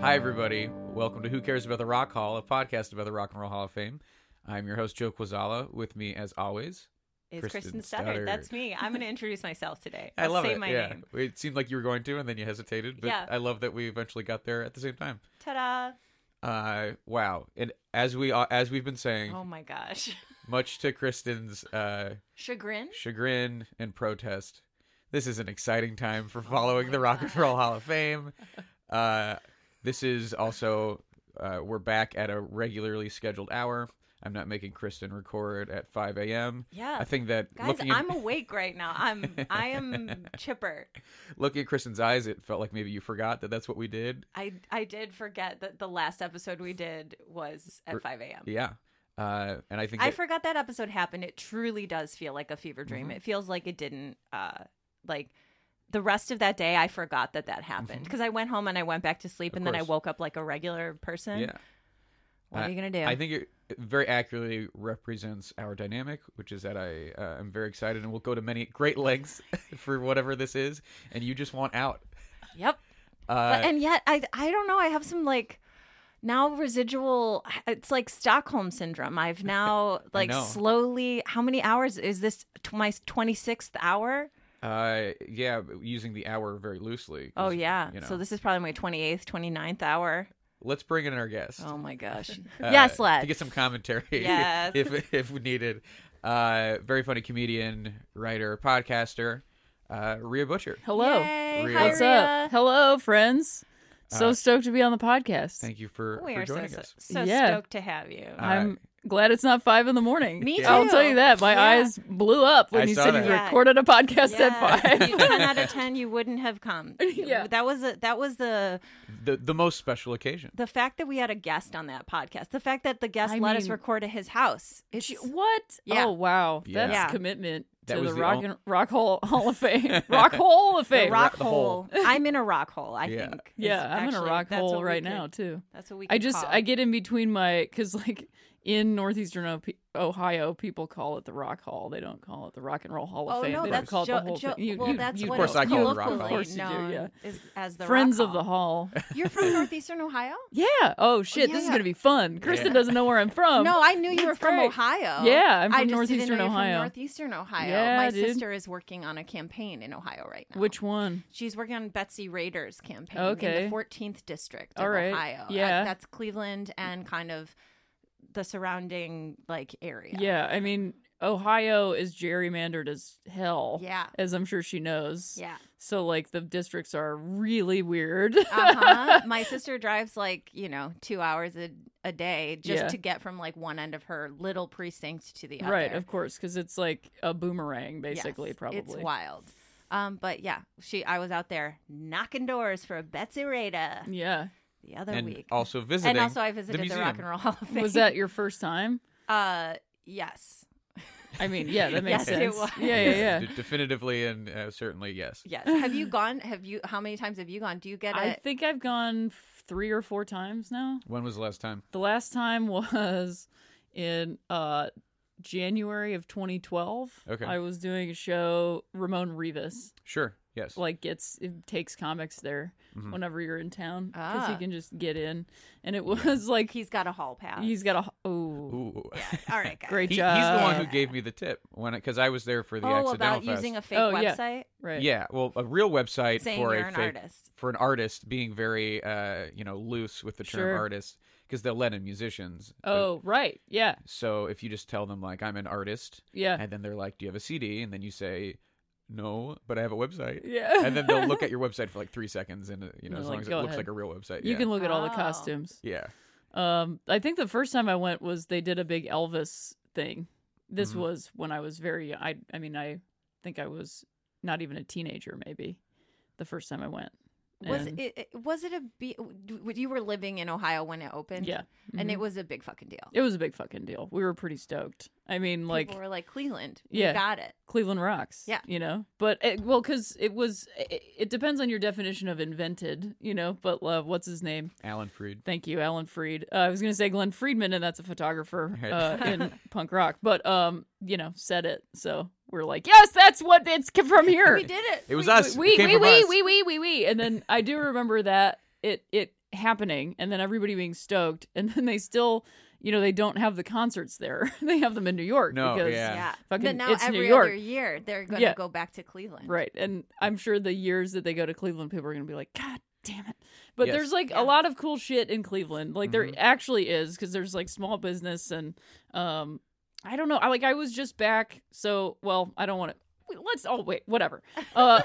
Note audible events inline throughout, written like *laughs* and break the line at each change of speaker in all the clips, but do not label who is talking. Hi, everybody. Welcome to Who Cares About the Rock Hall, a podcast about the Rock and Roll Hall of Fame. I'm your host, Joe Quazala. With me, as always,
is
Kristen
Kristen,
Studdard.
Studdard. That's me. I'm going to introduce myself today.
*laughs* I
I'll
love
say
it.
my
yeah.
name.
It seemed like you were going to, and then you hesitated, but
Yeah.
I love that we eventually got there at the same time.
Ta
Uh, wow. And as, we, uh, as we've been
da!
saying,
Oh my gosh. *laughs*
much to Kristen's uh,
Chagrin?
chagrin and protest. This is an exciting time
Oh
for following the Rock and Roll Hall of
*laughs*
Fame. Uh, this is also uh, we're back at a regularly scheduled hour. I'm not making Kristen record at 5 a.m.
Yeah.
I think that
Guys,
looking at,
I'm awake right now.
*laughs*
I'm I am chipper.
looking at Kristen's eyes, it felt like maybe you forgot that that's what we did.
I I did forget that the last episode we did was at 5 a.m.
Yeah, uh, and I think
I
that-
forgot that episode happened. It truly does feel like a fever
Mm-hmm.
dream. It feels like it didn't uh like the rest of that day I forgot that that happened because I went home and I went back to sleep
Mm-hmm. Of
and then I
course.
woke up like a regular person.
yeah.
What
I-
are you going to do?
I think it it very accurately represents our dynamic, which is that I uh, am very excited and will go to many great lengths *laughs* for whatever this is, and you just want out.
Yep.
Uh,
But, and yet, I I don't know. I have some like now residual. It's like Stockholm
*laughs*
syndrome. I've now like
know.
slowly. How many hours is this? T- my twenty sixth hour.
uh, yeah, but using the hour very loosely. 'cause,
Oh yeah.
you know.
So this is probably my 28th, 29th hour.
Let's bring in our guest.
Oh my gosh.
*laughs* uh,
yes, let's.
to get some commentary. *laughs*
Yes.
if if needed. Uh, very funny comedian, writer, podcaster, uh, Rhea Butcher.
Hello.
Yay,
Rhea.
hi,
What's
Rhea.
up? Hello, friends. So stoked to be on the podcast.
Uh, Thank you for,
Oh, We
for
are so
joining
so,
us.
so
Yeah.
stoked to have you.
Uh,
I'm glad it's not five in the morning.
Me
Yeah.
I'll
too.
tell you that. My
Yeah.
eyes blew up when
I
you
saw
said
that.
you
Yeah.
recorded a podcast
Yeah.
at
You- *laughs*
five. *laughs*
ten
*laughs*
out of ten, you wouldn't have come.
Yeah.
that was a, that was the
The the most special occasion.
the fact that we had a guest on that podcast. The fact that the guest
I
let us
mean-
record at his house. It's
Gee, what?
Yeah.
Oh wow.
Yeah.
That's
Yeah.
commitment
That
to
was
the
the
rock
on-
and rock hole hall of fame.
*laughs*
rock hole of
The
fame.
rock
the
hole. *laughs*
hole.
I'm in a rock hole. I
Yeah.
think. is
yeah, I'm in a
actually-
rock
that's what
hole
we
right
could-
now too.
That's what we.
I
could
just
call
I
it.
get in between my because like in northeastern O- Ohio, people call it the Rock Hall. They don't call it the Rock and Roll Hall of
Oh
Fame.
no,
they
that's
don't call
Joe.
it the whole
Joe
thing. You-
well,
you-
that's
Of
what
course
it's
I call it the rock hall.
colloquially
Of course
you do,
known
yeah.
is- as the
friends
rock
of the hall.
You're
*laughs*
from northeastern Ohio?
Yeah. Oh shit, this is
yeah.
gonna be fun. Kristen doesn't
*laughs*
know where I'm from.
no, I knew you were
Um, that's
from
great.
Ohio.
Yeah, I'm
I
from
just didn't know
northeastern
you're from
Ohio.
northeastern Ohio.
Yeah,
My
dude.
sister is working on a campaign in Ohio right now.
Which one?
She's working on Betsy Rader's campaign in
Okay.
the 14th district
All
of
right.
Ohio. Uh,
Yeah.
that's Cleveland and kind of the surrounding like area.
Yeah. I mean, Ohio is gerrymandered as hell.
Yeah.
As I'm sure she knows.
Yeah.
So like the districts are really weird. *laughs*
Uh-huh. My sister drives like, you know, 2 hours a, a day just
Yeah.
to get from like one end of her little precinct to the other.
right, of course, because it's like a boomerang,
Yes,
basically, probably.
It's wild. Um, but yeah, she I was out there knocking doors for Betsy Rada
Yeah.
the other
and
week.
also visiting.
and also I
the
visited the,
museum.
Rock and Roll *laughs* Hall of Fame.
Was that your first time?
uh yes.
I mean,
*laughs*
yeah, that
Yes,
makes
it
sense.
was.
Yeah,
*laughs*
yeah, yeah.
D- definitively and uh, certainly yes.
Yes. Have you gone? Have you? How many times have you gone? Do you get
I
it?
think I've gone f- three or four times now.
When was the last time?
The last time *laughs* was in uh January of 2012.
Okay.
I was doing a show Ramon Rivas
Sure. Yes.
like gets it takes comics there
Mhm.
whenever you're in town because he
Ah.
can just get in. And it was *laughs* like
He's got a hall pass.
he's got a oh
Ooh.
yeah. All right, guys.
*laughs*
Great
He- he's the one who
job.
gave me the tip when because I was there for the
Oh,
accidental
about
fest.
using a fake
Oh, yeah.
website
right
Yeah, well, a real website
saying
for
you're
a
an
fake
artist.
for an artist being very uh, you know loose with the term
Sure.
artist because they'll let in musicians. but-
oh right yeah
so if you just tell them like I'm an artist,
yeah
and then they're like, "Do you have a CD?" and then you say, "No, but I have a website."
yeah
and then they'll
*laughs*
look at your website for like three seconds, and uh, you know,
They're
as
like,
long as it
"Go
looks
ahead."
like a real website,
you
yeah.
can look at all the
Oh.
costumes.
yeah,
Um, I think the first time I went was they did a big Elvis thing. This
Mhm.
was when I was very I I mean I think I was not even a teenager maybe the first time I went.
Was
And-
it, it was it a be- you were living in Ohio when it opened?
Yeah.
and
Mhm.
it was a big fucking deal.
it was a big fucking deal. We were pretty stoked. I mean like
People were like Cleveland,
Yeah.
you got it.
Cleveland rocks.
Yeah.
you know, but it, well, because it was, it, it depends on your definition of invented, you know. But uh, what's his name?
Alan Freed.
Thank you, Alan Freed. Uh, I was going to say Glenn Friedman, and that's a photographer
Right.
uh,
*laughs*
in punk rock. But um, you know, said it, so we're like, yes, that's what it's c- from here.
We did it.
It was
We-
us.
We
it came
we
from
we
us.
we we we we. And then I do remember that it it happening, and then everybody being stoked, and then they still, you know, they don't have the concerts there. *laughs* they have them in New York.
No,
because,
yeah.
Yeah.
Fucking-
but now
it's New
every
York.
other year they're going to
Yeah.
go back to Cleveland.
Right. And I'm sure the years that they go to Cleveland, people are going to be like, God damn it. But
Yes.
there's like
Yeah.
a lot of cool shit in Cleveland. Like
Mhm.
there actually is because there's like small business and, um, I don't know. I like I was just back. So, well, I don't want to. Let's oh wait, whatever. Uh,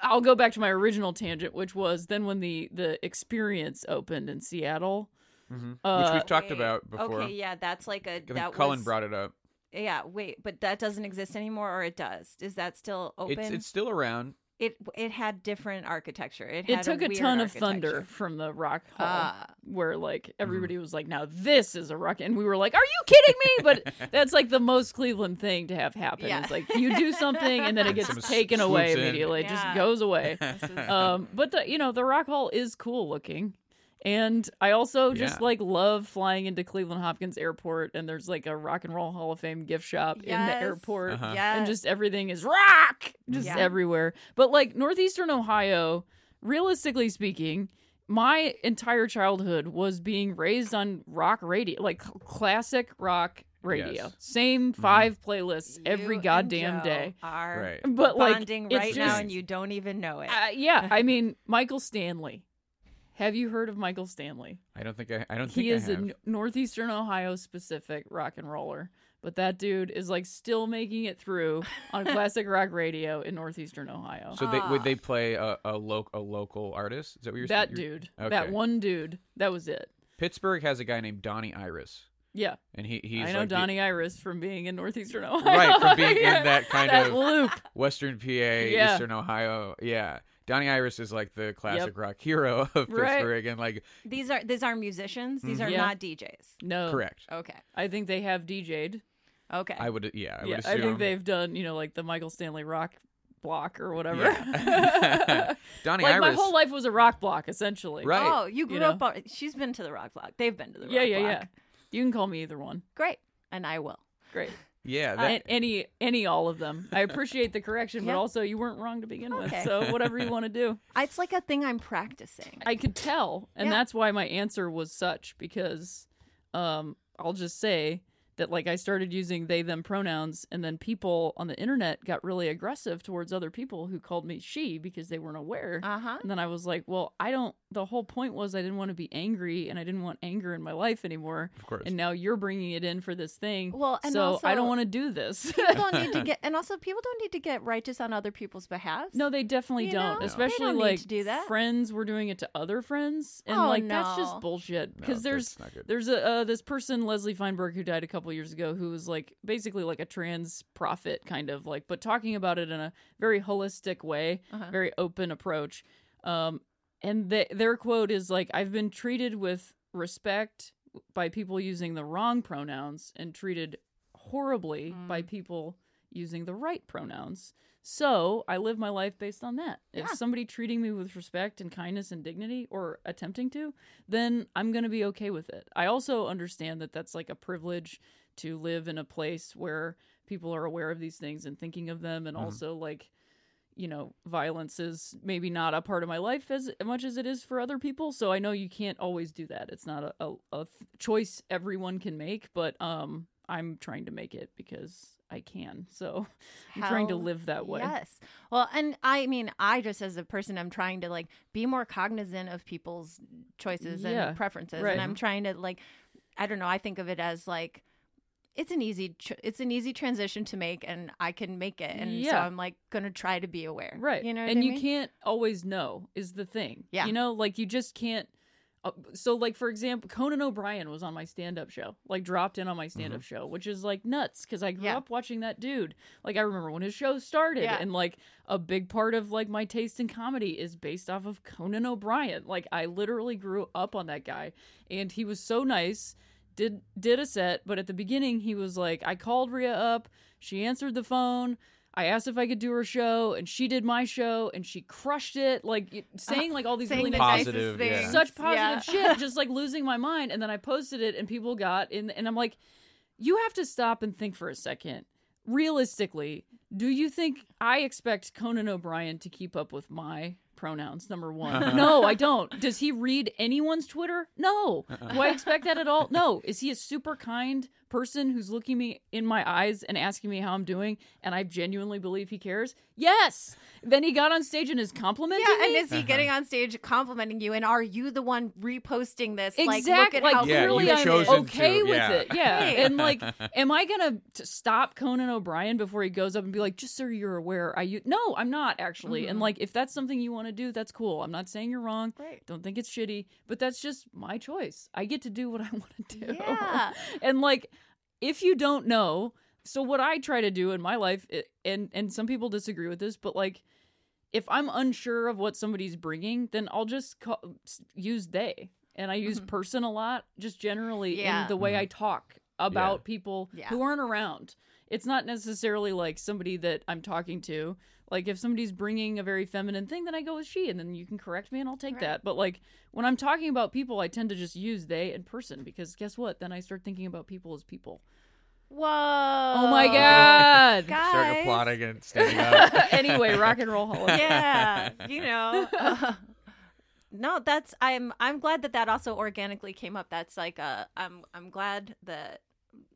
I'll go back to my original tangent, which was then when the the experience opened in Seattle.
Mhm. which
Uh,
we've talked
Wait.
about before.
Okay, yeah, that's like a
I
that
think Cullen
was,
brought it up.
Yeah, wait, but that doesn't exist anymore, or it does? Is that still open?
It's it's still around. *laughs*
it it had different architecture. It,
It
had
took a,
weird
ton of thunder
architecture.
from the rock hall.
Ah,
where
Hmm.
like everybody was like, "Now this is a rock," and we were like, "Are you kidding me?"
*laughs*
But that's like the most Cleveland thing to have happen.
Yeah.
It's like you do something
*laughs*
and then it
And
gets
someone s-
taken
swoops
away
in.
immediately. It
Yeah.
just
*laughs*
goes away.
this is-
Um, but the you know the rock hall is cool looking, and I also just
Yeah.
like love flying into Cleveland Hopkins Airport and there's like a rock and roll Hall of Fame gift shop in the
Yes.
airport
Uh-huh.
yes.
and just everything is rock just
Yeah.
everywhere but like northeastern ohio realistically speaking my entire childhood was being raised on rock radio like cl- classic rock radio
Yes.
same 5 playlists
You
every
and
goddamn
Joe
day
Are
Right.
but like
bonding
it's
right now,
just-
and you don't even know it.
uh,
*laughs*
yeah i mean michael stanley have you heard of michael stanley
I don't think I. I don't think
he
I
is a
have.
n- northeastern ohio specific rock and roller but that dude is like still making
*laughs*
it through on classic rock radio in northeastern ohio
So they, would
Ah.
they play a a, lo- a local artist? Is that what you're
that
you're-
dude
okay.
that one dude that was it
Pittsburgh has a guy named Donnie Iris,
yeah
and he he's
i know
like the-
donnie iris from being in northeastern ohio
right from being
*laughs* Yeah.
in that kind
That
of
loop
Western PA,
Yeah.
Eastern Ohio. Yeah. Donnie Iris is like the classic rock hero *laughs* of
Right.
Pittsburgh and like
These are these are musicians. These are
Yeah.
not DJs.
no
correct.
Okay.
i think they have dj'd
Okay. Oh,
I would yeah, I
yeah
would
i
assume
think they've done you know like the michael stanley rock block or whatever *laughs*
Yeah. *laughs* Donnie
like
Iris
my whole life was a rock block essentially
Right.
Oh, you
you
grew
know?
up. On, she's been to the Rock Block. They've been to the Rock
yeah yeah
Block.
yeah you can call me either one
Great. And I will.
great
Yeah,
A-
Uh, that,
any any all of them i appreciate the correction
Yeah.
but also you weren't wrong to begin with
Okay.
so whatever you want to
*laughs*
do
It's like a thing I'm practicing.
I could tell, and
Yeah.
that's why my answer was such because um, I'll just say that like I started using they them pronouns, and then people on the internet got really aggressive towards other people who called me she because they weren't aware.
Uh
*laughs*
huh.
and then I was like, well, I don't. The whole point was I didn't want to be angry, and I didn't want anger in my life anymore.
of course.
And now you're bringing it in for this thing.
Well, and
so I
also-
don't want to do this.
People don't need to get, and also people don't need to get righteous on other people's behalf.
No, they definitely
You know?
don't.
They
Especially
don't need
like
to do that.
friends were doing it to other friends, and
Oh,
like that's
no.
just bullshit.
No,
Because there's
that's not good.
there's a uh, this person Leslie Feinberg who died a couple years ago who was like basically like a trans prophet kind of like, but talking about it in a very holistic way,
Uh-huh.
very open approach. Um, and they, their quote is like, "I've been treated with respect by people using the wrong pronouns and treated horribly
Mm.
by people using the right pronouns. So I live my life based on that. If
Yeah.
somebody treating me with respect and kindness and dignity, or attempting to, then I'm going to be okay with it. I also understand that that's like a privilege to live in a place where people are aware of these things and thinking of them, and
Mhm.
also like you know, violence is maybe not a part of my life as much as it is for other people. So I know you can't always do that. It's not a, a, a th- choice everyone can make, but um, I'm trying to make it because I can. So *laughs* I'm trying to
Hell
live that way.
Yes. Well, and I mean, I just as a person, I'm trying to like be more cognizant of people's choices
Yeah,
and preferences,
right.
and I'm trying to like, I don't know. I think of it as like, it's an easy, tr- it's an easy transition to make, and I can make it, and so
Yeah.
I'm like gonna try to be aware,
Right.
You know, what
and
I
you
mean?
can't always know is the thing.
Yeah.
You know, like you just can't. Uh, so, like for example, Conan O'Brien was on my stand-up show, like dropped in on my stand-up show, which is like nuts because I grew
Yeah.
up watching that dude. Like I remember when his show started,
Yeah.
and like a big part of like my taste in comedy is based off of Conan O'Brien. Like I literally grew up on that guy, and he was so nice did did a set, but at the beginning he was like, I called Rhea up, she answered the phone. I asked if I could do her show, and she did my show, and she crushed it. Like it- saying like all these
Saying
really
the
nice,
nicest
Positive, yeah.
things.
such
Yeah.
positive
*laughs*
shit, just like losing my mind. And then I posted it, and people got in, and I'm like, you have to stop and think for a second. Realistically, do you think I expect Conan O'Brien to keep up with my pronouns? Number one, no, I don't. Does he read anyone's Twitter? No. Do I expect that at all? No. Is he a super kind person who's looking me in my eyes and asking me how I'm doing, and I genuinely believe he cares? Yes. Then he got on stage and is complimenting
Yeah, and
me.
is he
Uh-huh.
getting on stage complimenting you? And are you the one reposting this? Like, look
Exactly.
at
Like,
how Oh,
Yeah,
cool
clearly
you've
this
I'm
chosen
is.
okay
to-
with
yeah.
it. Yeah.
Right.
*laughs*
And like, am I gonna t- stop Conan O'Brien before he goes up and be like, just so you're aware, I u-? no, I'm not actually. And like, if that's something you want to do, that's cool. I'm not saying you're wrong.
Right.
Don't think it's shitty, but that's just my choice. I get to do what I *laughs* want to do.
Yeah.
*laughs* and like, if you don't know, so what I try to do in my life, i and and some people disagree with this, but like if I'm unsure of what somebody's bringing, then I'll just call, s- use they. And I use person a lot, just generally
Mm-hmm. Yeah.
in the way I talk about
Yeah.
people
Yeah.
who aren't around. It's not necessarily like somebody that I'm talking to. Like if somebody's bringing a very feminine thing, then I go with she, and then you can correct me, and I'll take
Right.
that. But like when I'm talking about people, I tend to just use they and person because guess what? Then I start thinking about people as people.
Whoa!
Oh, my
*laughs*
god! *laughs*
Guys.
Start applauding and standing up.
anyway, rock and roll holiday.
yeah,
*laughs*
you know. uh, no, that's I'm I'm glad that that also organically came up. That's like a I'm I'm glad that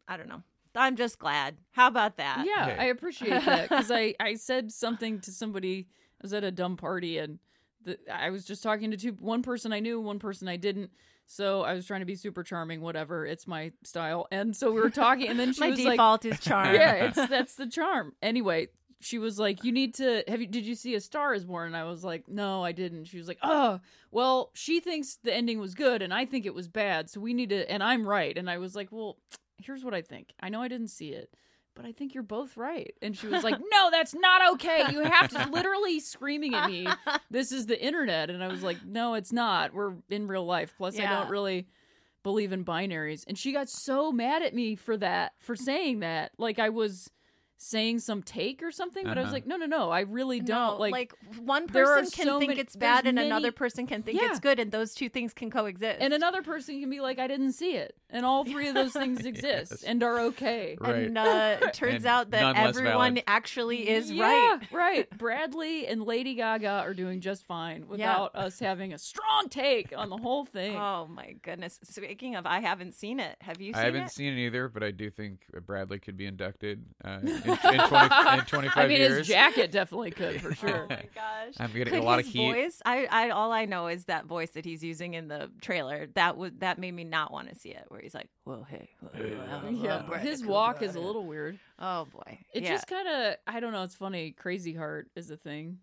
I don't know. I'm just glad. How about that?
Yeah,
Hey.
I appreciate
*laughs*
that because I, I said something to somebody. I was at a dumb party and the, I was just talking to two one person I knew, one person I didn't. So I was trying to be super charming, whatever. It's my style. And so we were talking, and then she
My
was like,
default
*laughs*
is charm. *laughs*
yeah, it's that's the charm. Anyway, she was like, "You need to have you did you see a Star is Born?" And I was like, "No, I didn't." She was like, "Oh, well, she thinks the ending was good and I think it was bad, so we need to and I'm right." And I was like, "Well, here's what I think. I know I didn't see it, but I think you're both right." And she
*laughs*
was like, "No, that's not okay. You have to literally screaming at me. This is the internet." And I was like, "No, it's not. We're in real life. Plus, I
Yeah.
don't really believe in binaries and she got so mad at me for that for saying that like i was saying some take or something but i was
Uh-huh.
like no no no i really
No,
don't
like,
like,
one
there are
person can
so
think
many-
it's bad
there's
and
many-
another person can think
Yeah.
it's good and those two things can coexist.
and another person can be like i didn't see it and all three of
*laughs*
those things exist
Yes.
and are okay
Right.
And, uh,
*laughs*
it turns
And
out that
none less
everyone
valid.
actually is
Yeah,
right.
right bradley and lady gaga are doing just fine without us having a strong take on the whole thing
Oh my goodness! Speaking of, I haven't seen it. Have you? Seen
I haven't
it?
seen it either, but I do think Bradley could be inducted uh,
*laughs*
in, in, 20, in 25
i mean
years.
his
*laughs*
jacket definitely could for sure
Oh my gosh!
I'm getting
Could
a lot
his
of heat.
voice? I, I, all I know is that voice that he's using in the trailer. That would that made me not want to see it. Where he's like, "Well, hey, well, well, well,
yeah
Brett,
his
cool
walk
guy."
is a little weird
Oh boy,
It
yeah.
just kind of, I don't know, it's funny. Crazy Heart is a thing.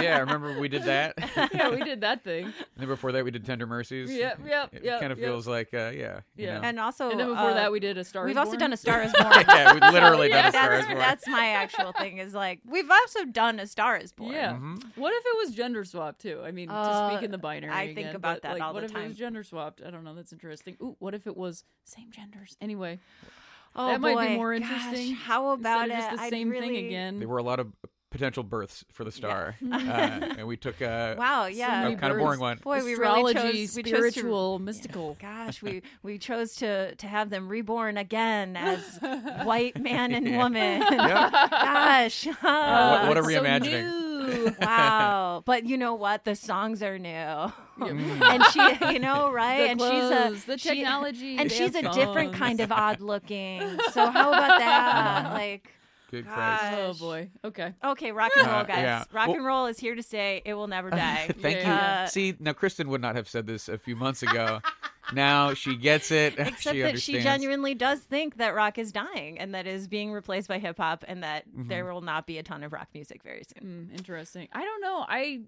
yeah, remember we did that?
*laughs*
*laughs* and
*laughs* yeah, we did that thing.
then before that, we did Tender Mercies.
Yep, yep,
It
yep,
kind of
yep.
feels like, uh, yeah. you
Yeah.
know.
and also,
and then before
uh,
that, we did a Star
we've
is
also
Born.
done a
*laughs*
Star is Born.
yeah, we literally done
Yeah,
a Star
that's
is Born.
that's my actual thing. Is like we've also done a Star is Born.
Yeah.
Mhm.
What if it was gender swapped too? I mean, to
Uh,
speak in the binary.
I think
again,
about
but,
that
like,
all
what
the
if it
time.
was gender swapped? I don't know. That's interesting. Ooh, what if it was same genders? Anyway,
Oh
that might be
boy.
more
Gosh,
interesting
how about
instead of just
it?
the
I'd
same
really-
thing again.
There were a lot of potential births for the
*laughs*
star, uh, and we took a
wow, yeah.
many
a kind of boring
births.
one.
*laughs* Boy, we really
Astrology,
chose we chose to- *laughs*
spiritual, mystical.
gosh, we *laughs* we chose to to have them reborn again
*laughs*
as white man and woman.
*laughs* Yeah.
gosh,
Uh, what, what a
it's so
reimagining! *laughs*
new.
wow! But you know what? The songs
*laughs*
are new.
Mm.
Yeah.
and she, you know, right?
*laughs* The
and
clothes,
she's a
the
she-
technology,
and
they
she's a
have
different
phones.
kind of odd looking. So how
*laughs*
about
Uh-huh.
that? Like,
Good Christ.
gosh.
*laughs* Oh boy. Okay.
Okay, rock and roll,
Uh,
guys.
yeah.
Rock
Well-
and roll is here to stay. It will
*laughs*
never die.
Thank
Yeah.
you.
Uh,
See, now Kristen would not have said this a few months
*laughs*
ago. now she gets it. *laughs*
Except
she
that
understands.
she genuinely does think that rock is dying and that is being replaced by hip hop and that
Mm-hmm.
there will not be a ton of rock music very soon.
Mm, interesting. I don't know. I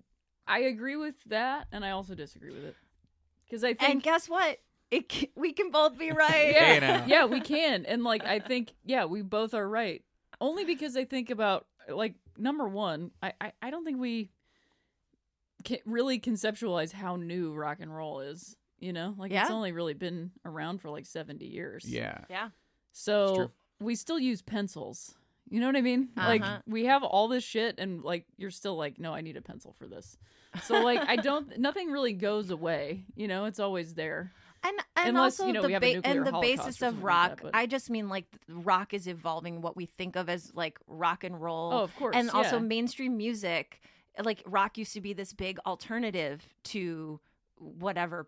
I agree with that, and I also disagree with it because I
And
think
guess what? It c- we can both
*laughs*
be right.
yeah,
Hey,
*laughs*
now.
yeah, we can, and like I think yeah, we both are right. Only because I think about like number one, I I, I don't think we can really conceptualize how new rock and roll is. You know, like it's
Yeah.
only really been around for like seventy years.
Yeah.
Yeah.
So we still use pencils. You know what I mean? Like
Uh-huh.
we have all this shit and like you're still like, no, I need a pencil for this. So like I don't *laughs* nothing really goes away. You know, it's always there.
And and
Unless,
also
you know, we
the
have a
ba- and
nuclear
the
holocaust or
basis
something
of
like
rock.
that, but-
I just mean like th- rock is evolving what we think of as like rock and roll.
Oh, of course,
And also
yeah.
mainstream music. Like rock used to be this big alternative to whatever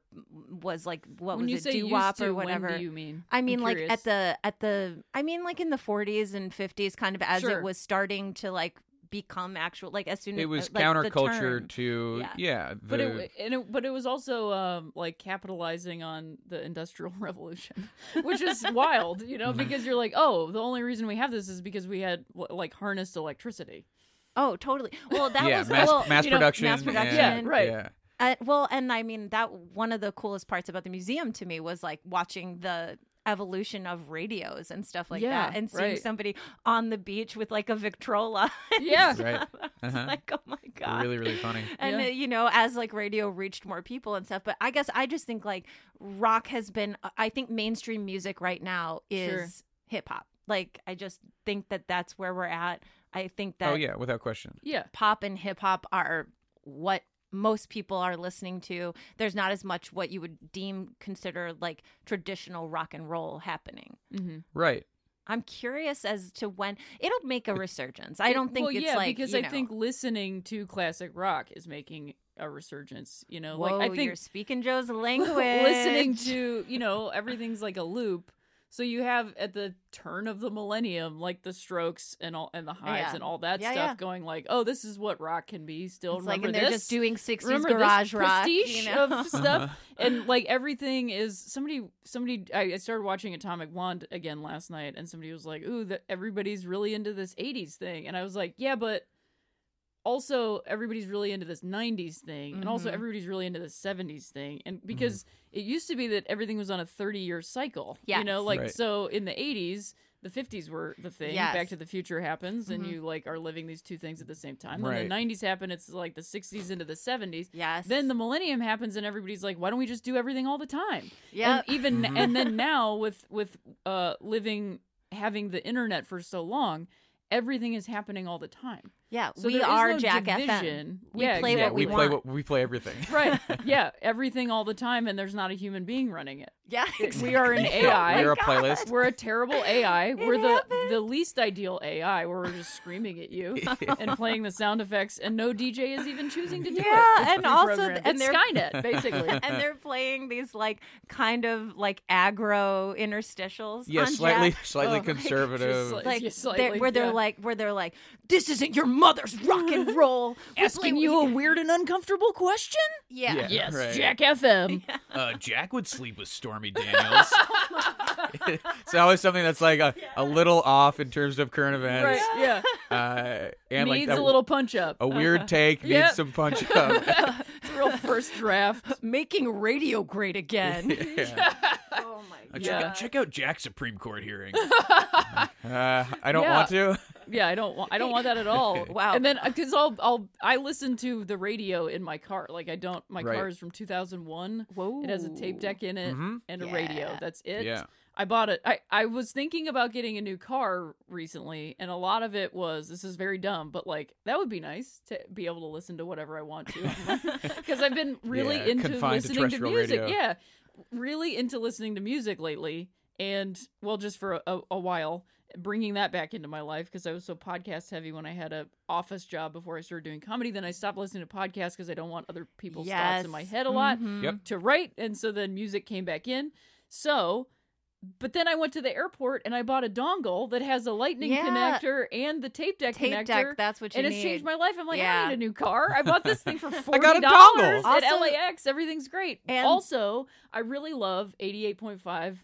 was like what
when
was
you
it
say
doo
used
wop
to,
or whatever.
when do you mean?
I
I'm
mean, like
curious.
at the at the I mean, like in the 40s and 50s, kind of as
Sure.
it was starting to like become actual. Like as soon as uh,
It was
like, the
counterculture
term.
to yeah,
Yeah.
the,
but it, and it but it was also um like capitalizing on the industrial *laughs* revolution which
*laughs*
is wild you know because you're like oh the only reason we have this is because we had l- like harnessed electricity
Oh, totally. Well, that
yeah
was
mass,
well,
mass
you know,
production.
Mass
and-
production.
Yeah, right.
Yeah.
Uh, well, and I mean that one of the coolest parts about the museum to me was like watching the evolution of radios and stuff like
Yeah,
that, and seeing
right.
somebody on the beach with like a Victrola. *laughs*
yeah
Right.
It's
Uh-huh.
like, oh my god,
Really, really funny.
and
Yeah.
uh, you know as like radio reached more people and stuff but i guess i just think like rock has been uh, i think mainstream music right now is
Sure.
hip-hop like i just think that that's where we're at i think that
Oh yeah, without question.
yeah
pop and hip-hop are what most people are listening to there's not as much what you would deem consider like traditional rock and roll happening
mm-hmm.
Right.
i'm curious as to when it'll make a resurgence i don't think
well,
it's
yeah,
like
because
you
I
know,
think listening to classic rock is making a resurgence. You know,
whoa,
like
you're
I think
speaking
*laughs*
joe's language
listening to you know everything's like a loop. So you have at the turn of the millennium, like the Strokes and all and the Hives
Yeah.
and all that
Yeah,
stuff,
yeah.
going like, oh, this is what rock can be. Still,
It's like,
remember
and they're
this?
just doing 60s
remember
garage
this
rock.
prestige
You know?
*laughs* of
Uh-huh.
stuff, and like everything is somebody. Somebody, I, I started watching Atomic Blonde again last night, and somebody was like, "Ooh, that everybody's really into this '80s thing," and I was like, "Yeah, but." Also, everybody's really into this '90s thing, and also
Mhm.
everybody's really into the '70s thing,
Mm-hmm.
and because it used to be that everything was on a 30-year cycle. you know,
Yes.
like
Right.
so in the '80s, the '50s were the thing.
Yes.
Back to the Future happens, and
Mhm.
you like are living these two things at the same time. Then
Right.
the '90s happen; it's like the '60s into the '70s.
Yes.
Then the millennium happens, and everybody's like, "Why don't we just do everything all the time?"
Yep.
And even and then now with with uh living having the internet for so long, everything is happening all the time.
yeah,
So
we
there is
are
no
Jack
division.
FM. We
Yeah,
play
yeah,
what we,
we play
want.
what we play
*laughs*
everything.
Right? *laughs* yeah, everything all the time, and there's not a human being running it.
yeah,
*laughs* We
*laughs*
are an
*laughs*
AI.
You're a playlist.
We're a terrible AI. We're the the least ideal AI where we're just screaming at
*laughs*
you and playing the sound effects, and no DJ is even choosing to do it.
Yeah,
It's
and
pre-programmed.
also- and
it's
*laughs*
Skynet basically.
Uh.
and they're playing these like kind of like aggro interstitials.
Yeah,
on
slightly *laughs*
Jack.
slightly
*laughs* Oh, like,
conservative.
just
Like
Yeah,
they're-
slightly,
where they're
yeah.
like, where they're like, this isn't your mother's rock
*laughs*
and roll. We
Asking
play- *laughs*
you a weird and uncomfortable question?
yeah,
Yeah.
Yes,
Right.
Jack FM.
uh, Jack would sleep with Stormy
*laughs*
Daniels. *laughs* it's always something that's like a, a little off in terms of current
Right,
events.
*laughs*
yeah.
Uh, and
Needs
like
a little punch up.
Oh.
a
uh-huh.
weird take
Yeah.
needs some
*laughs*
punch up.
It's a real first
*laughs*
draft.
making radio great again.
*laughs* Yeah.
oh my
check out-
check out Jack's Supreme Court
*laughs*
hearing. uh, I don't
Yeah.
want to.
Yeah, I don't want I don't
*laughs*
want that at all.
Wow.
And then cuz I'll I'll I listen to the radio in my car. Like I don't my
Right.
car is from 2001.
Whoa.
It has a tape deck in it and a radio.
Yeah.
That's it.
Mm-hmm. Yeah.
I bought it. I, I was thinking about getting a new car recently, and a lot of it was this is very dumb, but like that would be nice to be able to listen to whatever I want
*laughs*
to. *laughs* Because I've been really
Yeah,
into
confined to
listening to,
terrestrial
music.
radio.
Yeah, really into listening to music lately, and well, just for a, a, a while, bringing that back into my life because I was so podcast heavy when I had a office job before I started doing comedy. Then I stopped listening to podcasts because I don't want other people's thoughts in my head a lot
Mhm.
Yep.
to write and so then music came back in so but then i went to the airport and i bought a dongle that has a lightning
Yeah.
connector and the tape deck
Tape
connector
deck. That's what you
and
need.
it's changed my life i'm like i
Yeah.
need a new car i bought this thing for
*laughs*
$40
I got a dongle.
at
Also-
lax everything's great
And-
also i really love 88.5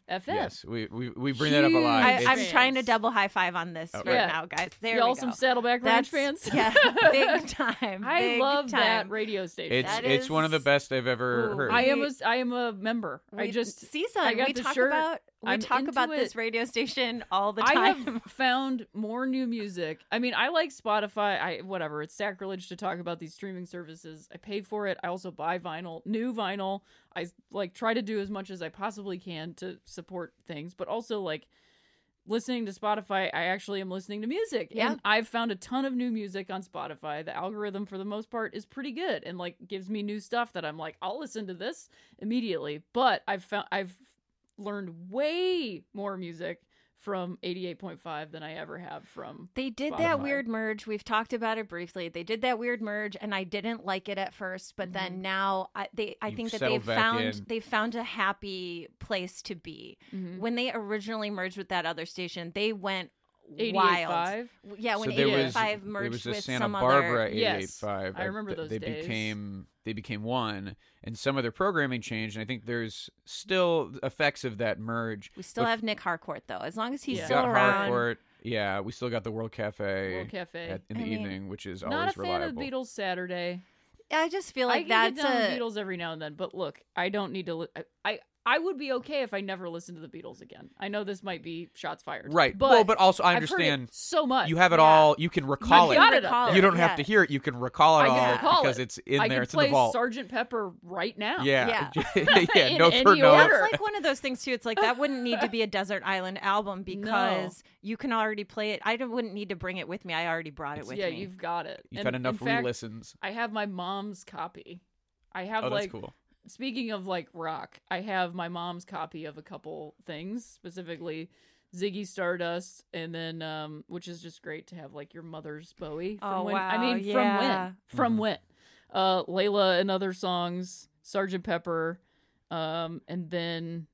fm
Yes, we we, we bring that up a lot.
Huge.
I, I'm
It's-
trying to double high five on this
Oh,
right
yeah.
now, guys. There
y'all
we go.
some saddleback ranch
That's- *laughs*
fans
Yeah, big time.
*laughs* i
big
love that
time.
radio station
it's
That
it's one of the
is-
best I've ever
Ooh,
heard.
i am a
We-
s- i am a member i
We-
just
season.
I got
we
the
talk
shirt.
about we
I'm
talk
into
about
it.
this radio station all the
I
time. *laughs*
have found more new music. I mean, I like Spotify. I whatever. It's sacrilege to talk about these streaming services. I pay for it. I also buy vinyl, new vinyl. I like try to do as much as I possibly can to support things, but also like listening to Spotify, I actually am listening to music.
Yeah.
And I've found a ton of new music on Spotify. The algorithm for the most part is pretty good and like gives me new stuff that I'm like, I'll listen to this immediately. But I've found I've learned way more music from 88.5 than I ever have from
They did
Spotify.
that weird merge. We've talked about it briefly. They did that weird merge, and I didn't like it at first, but then now I, they, I
Mm-hmm. You've
think that
settled
they've
back
found
in. Mm-hmm.
they've found a happy place to be. When they originally merged with that other station, they went wild.
88.5.
W- Yeah, when
so there was,
85
there
merged
was a
with
Santa
some
Barbara
other.
885.
Yes, I
uh,
remember
th-
those
they
days.
became they became one, and some of their programming changed. And I think there's still effects of that merge.
We still
But
have Nick Harcourt though. As long as he's
Yeah.
still
got
around,
Harcourt. Yeah, we still got the World Cafe,
World Cafe.
at- in the
I mean,
evening, which is
Not
always
a fan
reliable.
of Beatles Saturday.
I just feel
I
like
can
that's
get down
a
to Beatles every now and then, but look, I don't need to. Li- I- I I would be okay if I never listened to the Beatles again. I know this might be shots fired,
Right.
But
well, but also I
I've heard it
understand
so much.
you have it
Yeah.
all. You can recall
I've
it.
got it
Recall
up there.
You don't have
yeah.
to hear it. You can recall it
I
all
can recall
because
it.
it's in
I
there.
Can
It's in
play
the vault.
Sergeant Pepper right now.
Yeah, *laughs*
Yeah.
yeah.
Oh, *laughs* In
no
any
for no.
order.
That's like one of those things too. It's like that wouldn't need to be a
*laughs*
desert island album because you can already play it. I don't- wouldn't need to bring it with me. I already brought it with
yeah,
me.
you've got it.
You've
And
had
in
enough
fact,
re-listens.
I have my mom's copy. I have
Oh, that's
like
cool.
speaking of like rock, I have my mom's copy of a couple things, specifically Ziggy Stardust, and then um, which is just great to have like your mother's Bowie. From
Oh,
when, I
wow,
mean,
yeah.
from when? From
Mm-hmm.
when? Uh, Layla and other songs, Sergeant Pepper, um, and then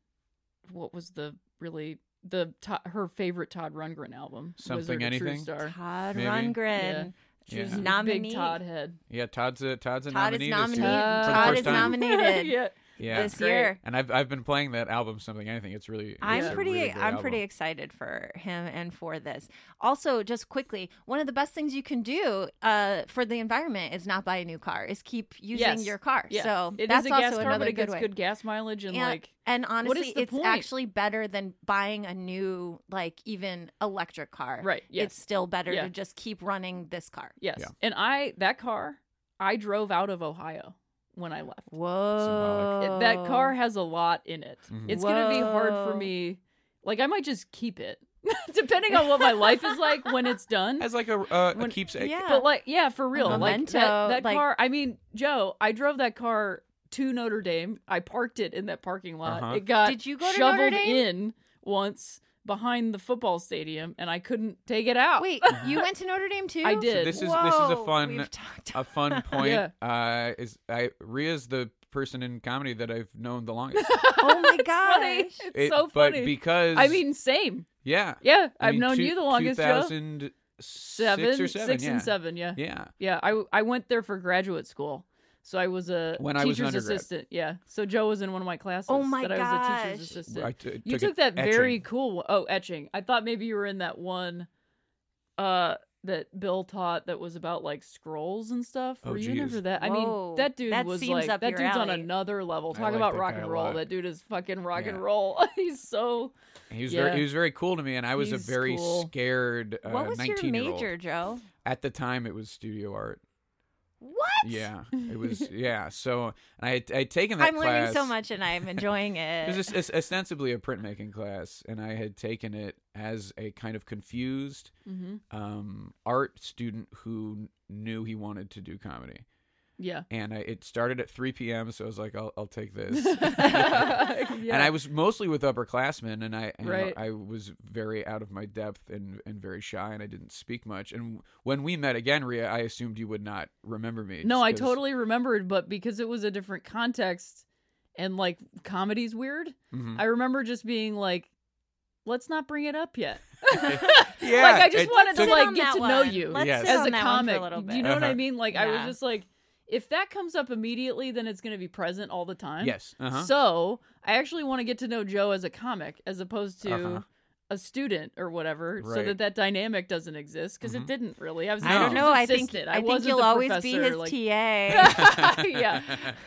what was the really the to- her favorite Todd Rundgren album?
Something
Wizard of True
Anything?
Star.
Todd
Maybe.
Rundgren.
She was
Yeah.
a
Nominee.
Big Todd head.
Yeah, Todd's a Todd's a
Todd
nominee.
is
This
nominated.
year.
Todd-
For the
Todd
first
is
time.
nominated. Nominated.
*laughs* yeah.
Yeah.
This
Great.
year,
And I've I've been playing that album something anything. It's really
I'm
it's a
pretty
really great
I'm
album.
pretty excited for him and for this. Also, just quickly, one of the best things you can do uh, for the environment is not buy a new car. Is keep using
Yes.
your car.
Yeah.
So
It is
that's
a
also
gas car,
another
but it
good
gets
way.
good gas mileage and
Yeah,
like
and
what is
honestly
the
it's
point?
actually better than buying a new like even electric car
Right, yes.
it's still better
Yeah.
to just keep running this car
Yes.
Yeah.
And I that car, I drove out of Ohio when I left.
whoa
It- That car has a lot in it.
Mhm.
It's going to be hard for
Whoa.
me. Like I might just keep it. *laughs* Depending on what my life is like when it's done.
as like a uh, a
When-
keepsake.
Yeah.
But like yeah, for real. like that,
memento,
that
like-
car, I mean, Joe, I drove that car to Notre Dame. I parked it in that parking lot.
Uh-huh.
It got
Did you go to
shoveled
Notre Dame?
in once behind the football stadium and I couldn't take it out.
wait
*laughs*
you went to notre dame too
I did.
So this is this is a
Whoa,
fun
we've talked
a
*laughs*
fun point.
Yeah.
Uh, is I Ria's the person in comedy that I've known the
*laughs*
longest.
*laughs* oh my
funny.
gosh
It's so funny.
But because
I mean, same.
yeah,
Yeah,
I
I've
mean,
known
two-
you the longest, Joe.
2006
Seven,
or seven,
six
yeah.
and seven. Yeah. yeah,
Yeah,
I I went there for graduate school, so I was a
When I was
teacher's
an undergrad.
assistant. Yeah, so Joe was in one of my classes.
Oh my
that I was a
gosh.
teacher's assistant.
I t-
you
took
took
it
that very
etching.
cool. One. Oh, etching. I thought maybe you were in that one, uh, that Bill taught that was about like scrolls and stuff.
Oh,
were you in there
geez.
for that? I
Whoa.
mean, that dude
That
was
seems
like
up
that
your
dude's on
alley.
another level.
I
Talk
like
about
that
rock
guy
and
a
roll.
lot.
That dude is fucking rock
Yeah.
and roll. *laughs* He's so
He was
Yeah.
very he was very cool to me, and I was
He's
a very
cool.
scared. Uh,
what was your
19-year-old.
major joe
At the time, it was studio art.
What?
Yeah, it was.
*laughs*
Yeah, so and I had, I had taken that.
I'm learning so
class-
much and I'm *laughs* enjoying
It was
it.
just, it's ostensibly a printmaking class, and I had taken it as a kind of confused
Mm-hmm.
um, art student who knew he wanted to do comedy.
Yeah. *laughs*
And I, it started at 3 p.m., so I was like, I'll, I'll take this.
*laughs*
yeah.
And I was mostly with upperclassmen, and I you know,
Right.
I was very out of my depth and, and very shy, and I didn't speak much. And when we met again, Rhea, I assumed you would not remember me.
No,
just
I
'cause- *laughs*
totally remembered, but because it was a different context and like comedy's weird, *laughs*
Mhm.
I remember just being like, let's not bring it up yet.
Yeah,
like I just
it
wanted to
took-
Sit
like
on
get
that
to know
one.
you
Let's
Yes.
sit
as
on
a
that one
comic.
for a little bit.
Do you know what I
Uh-huh.
mean? Like I was
Yeah.
just like if that comes up immediately then it's going to be present all the time.
Yes. Uh-huh.
So, *laughs* I actually want to get to know Joe as a comic as opposed to
Uh-huh.
a student or whatever so
Right.
that that dynamic doesn't exist because
Mhm.
it didn't really. I was
I
No.
don't know. I think
assistant.
I, think
wasn't
you'll
the
always be
professor,
his
like-
TA.
*laughs*
*laughs* yeah,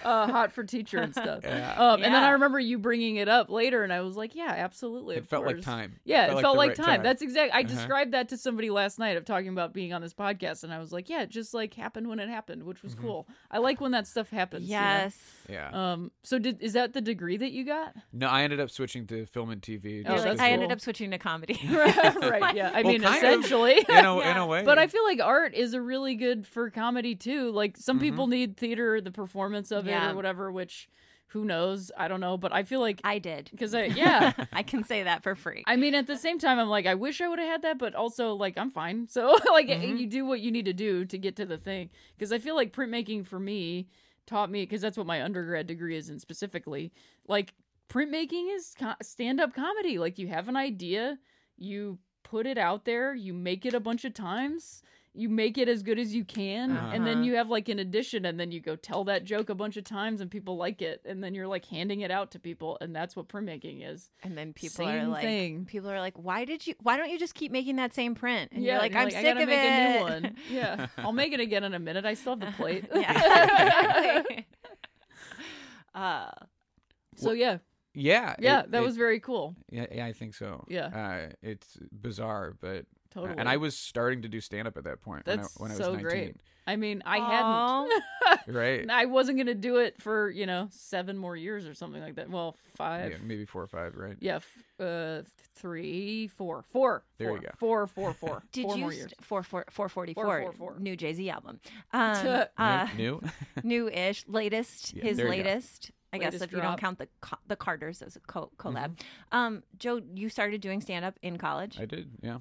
uh, hot for teacher
*laughs*
and stuff. Um, And then
Yeah.
I remember you bringing it up later, and I was like, "Yeah, absolutely."
It
of
felt like
course.
time.
Yeah, it felt,
the
like
right
time. That's exact. I
Uh-huh.
described that to somebody last night of talking about being on this podcast, and I was like, "Yeah, it just like happened when it happened, which was cool. I like when that stuff happens." you know?
yes.
yeah.
Um. So did is that the degree that you got? *laughs*
No, I ended up switching to film and TV.
Oh,
You're
just
like,
that's
'cause
I
it-
ended
cool.
up switching to comedy.
*laughs*
*laughs*
right. Yeah. I
Well,
mean,
kind of,
essentially.
in a, in
Yeah.
a way.
*laughs* But I feel like art is a really good for comedy too. Like some people need theater, the performance of it
Yeah.
or whatever, which who knows? I don't know. But I feel *laughs* like
I did.
because I yeah.
*laughs* I can say that for free.
I mean, at the same time, I'm like, I wish I would have had that, but also like I'm fine. So *laughs* like, you do what you need to do to get to the thing. Because I feel like printmaking for me taught me because that's what my undergrad degree is in specifically. Like printmaking is co- stand-up comedy. Like you have an idea, you put it out there, you make it a bunch of times. You make it as good as you can, and
Uh-huh.
then you have like an addition, and then you go tell that joke a bunch of times, and people like it, and then you're like handing it out to people, and that's what printmaking is.
And then people are
Same
like,
thing.
people are like, why did you? Why don't you just keep making that same print? And you're like,
and
I'm
I
sick
gotta
of
make
it.
a new
*laughs*
one. *laughs* Yeah, I'll make it again in a minute. I still have the plate.
yeah. exactly. uh,
*laughs* so yeah,
yeah,
yeah,
it-
that
it-
was very cool.
Yeah, yeah, I think so.
Yeah.
uh, it's bizarre, but uh,
Totally.
and I was starting to do stand up at that point.
That's
when I, when I
so
was 19,
great. I mean, I um,
Aw.
hadn't.
Right?
*laughs* I wasn't gonna do it for you know seven more years or something like that. Well, five.
yeah, maybe four or five. Right?
Yeah, f- uh, three, four, four.
There you
four,
go.
Four, four, four.
*laughs* *laughs* did
four
you
more
st-
years.
four, four, 444,
Four, four, four.
new Jay Z album?
*laughs*
Um,
New,
uh,
new?
new-ish, latest,
Yeah,
his
there you go.
latest. I guess
Latest
if you don't
drop.
count the co- the Carters as a co- collab. Um, Joe, you started doing stand up in college.
Mm-hmm. I did. Yeah.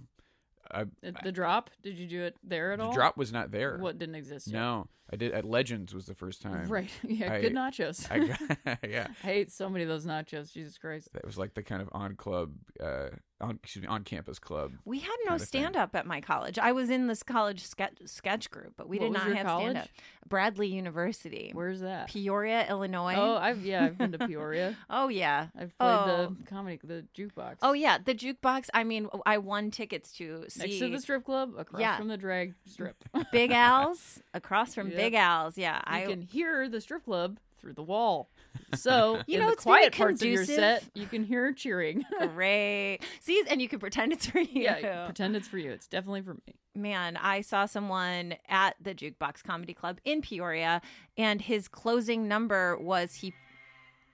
I,
At the drop? Did you do it there at
the
all?
drop was not there.
What didn't exist? yet?
No, I did at Legends was the first time.
*laughs* Right. Yeah.
I-
good nachos.
I got, *laughs* yeah,
*laughs* I hate so many of those nachos. Jesus Christ.
that was like the kind of on club, uh, on excuse me, on campus club.
we had
Kinda
no
thing.
stand up at my college. I was in this college sketch, sketch group, but we
What
did
was
not
your
have
college?
stand up. Bradley University,
Where's that?
Peoria, Illinois.
Oh, I've yeah, I've been to
*laughs*
Peoria.
Oh, yeah.
I've played
Oh.
the comedy, the jukebox.
Oh yeah, the jukebox. I mean, I won tickets to
next
see
to the strip club, across
Yeah.
from the drag
*laughs*
strip. *laughs*
Big Al's across from
Yep.
Big Al's. Yeah, I
you can hear the strip club through the wall. So
*laughs* You
in
know,
the
it's very
quiet parts of your
conducive.
set, you can hear cheering. *laughs*
great. See, and you can pretend it's for you. *laughs*
yeah, pretend it's for you. It's definitely for me.
Man, I saw someone at the jukebox comedy club in Peoria, and his closing number was he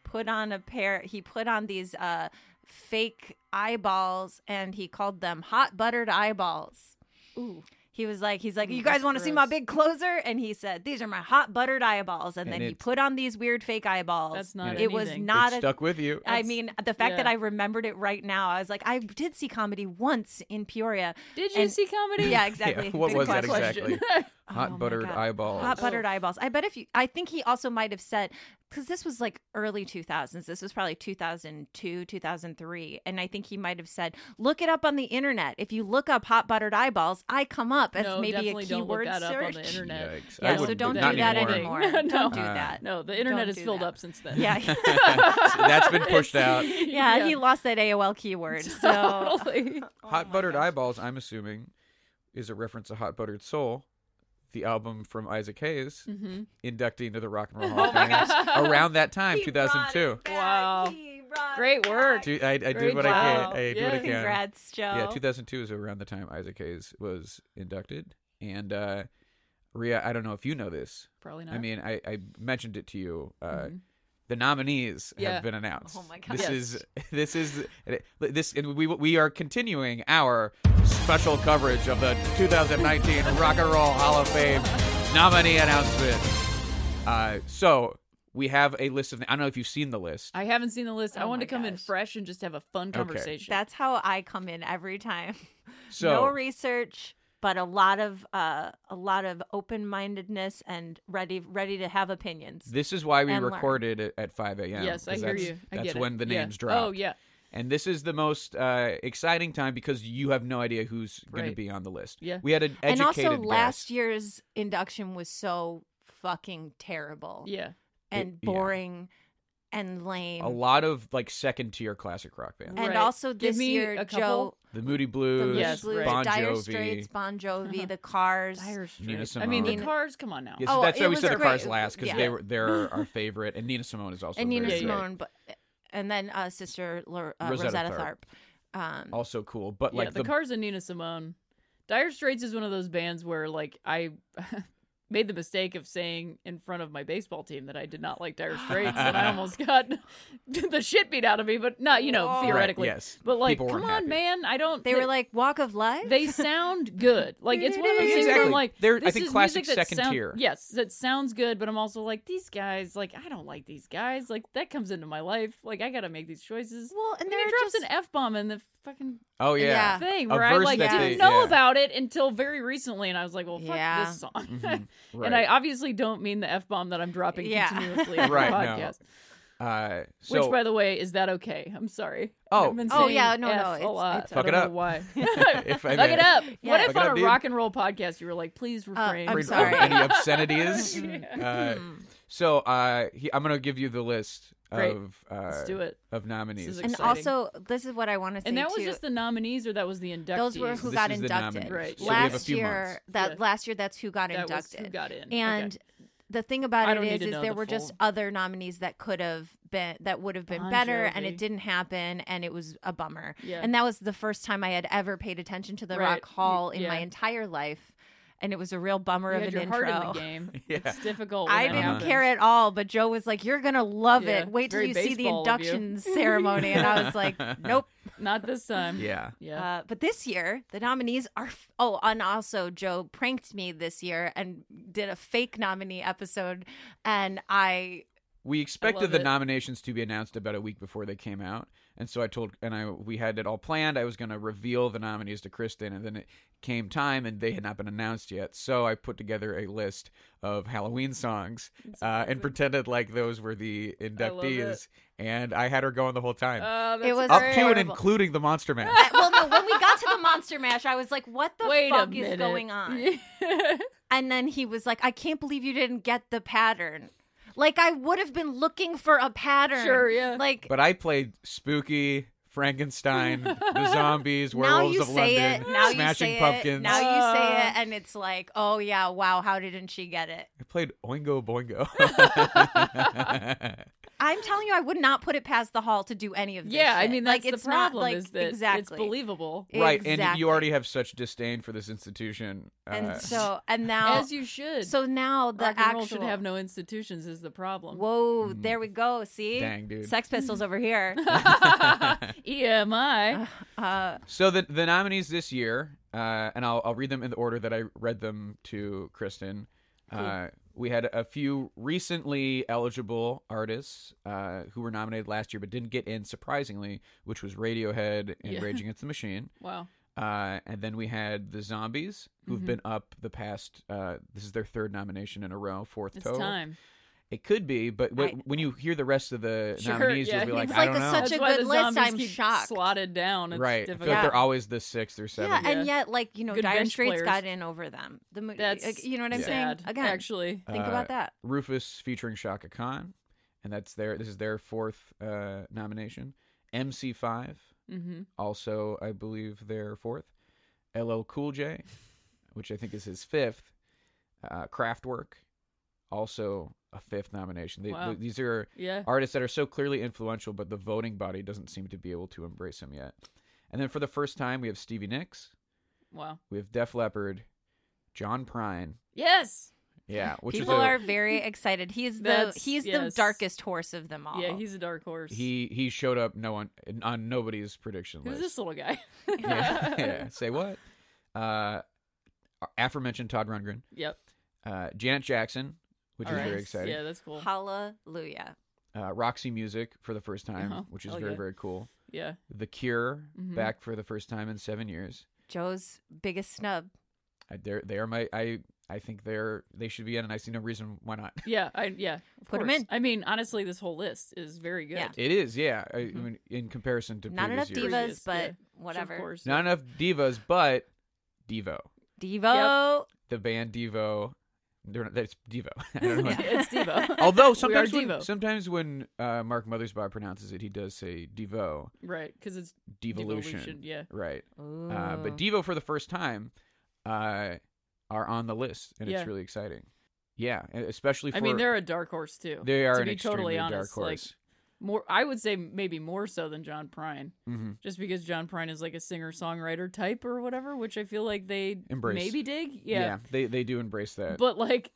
put on a pair. He put on these uh, fake eyeballs, and he called them hot buttered eyeballs.
Ooh,
He was like, he's like,
Ooh,
you guys
that's
want to see my
gross.
big closer? And he said, these are my hot buttered eyeballs. And,
And
then he
it's-
put on these weird fake eyeballs.
that's not.
it was
anything.
not
it
a.
stuck with you.
I mean, the fact that
yeah.
I remembered it right now, I was like, I did see comedy once in Peoria.
Did you
and-
see comedy?
Yeah, exactly.
what
Good
was that
question. *laughs*
exactly?
Oh
Hot
my
buttered
God.
eyeballs. *laughs*
Hot buttered eyeballs. I bet if you, I think he also might have said, because this was like early 2000s. This was probably 2002, 2003. And I think he might have said, look it up on the internet. If you look up hot buttered eyeballs, I come up as
no,
maybe a
definitely don't look
keyword
that up on the
search.
internet.
Yikes. I
Yeah, so
wouldn't
don't
do that
do that
anymore. Uh,
anymore.
*laughs* no,
Don't do that.
no, the internet
Don't
is
do
filled
that.
up since then. *laughs*
Yeah. *laughs*
That's been *laughs* pushed out.
yeah, he lost that AOL
*laughs*
keyword. So *laughs*
totally.
Hot Buttered Eyeballs, I'm assuming, is a reference to Hot Buttered Soul, the album from Isaac Hayes,
Mm.
Mhm.
inducted into the Rock
*laughs*
and Roll
Oh
Hall of Fame around that time, 2002.
Wow. Great work.
Two- I, I did
Great
what I
job.
can. I did what I
Yeah.
can.
Congrats, Joe.
Yeah, 2002 is around the time Isaac Hayes was inducted, and uh, Ria, I don't know if you know this.
Probably not.
I mean, I, I mentioned it to you. Uh,
Mhm.
The nominees
Yeah.
have been announced.
Oh my God.
This
Yes.
is *laughs* this is this, and we we are continuing our special coverage of the 2019 Rock and Roll Hall of Fame nominee announcement. Uh, so we have a list of. I don't know if you've seen the list.
I haven't seen the list. I
Oh
wanted to
my
come in
gosh.
fresh and just have a fun conversation.
That's how I come in every time.
So
no research, but a lot of uh, a lot of open mindedness and ready ready to have opinions.
This is why we
and learn.
recorded it at 5 a.m.
yes, I
'cause
hear
that's-
you. I
that's
get it.
when the
Yeah.
names drop.
Oh yeah,
And this is the most uh, exciting time because you have no idea who's going to
Right.
be on the list.
Yeah.
We had an educated
and also,
guess.
last year's induction was so fucking terrible
yeah.
and
yeah.
boring and lame.
a lot of like second tier classic rock bands.
And
Right.
also
Give
this
me
year,
a
Joe,
couple.
The Moody
Mm-hmm. the
Blues,
Moody
Yes,
Blues,
right.
the
Bon
Dire
Jovi.
Straits, Bon
*laughs*
Jovi, the Cars.
Dire
Nina
Straits. I mean, the
Simone.
Cars. Come on now.
Yes,
Oh,
that's
it
why we
was
said
a
our
great-
cars last because
yeah.
they were
*laughs*
they're our favorite. And Nina Simone is also
and Nina
very
Yeah, yeah.
good.
Simone, but and then uh, sister Lor- uh,
Rosetta
Rosetta,
Tharpe.
Tharpe. Um,
also cool. But
Oh, yeah,
like
the, Cars and Nina Simone. Dire Straits is one of those bands where like I *laughs* made the mistake of saying in front of my baseball team that I did not like Dire Straits and
*laughs*
I almost got *laughs* the shit beat out of me, but not, you know,
Right,
theoretically.
yes.
But like,
People
come
weren't
on,
happy.
man. I don't
they were like Walk of Life.
they sound good. Like it's one of those things
Exactly.
where I'm like
They're- I
this
think
is
classic
music that
second
sound-
tier.
Yes, that sounds good, but I'm also like these guys. Like I don't like these guys. Like that comes into my life. Like I got to make these choices.
*laughs* well, and
and there
they're
drops
just
an f bomb in the fucking
oh yeah,
Yeah.
thing
A
where I
verse
like
that
didn't
they-
know
yeah.
about it until very recently, and I was like, "Well, fuck
Yeah.
this song."
Mm-hmm.
*laughs*
right.
And I obviously don't mean the f bomb that I'm dropping
*laughs*
Yeah.
continuously on
Right,
the
no.
podcast.
uh, so
Which, by the way, is that okay? I'm sorry.
Oh.
I've been
Oh,
saying
yeah, no,
F
no,
a
it's-
lot.
it's-
I
Fuck it
don't know
up.
why.
*laughs*
*laughs*
if I
Fuck
may.
it up.
Yeah.
What
Fuck
it
if on
up,
a
dude.
rock and roll podcast you were like, please refrain?
I'm
Read
from-
sorry.
Any
*laughs*
obscenities? uh,
Hmm.
so uh, he, I'm gonna give you the list
Great.
of uh,
Let's do it.
of nominees.
This is
and
exciting.
also this is what I want to say
And that was
too.
just the nominees, or that was the inductees?
those were who
This
got
is the nominees.
inducted.
Right. So we
Last
have a
few
year,
months.
that
Yeah.
last year that's who got
That was
inducted.
who got in. Okay.
And the thing about
I
it
don't need
is,
to
is
know
there
the
were just
full-
other nominees that could have been that would have been
Bon
better, and
Jovi.
it didn't happen, and it was a bummer.
Yeah.
And that was the first time I had ever paid attention to the
Right.
Rock Hall
Y-
in my
yeah.
entire life, and it was a real bummer
you
of
had
an
your
intro.
heart in the
*laughs*
game.
Yeah.
It's difficult. When
I
that
didn't
happens.
care at all, but Joe was like, "You're gonna love
Yeah,
it. Wait till
very
you see the
baseball of you."
induction
*laughs*
ceremony." And I was like, "Nope."
Not this time.
*laughs* yeah.
Yeah.
Uh, but this year, the nominees are. F- oh, and also Joe pranked me this year and did a fake nominee episode, and I.
We expected
love
the
it.
nominations to be announced about a week before they came out, and so I told and I we had it all planned. I was going to reveal the nominees to Kristen, and then it came time, and they had not been announced yet. So I put together a list of Halloween songs uh, and pretended like those were the
love it.
inductees, and I had her going the whole time,
Uh,
It
that's
was
up
very
to and
horrible.
including the Monster Man.
*laughs*
Well, no, when we got to the Monster Mash, I was like, "What the
Wait a
fuck
minute.
is
*laughs*
going on?" And then he was like, "I can't believe you didn't get the pattern." Like I would have been looking for a pattern.
Sure, yeah.
Like
but I played Spooky. Frankenstein,
*laughs*
the zombies,
now
werewolves
you
of
say
London,
it. Now
smashing
you say
pumpkins.
it. Now you say
Ah.
it, and it's like, oh yeah, wow, how didn't she get it?
I played Oingo
*laughs*
Boingo.
I'm telling you, I would not put it past the hall to do any of this.
yeah, I
shit.
mean
like,
that's
it's
the problem
Not, like,
is that
exactly
it's believable.
right and
Exactly.
you already have such disdain for this institution uh,
And so, and now,
As you should.
so now the
Rock and
actual
roll should have no institutions is the problem.
Whoa, there we go. See,
Mm. Dang, dude.
Sex Pistols over
*laughs*
here.
E EMI.
Uh,
so the, the nominees this year uh, and I'll, I'll read them in the order that i read them to kristen uh, we had a few recently eligible artists uh, who were nominated last year but didn't get in surprisingly which was radiohead and
Yeah.
rage against the machine
Wow.
uh, and then we had the zombies who've
Mm-hmm.
been up the past uh, this is their third nomination in a row fourth
It's
total
time.
It could be, but wh-
I-
when you hear the rest of the
Sure,
nominees,
yeah.
you'll be like,
It's
I
like
don't
a
know.
such
That's
a
why
good
the
list,
zombies
I'm
keep
shocked.
Slotted down. It's
right. I
difficult.
feel like
Yeah.
they're always the sixth or
yeah,
seventh.
and
Yeah.
yet, like you know,
Good
Dire
bench
Straits
players.
got in over them. The mo-
That's
like, you know what I'm
sad,
saying? Again,
Actually,
think about
Uh,
that.
Rufus featuring Shaka Khan, and that's their this is their fourth uh, nomination. MC5,
mm-hmm.
also I believe their fourth. LL Cool J, which I think is his fifth. Uh, Kraftwerk, also a fifth nomination. They,
Wow.
These are
yeah.
artists that are so clearly influential, but the voting body doesn't seem to be able to embrace him yet. And then for the first time, we have Stevie Nicks,
Wow.
we have Def Leppard, John Prine,
Yes. *laughs*
Yeah, which
People
is a,
are very excited. He's the
That's-
he's
yes.
the darkest horse of them all.
Yeah, he's a dark horse.
he he showed up no one on nobody's prediction
Who's
list.
this little guy? *laughs*
*laughs* yeah, yeah. Say what? Uh, aforementioned Todd Rundgren,
Yep.
uh, Janet Jackson, which
All
is
right.
very exciting.
Yeah, that's cool.
hallelujah.
Uh, Roxy Music for the first time,
Uh-huh.
which is
Hell
very
yeah.
very cool.
Yeah.
The Cure
Mhm.
back for the first time in seven years.
Joe's biggest snub.
I, they're they are my I I think they're they should be in, and I see no reason why
*laughs*
not.
Yeah. I yeah. of
Put 'em
course.
in.
I mean, honestly, this whole list is very good.
Yeah.
Sure,
It is, yeah. I,
Mm-hmm.
I mean, in comparison to
Not enough
previous years.
divas,
Previous,
but
yeah.
whatever.
Of course.
not enough divas, but Devo,
Devo.
the band Devo. They're not, that's Devo. *laughs* I
*laughs*
don't know.
*laughs* Yeah.
it's Devo.
Although
*laughs* We are
sometimes when,
Devo.
sometimes when uh, Mark Mothersbaugh pronounces it, he does say Devo,
Right, because it's
devolution,
Devolution, yeah.
right.
Ooh.
Uh,
Mm.
but Devo for the first time uh, are on the list, and
Yeah.
it's really exciting. Yeah, and especially for
I mean, they're a dark horse too.
they are
to
an
be
extremely
totally
dark
honest,
horse.
Like more, I would say maybe more so than John Prine,
Mhm.
just because John Prine is like a singer songwriter type or whatever, which I feel like they
Embrace.
maybe dig.
yeah.
Yeah,
they they do embrace that.
but like.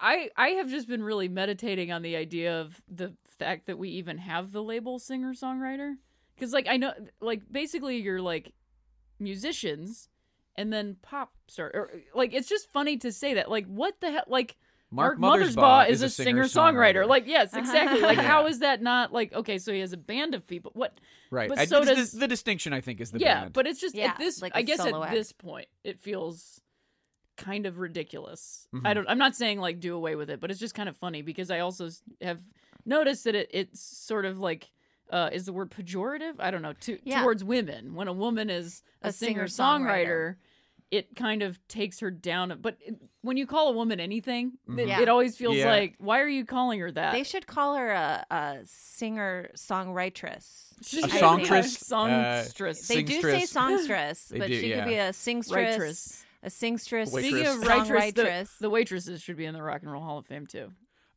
I, I have just been really meditating on the idea of the fact that we even have the label singer songwriter because like I know like basically you're like musicians and then pop star or like it's just funny to say that like what the hell like Mark, Mothersbaugh, is, a singer songwriter. Like, yes, exactly. Like,
Yeah.
how is that not like okay? So he has a band of people. What?
right?
but
I-
so
this-
does-
the distinction I think is the
yeah,
band.
but it's just
Yeah,
at this.
like
I
a
guess
solo
at
act.
this point, it feels kind of ridiculous. I
Mhm.
don't. I'm not saying like do away with it, but it's just kind of funny because I also s- have noticed that it it's sort of like. Uh, is the word pejorative? I don't know. To,
Yeah.
Towards women, when a woman is a,
A
singer
singer-songwriter.
songwriter, it kind of takes her down. But it, when you call a woman anything, it,
Yeah.
it always feels
Mm-hmm. Yeah.
like, why are you calling her that?
They should call her a, a singer songwritress.
*laughs* She's
A
like
songstress,
a *laughs* songstress.
uh,
They do say
Singstress.
songstress,
*laughs* They
but
do,
she
yeah.
could be a singstress,
Waitress.
a singstress,
Waitress.
Speaking of waitress, the,
songwritress.
the waitresses should be in the Rock and Roll Hall of Fame too.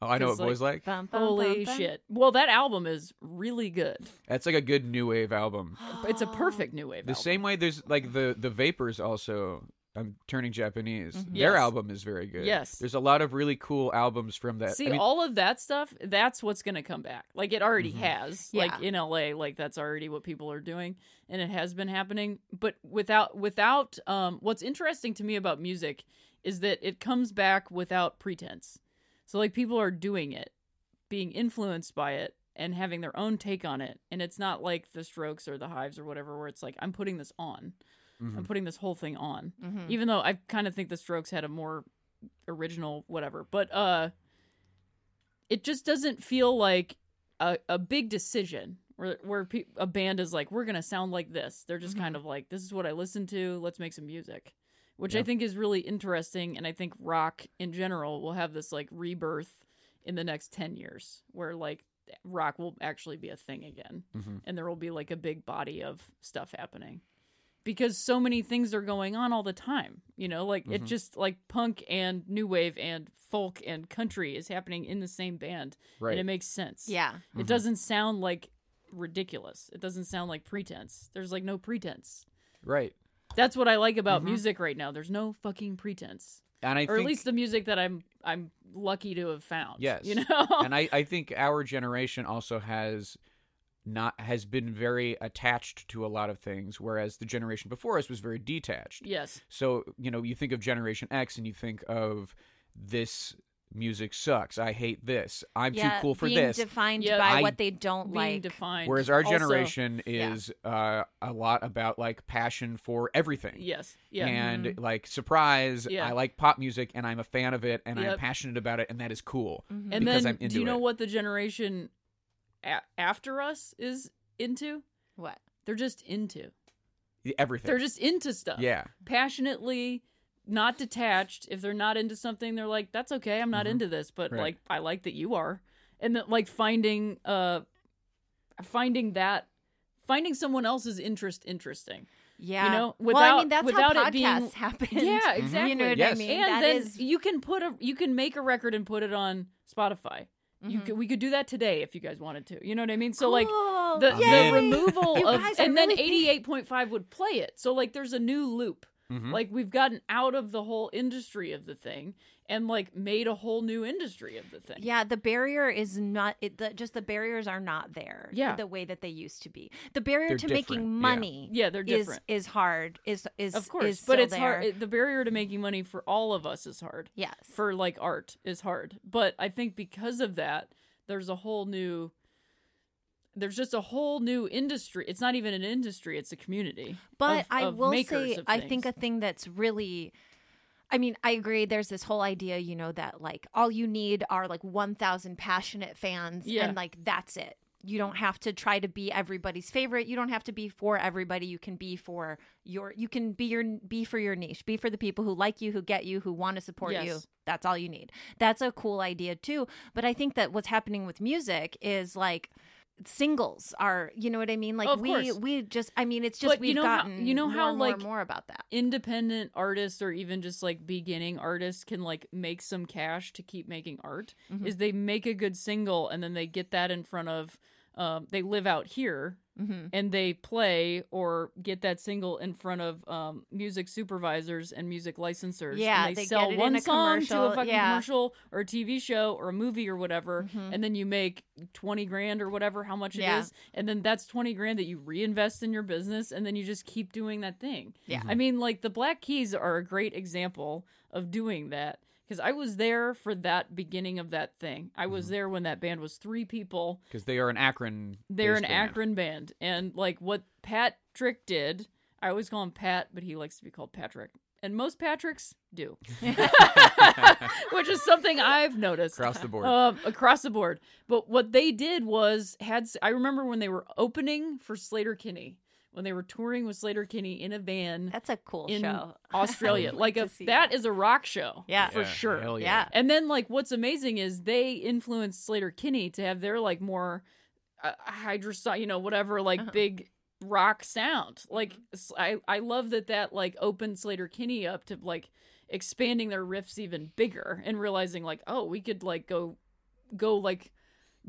oh, I know what
'cause, like,
boys like.
Bum, bum,
Holy
bum, bum.
shit! Well, that album is really good.
That's like a good new wave
*gasps*
album.
It's a
Ah.
perfect new wave.
The
album.
same way there's like the the Vapors also. I'm turning Japanese.
Mm-hmm. Yes.
Their album is very good.
Yes.
there's a lot of really cool albums from that. I
See,
mean,
all of that stuff, that's what's going to come back. Like, it already
Mm-hmm.
has. Like,
Yeah.
in LA, like, that's already what people are doing, and it has been happening. But without, without, um, what's interesting to me about music is that it comes back without pretense. So, like, people are doing it, being influenced by it, and having their own take on it. And it's not like the strokes or the hives or whatever, where it's like, I'm putting this on.
mm-hmm. Hmm.
I'm putting this whole thing on.
Mm-hmm.
Even though I kind of think the strokes had a more original whatever but uh it just doesn't feel like a, a big decision where where pe- a band is like we're gonna sound like this they're just kind of like this is what i listen to let's make some music which i
Yeah.
think is really interesting and i think rock in general will have this like rebirth in the next 10 years where like rock will actually be a thing again
Mhm.
and there will be like a big body of stuff happening because so many things are going on all the time you know like
Mm-hmm.
it just like punk and new wave and folk and country is happening in the same band
Right. Mm-hmm.
and it makes sense
Yeah.
it doesn't sound like ridiculous it doesn't sound like pretense there's like no pretense
right.
that's what i like about music right now there's no fucking pretense
And Mm-hmm. I
or
think,
at least the music that i'm i'm lucky to have found
yes,
you know *laughs*
and I I think our generation also has not has been very attached to a lot of things, whereas the generation before us was very detached.
yes
So, you know, you think of Generation X and you think of this music sucks. I hate this. I'm
yeah,
too cool for
being
this.
defined
Yeah.
by
I-
what they don't
being
like.
defined
Whereas our
Also-
generation is uh, a lot about like passion for everything.
yes yeah Mm-hmm.
And like surprise,
Yeah.
I like pop music and I'm a fan of it and I'm
Yep. Mm-hmm.
passionate about it and that is cool.
And
because
then,
I'm into
do you know
it.
what the generation a- after us is into?
What?
They're just into.
E, Everything.
They're just into stuff.
Yeah.
Passionately, not detached. If they're not into something, they're like, "That's okay. I'm not into this, but
Mm-hmm. Right.
like, I like that you are." And that, like, finding, uh, finding that, finding someone else's interest interesting.
Yeah.
know,
well,
without-
I mean, that's
without
how
it being-
podcasts *laughs* happen.
Yeah, exactly.
You know what
Yes.
I mean?
and
That
then
is-
you can put a you can make a record and put it on Spotify. You
Mm-hmm.
could, we could do that today if you guys wanted to. You know what I mean? So like
Cool.
the, the
Yay.
removal
You
of
guys, I
and then
really think-
88.5 would play it. So like there's a new loop
Mhm.
Like we've gotten out of the whole industry of the thing and like made a whole new industry of the thing.
Yeah, the barrier is not it, the, just the barriers are not there.
Yeah.
the way that they used to be. The barrier
They're
to
different,
making
yeah.
money,
Yeah, they're
is
different.
is hard. Is is
of course,
is
but
still
it's hard.
there.
it- the barrier to making money for all of us is hard.
yes,
for like art is hard. But I think because of that, there's a whole new there's just a whole new industry. It's not even an industry, it's a community.
But
of-
I
of
will
makers
say,
of
I think a
things.
thing that's really, I mean, I agree. There's this whole idea, you know, that like all you need are like 1,000 passionate fans,
Yeah.
and like that's it. You don't have to try to be everybody's favorite. You don't have to be for everybody. You can be for your, you can be your, be for your niche, be for the people who like you, who get you, who want to support you.
Yes.
That's all you need. That's a cool idea too. But I think that what's happening with music is like singles are, you know what I mean? Like
Of
we
course.
we just I mean it's just
But you
we've
know how-
gotten
you know
more
how,
and more and
like-
more about that.
independent artists or even just like beginning artists can like make some cash to keep making art
Mm-hmm.
is they make a good single and then they get that in front of um, they live out here
Mm-hmm.
and they play or get that single in front of um, music supervisors and music licensors
Yeah,
and they,
they
sell
get it
one
in a
song to a
commercial,
fucking
yeah.
commercial or a tv show or a movie or whatever and then you make 20 grand or whatever how much it is,
Mm-hmm. Yeah.
and then that's 20 grand that you reinvest in your business and then you just keep doing that thing
Yeah.
I mean, like the Black Keys are a great example of doing that because I was there for that beginning of that thing. I was there when that band was three people.
because they are an Akron.
They're
based
an
band.
Akron band, and like what Patrick did, I always call him Pat, but he likes to be called Patrick, and most Patricks
*laughs*
do, *laughs* which is something I've noticed
across the board.
um, across the board. But what they did was had I remember when they were opening for Slater Kinney. When they were touring with Slater Kinney in a van,
That's a cool
in
show. *laughs*
Australia. like
to
a,
see
that is a rock show.
Yeah.
For
Yeah,
sure.
hell
Oh, yeah.
*laughs* And then like what's amazing is they influenced Slater Kinney to have their like more uh, hydrosaw, you know, whatever like
Uh-huh.
big rock sound. Like
Mm-hmm.
s- I I love that that like opened Slater Kinney up to like expanding their riffs even bigger and realizing like oh, we could like go go like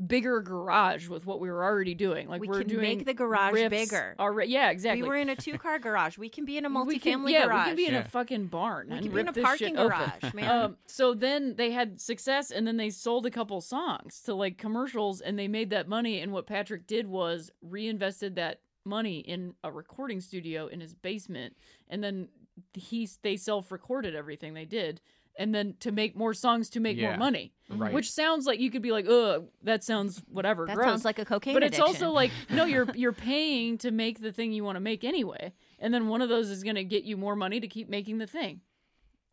bigger garage with what we were already doing. Like
We
are
can
doing
make the garage
riffs
bigger.
Already. Yeah, exactly.
We were in a two car garage. We can be in a multi
*laughs* We can-
family
yeah,
garage.
we can be in
Yeah.
a fucking barn.
We
and
can be in
rip
a
this
parking
shit open.
garage, man.
*laughs* Um, so then they had success, and then they sold a couple songs to like commercials, and they made that money. And what Patrick did was reinvested that money in a recording studio in his basement, and then he they self recorded everything they did, and then to make more songs to make
Yeah.
more money.
Right.
Which sounds like you could be like, ugh, that sounds whatever.
that
gross
sounds like a cocaine
but
addiction.
it's also like
*laughs*
no you're you're paying to make the thing you want to make anyway and then one of those is going to get you more money to keep making the thing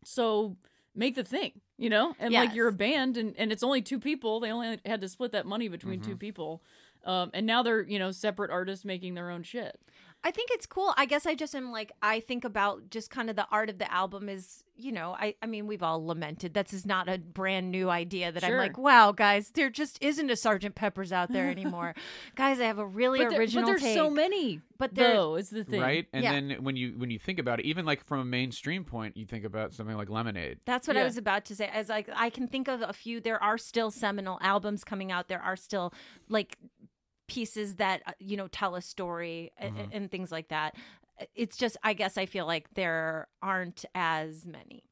so make the thing you know and like
Yes.
you're a band and, and it's only two people they only had to split that money between two people um, and now they're you know separate artists making their own shit
I think it's cool. I guess I just am like I think about just kind of the art of the album is, you know, I I mean we've all lamented this is not a brand new idea that I'm
Sure.
like, wow, guys, there just isn't a Sergeant Pepper's out
*laughs*
there anymore. guys, I have a really
but, there- but
original
there's
take.
so many
But there-
though is the thing
Right, and
Yeah.
then when you when you think about it, even like from a mainstream point, you think about something like Lemonade.
That's what I
Yeah.
was about to say. As like I can think of a few. There are still seminal albums coming out. There are still like pieces that uh, you know tell a story a- a-
Mm-hmm.
and, things like that. Uh, It's just I guess I feel like there aren't as many.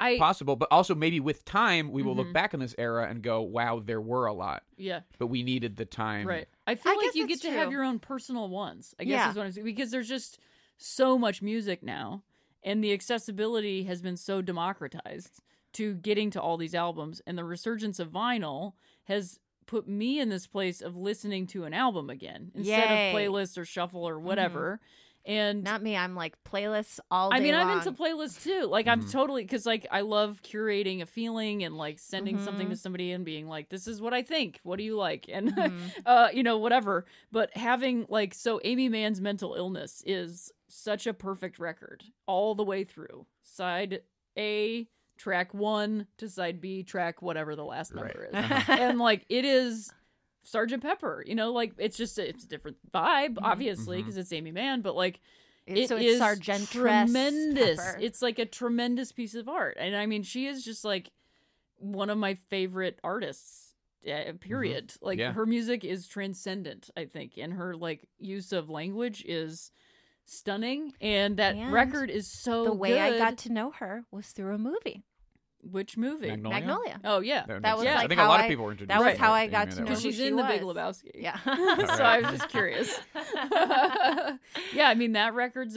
i
possible, but also maybe with time we will
Mm-hmm.
look back on this era and go, "Wow, there were a lot,
yeah
but we needed the time."
Right. I feel
I
like
guess
you get
that's
to have
true.
your own personal ones. I guess
Yeah.
is what I'm saying because there's just so much music now, and the accessibility has been so democratized to getting to all these albums, and the resurgence of vinyl has put me in this place of listening to an album again instead
Yay. Mm-hmm.
of playlists or shuffle or whatever. And
Not me. I'm like playlists all. Day
I mean, I'm
long.
into playlists too. Like, I'm totally because like I love curating a feeling and like sending
Mm-hmm.
something to somebody and being like, "This is what I think. What do you like?" And
Mm-hmm.
*laughs*
*laughs*
uh, you know, whatever. But having like so, Amy Mann's mental illness is such a perfect record all the way through. Side A, track one to side B, track whatever the last number is,
*laughs*
and like it is Sergeant Pepper. You know, like it's just it's a different vibe, obviously, because it's Amy Mann. But like
It's-
it
so it's
is
Sargentress
tremendous.
pepper.
It's like a tremendous piece of art, and I mean, she is just like one of my favorite artists.
Mm-hmm.
Uh, period. Like
Yeah.
her music is transcendent, I think, and her like use of language is stunning, and that
And
record is so
the way I got
good.
to know her was through a movie,
which movie?
Magnolia?
Magnolia.
Oh yeah,
That, would
That
make
was
sense.
like
I think a
how
lot
I-
of people were introduced.
that was
to
how I
being
got
that
to know
way.
because
who
she's
she
in The Big
was.
Lebowski.
Yeah.
*laughs*
*laughs*
so I was just curious. *laughs* yeah, I mean that record's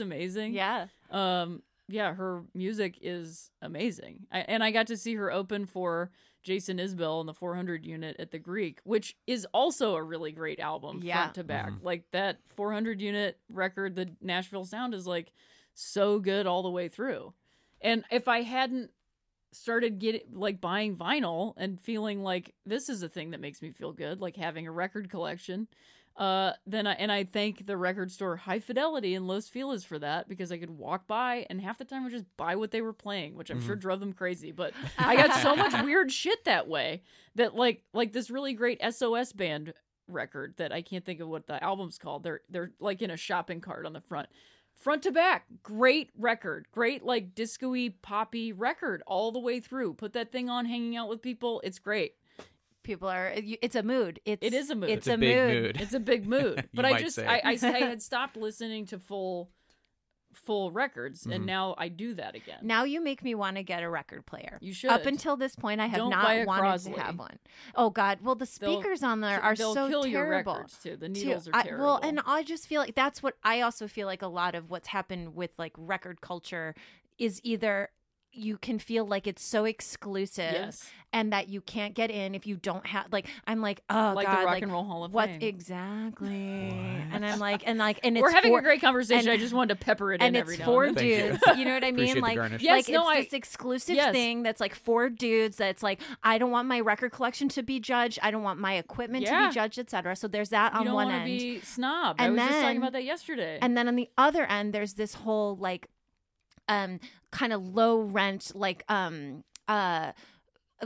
*laughs*
amazing.
yeah.
Um, yeah, her music is amazing. I, and I got to see her open for Jason Isbell and the 400 unit at the Greek, which is also a really great album
Yeah.
front to back.
Mhm.
Like that 400 unit record, the Nashville Sound is like so good all the way through. And if I hadn't started getting like buying vinyl and feeling like this is a thing that makes me feel good, like having a record collection, uh, then I and I thank the record store High Fidelity in Los Feliz for that because I could walk by and half the time would just buy what they were playing, which I'm sure drove them crazy. But I got so much weird shit that way that like like this really great SOS band record that I can't think of what the album's called. They're they're like in a shopping cart on the front. Front to back, great record, great like disco-y, poppy record all the way through. Put that thing on, hanging out with people, it's great.
People are. you- It's a mood. It's
It is a mood.
It's,
It's
a,
a big *laughs*
mood.
mood.
It's a big mood.
You
But I
might
just
say.
I,
*laughs*
I, I had stopped listening to full full records
Mm-hmm.
and now I do that again.
Now you make me want to get a record player.
You
Up
should.
until this point, I have
Don't
not
buy a
wanted
Crosley.
to have one. Oh God! Well, the
They'll
speakers on there
ki-
are
they'll
so
kill your
terrible.
records too. The
too.
needles are
I-
terrible.
well, and I just feel like that's what I also feel like a lot of what's happened with like record culture is either you can feel like it's so exclusive
Yes.
and that you can't get in if you don't have like I'm like oh
Like the
god
Rock
like
and Roll Hall of
what
Fame.
exactly and I'm like and like and it's
We're having
for,
a great conversation. I
and-
just wanted to pepper it
and
in
it's
every now
four
and then.
Thank you. *laughs*
dudes. You know what I mean?
Appreciate the
Like,
garnish.
like
Yes, no,
it's
I-
this exclusive
Yes.
thing that's like four dudes. That's like I don't want my record collection to be judged. I don't want my equipment to
Yeah.
be judged, etc. So there's that
You
on
don't
one
wanna
end,
be snob. I
And
was just
then-
talking about that yesterday.
and then on the other end, there's this whole like, um, kind of low rent like um uh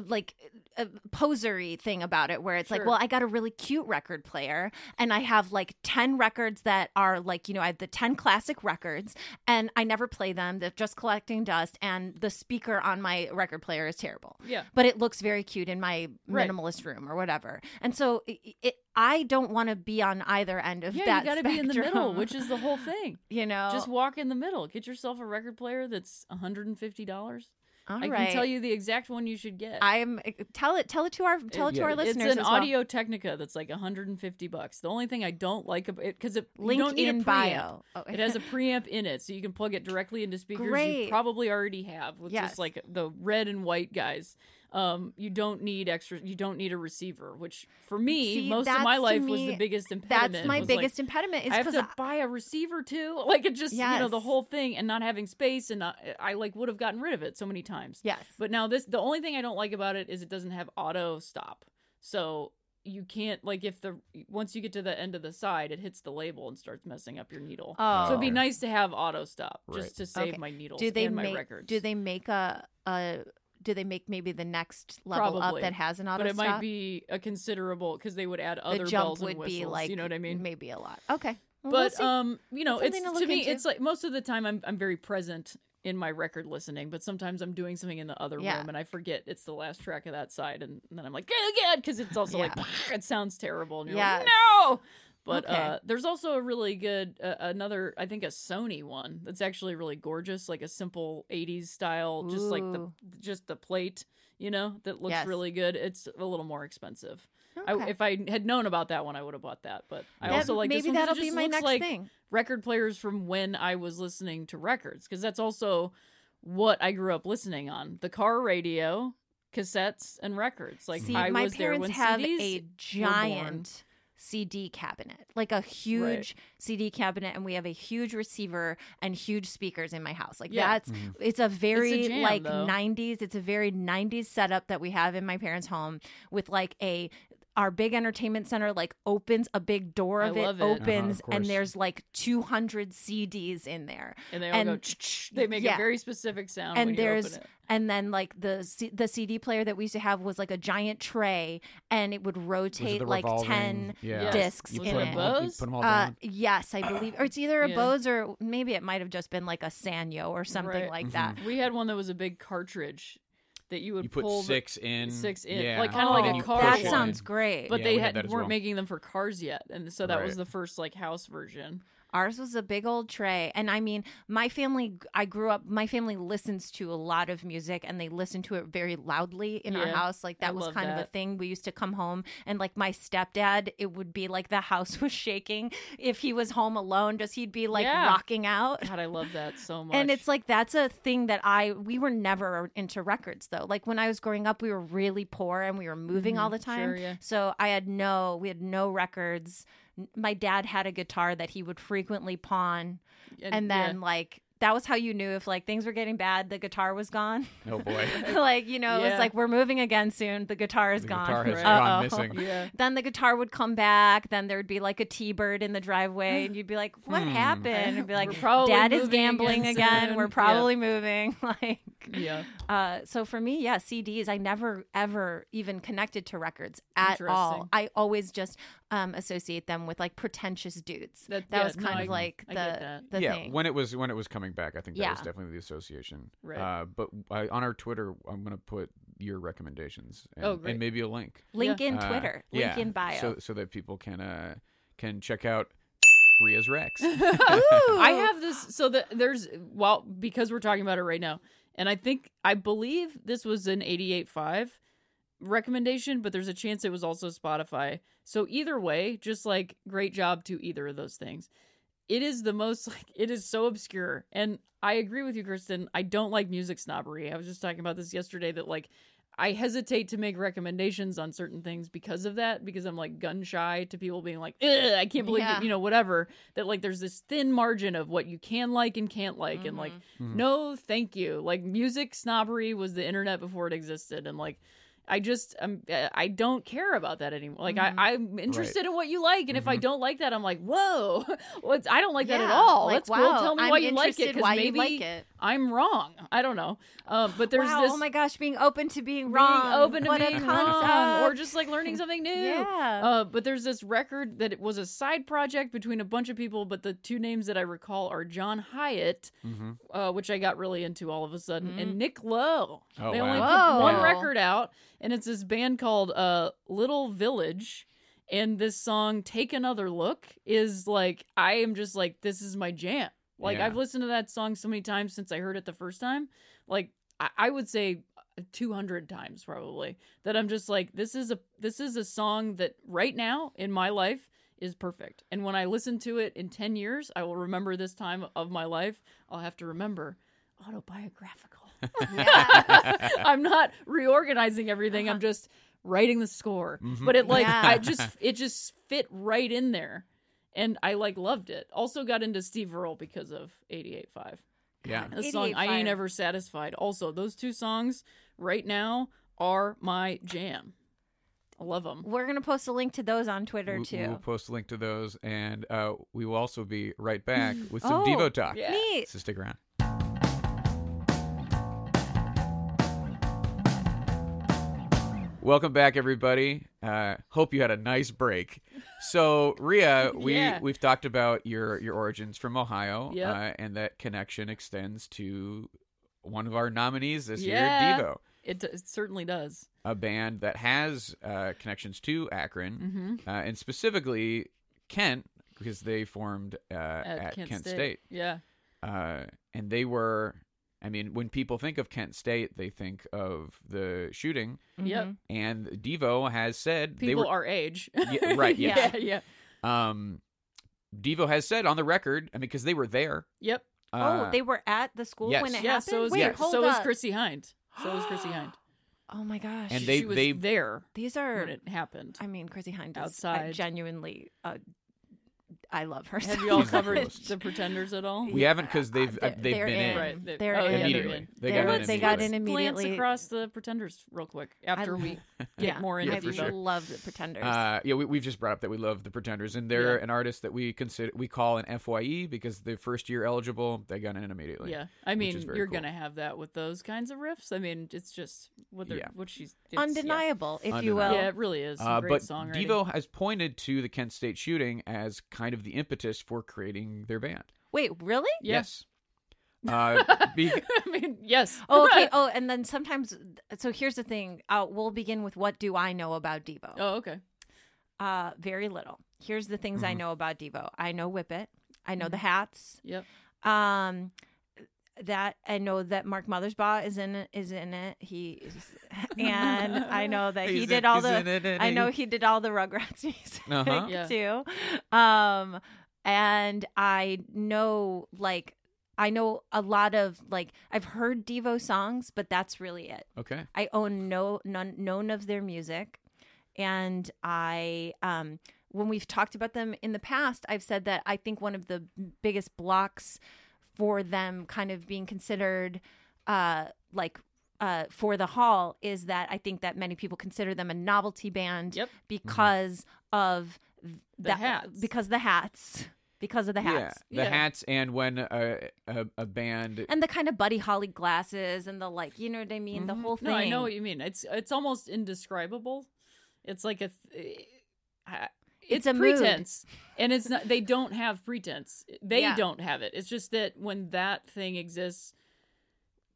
like a posery thing about it where it's like
Sure.
well i got a really cute record player and i have like 10 records that are like you know i have the 10 classic records and i never play them they're just collecting dust and the speaker on my record player is terrible
Yeah.
but it looks very cute in my
Right.
minimalist room or whatever and so it, it, i don't want to be on either end of
yeah,
that
you gotta be in the middle,
spectrum,
which is the
*laughs*
whole thing.
you know
Just walk in the middle. Get yourself a record player that's $150.
all
I
right.
can tell you the exact one you should get.
i'm eh, tell it tell it to our tell it, Oh, to
yeah,
our
it's
listeners
It's an
as well.
Audio Technica that's like 150 bucks. The only thing I don't like about it because it you
Link
don't need a
in
preamp.
bio. Oh.
It has a preamp in it, so you can plug it directly into speakers
Great.
you probably already have with
Yes.
just like the red and white guys. Um, you don't need extra. You don't need a receiver, which for me,
See,
most of
that's
my
to
life was the
me-
biggest impediment.
that's my
was, like,
biggest impediment is
I have
because
to buy a receiver too. *laughs* Like it just, you know, the
Yes.
whole thing and not having space and not, I like would have gotten rid of it so many times.
Yes.
But now this, the only thing I don't like about it is it doesn't have auto stop. So you can't like if the once you get to the end of the side, it hits the label and starts messing up your needle. So it'd be
Oh.
nice to have auto stop
Right.
just to save
Okay.
my needles
do they
and my
make
records.
do they make a a do they make maybe the next level
Probably.
up that has an auto
But it
stop?
might be a considerable because they would add
the
other
jump
bells and
would
whistles.
be like
you know what I mean?
Maybe a lot. Okay, Well, we'll
but
see.
um you know
That's
it's
something
to,
to look
me
into.
it's like most of the time I'm I'm very present in my record listening but sometimes I'm doing something in the other
Yeah.
room and I forget it's the last track of that side and, and then I'm like oh god because it's also like it sounds terrible and you're
Yes.
like no but
Okay.
uh there's also a really good uh, another I think a Sony one that's actually really gorgeous like a simple 80s style just like the
Ooh.
just the plate you know that looks
Yes.
really good it's a little more expensive I,
Okay.
if I had known about that one I would have bought that but I
That-
also like this
maybe
one 'cause it
that'll
just
be my
looks
next
like
thing.
record players from when I was listening to records because that's also what I grew up listening on the car radio, cassettes, and records. Like
See,
I
my
was there
parents
when
have
CDs
a
were born.
giant CD cabinet, like a huge CD cabinet, and we have a huge receiver and huge speakers in my house. Like
Yeah.
that's it's a very
jam,
like
though.
'90s. It's a very '90s setup that we have in my parents' home with like a our big entertainment center like opens a big door
I
of
love it. Uh-huh, of
opens and
course.
there's like 200 CDs in there
and they all go. "Tch-tch." They make a
yeah
very specific sound
and
when
there's
you open it.
and then like the C- the CD player that we used to have was like a giant tray, and it would
Was it
rotate
the
like
revolving-
ten
yeah.
discs
You
Was
put
in
it a
it.
them all- you
Bose?
put them all
Uh,
down.
yes, I believe, or it's either a
Yeah.
Bose or maybe it might have just been like a Sanyo or something
Right.
like
Mm-hmm.
that.
We had one that was a big cartridge that you would
You put
pull the-
six in.
six in,
Yeah.
like, kinda like
And
a
then you
car
push
Oh, That
one.
it
sounds
in.
great.
But
Yeah,
they
we had
had,
that as
weren't
well.
making them for cars yet, and so that was
Right.
the first like house version.
Ours was a big old tray. And I mean, my family, I grew up, my family listens to a lot of music and they listen to it very loudly in our
Yeah,
house. Like
I
that was
love
kind of a
that.
thing. We used to come home and like my stepdad, it would be like the house *laughs* was shaking. If he was home alone, just he'd be like
Yeah.
rocking out.
God, I love that so much.
And it's like that's a thing that I we were never into records though. Like when I was growing up, we were really poor and we were moving all the time.
Mm-hmm. sure, yeah.
So I had no we had no records. N- My dad had a guitar that he would frequently pawn and
yeah.
then like that was how you knew if like things were getting bad, the guitar was gone. *laughs*
Oh boy. *laughs*
like, you know, it
Yeah.
was like we're moving again soon, the guitar is
The
gone.
guitar has
Right.
gone
Uh-oh.
missing.
yeah.
Then the guitar would come back. Then there would be like a T bird in the driveway, and you'd be like, "What
Hmm.
happened?" And be like,
We're probably
"Dad is
moving again
gambling again.
soon."
We're
Yeah.
probably moving." *laughs* Like,
Yeah.
uh, so for me, yeah, CDs. I never ever even connected to records at all.
Interesting.
I always just um, associate them with like pretentious dudes.
That-
That,
yeah,
was kind
no,
of
I-
like the
I get that.
the
yeah,
thing.
when it was when it was coming back, I think that was
Yeah.
definitely the association.
Right.
Uh, but uh, on our Twitter, I'm gonna put your recommendations. And,
Oh, great.
And maybe a link.
link in
Uh,
Twitter, link
yeah,
in bio.
so so that people can uh can check out Ria's Rex.
*laughs*
I have this. So that there's well because we're talking about it right now, and I think I believe this was an 88.5 recommendation, but there's a chance it was also Spotify. So either way, just like great job to either of those things. It is the most *laughs* like it is so obscure, and I agree with you, Kristen. I don't like music snobbery. I was just talking about this yesterday that like. I hesitate to make recommendations on certain things because of that, because I'm like gun shy to people being like, "Ugh, I can't believe
Yeah.
it, you know, whatever. That like there's this thin margin of what you can like and can't like, and like,
Mm-hmm.
no, thank you. Like music snobbery was the internet before it existed, and like, I just I'm, I don't care about that anymore. Like
Mm-hmm.
I, I'm interested in what you like, and if I don't like that, I'm like, whoa, *laughs* what's I don't like that at
Yeah,
all.
like,
That's cool.
wow,
Tell me
I'm
why you like it
interested
'cause
why you
maybe
like it.
I'm wrong. I don't know. Um, but there's
wow,
this
oh my gosh, being open to being
being
wrong,
open to
what a
being
concept.
wrong, or just like learning something new.
Yeah.
Uh, but there's this record that it was a side project between a bunch of people, but the two names that I recall are John Hyatt,
Mm-hmm.
uh, which I got really into all of a sudden, and Nick Lowe.
Oh,
they
wow.
only
Mm-hmm. Whoa.
put one
Yeah.
record out, and it's this band called uh, Little Village. And this song, Take Another Look, is like, I am just like, this is my jam. Like,
Yeah.
I've listened to that song so many times since I heard it the first time. Like, I, I would say 200 times probably that i'm just like this is a this is a song that right now in my life is perfect and when i listen to it in 10 years i will remember this time of my life i'll have to remember autobiographical *laughs* i'm not reorganizing everything i'm just writing the score but it like
Yeah.
i just it just fit right in there and i like loved it also got into steve earle because of 88.5
*laughs*
yeah.
the song I
88.5.
Ain't Ever Satisfied. Also, those two songs right now are my jam. I love them.
We're gonna post a link to those on Twitter
We,
too.
we will post a link to those, and uh, we will also be right
*laughs*
back with some
Oh,
Devo talk.
yeah.
Neat.
So stick around. Welcome back, everybody. Uh, hope you had a nice break. So,
*laughs*
Ria, we
Yeah.
we've talked about your your origins from Ohio,
Yep.
uh, and that connection extends to one of our nominees this
Yeah.
year, Devo,
It, d- it certainly does.
a band that has uh, connections to Akron
Mm-hmm.
uh, and specifically Kent because they formed uh, at, Kent, State,
Yeah.
Uh, and they were. I mean, when people think of Kent State, they think of the shooting,
Yep.
Mhm.
and Devo has said they
People
were
our age.
Yeah,
*laughs*
right, yes.
yeah. Yeah.
Um, Devo has said on the record, I mean, because they were there.
Yep.
uh,
oh, they were at the school
yes.
when it
yeah.
happened.
So is,
Wait,
yeah.
hold
so is
up.
Chrissy Hind. So is Chrissy Hind.
Oh my
*gasps*
gosh.
And
She-
they-
she was
they-
there
These
when
are,
it happened.
I mean, Chrissy Hind is
Outside.
outside. genuinely, uh, I love her.
Have
so
you all
much. *laughs*
covered the Pretenders at all?
we haven't because they've
Uh,
uh, they've
they're
been in.
Right. They-
They're
oh, yeah,
in.
they're
Immediately.
in.
They
They're-
got in
Let's-
they got
let's
in
Glance
immediately.
across the Pretenders real quick after
I-
we
yeah.
more
I
into
for sure.
love the Pretenders.
Uh, yeah, we, we've just brought up that we love the Pretenders, and they're
Yeah.
an artist that we consider we call an Fye because they're first year eligible. They got in immediately.
Yeah, I
which
mean,
is very
you're
cool.
gonna have that with those kinds of riffs. I mean, it's just what they're
Yeah.
what she's it's- yeah.
Undeniable, if you
Yeah.
will.
Undeniable.
it really is. Some
Uh,
great
but
songwriting.
Devo has pointed to the Kent State shooting as kind of the impetus for creating their band.
Wait, really?
Yeah.
Yes. Uh, be-
*laughs* I mean, yes.
Oh,
*laughs*
okay. Oh, and then sometimes, so here's the thing. Uh, we'll begin with what do I know about Devo?
Oh, okay.
Mm-hmm.
Uh, very little. Here's the things I know about Devo. I know Whip It. I know
Mm-hmm.
the hats.
Yep.
Um, that I know that Mark Mothersbaugh is in is in it. He is, and I know
*laughs*
that he
He's
did
in-
all
he's
the
in it, and
I know
he-
he did all the Rugrats *laughs* music
Uh-huh.
Yeah.
too. Um, and I know like I know a lot of like I've heard Devo songs, but that's really it.
Okay.
I own no none none of their music, and I um when we've talked about them in the past, I've said that I think one of the biggest blocks for them kind of being considered uh like uh for the hall is that I think that many people consider them a novelty band
Yep. Mm-hmm.
because of th-
The hats.
because the hats because of the
Yeah.
hats.
The
Yeah.
hats and when a a, a band
And the kind of Buddy Holly glasses and the like, you know what I mean? The whole thing.
Mm-hmm. No, I know what you mean. It's it's almost indescribable. It's like a. Th- eh, I-
It's
it's,
a mood.
pretense, and it's not. They don't have pretense. They
Yeah.
don't have it. It's just that when that thing exists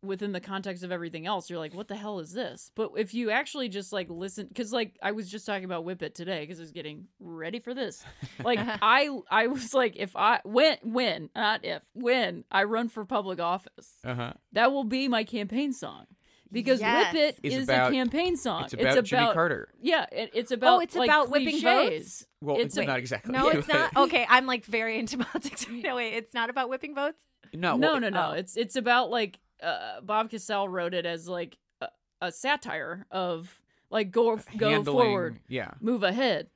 within the context of everything else, you're like, "What the hell is this?" But if you actually just like listen, because like I was just talking about Whip It today, because I was getting ready
*laughs*
for this. Like I, I was like, if I when when not if when I run for public office,
uh-huh.
that will be my campaign song because
Yes.
Whip It
It's
is
about-
a campaign song.
It's about Jimmy Carter.
Yeah, it, it's about.
Oh, it's
like,
about whipping
cliches.
Well, it's,
a-
not exactly.
No, it's
but- *laughs*
not. Okay, I'm like very into *laughs* politics right now. Wait, it's not about whipping votes.
No,
no,
well, uh,
no, no.
oh.
It's it's about like uh, Bob Cassell wrote it as like a, a satire of like go go
handling-
forward,
Yeah.
move ahead.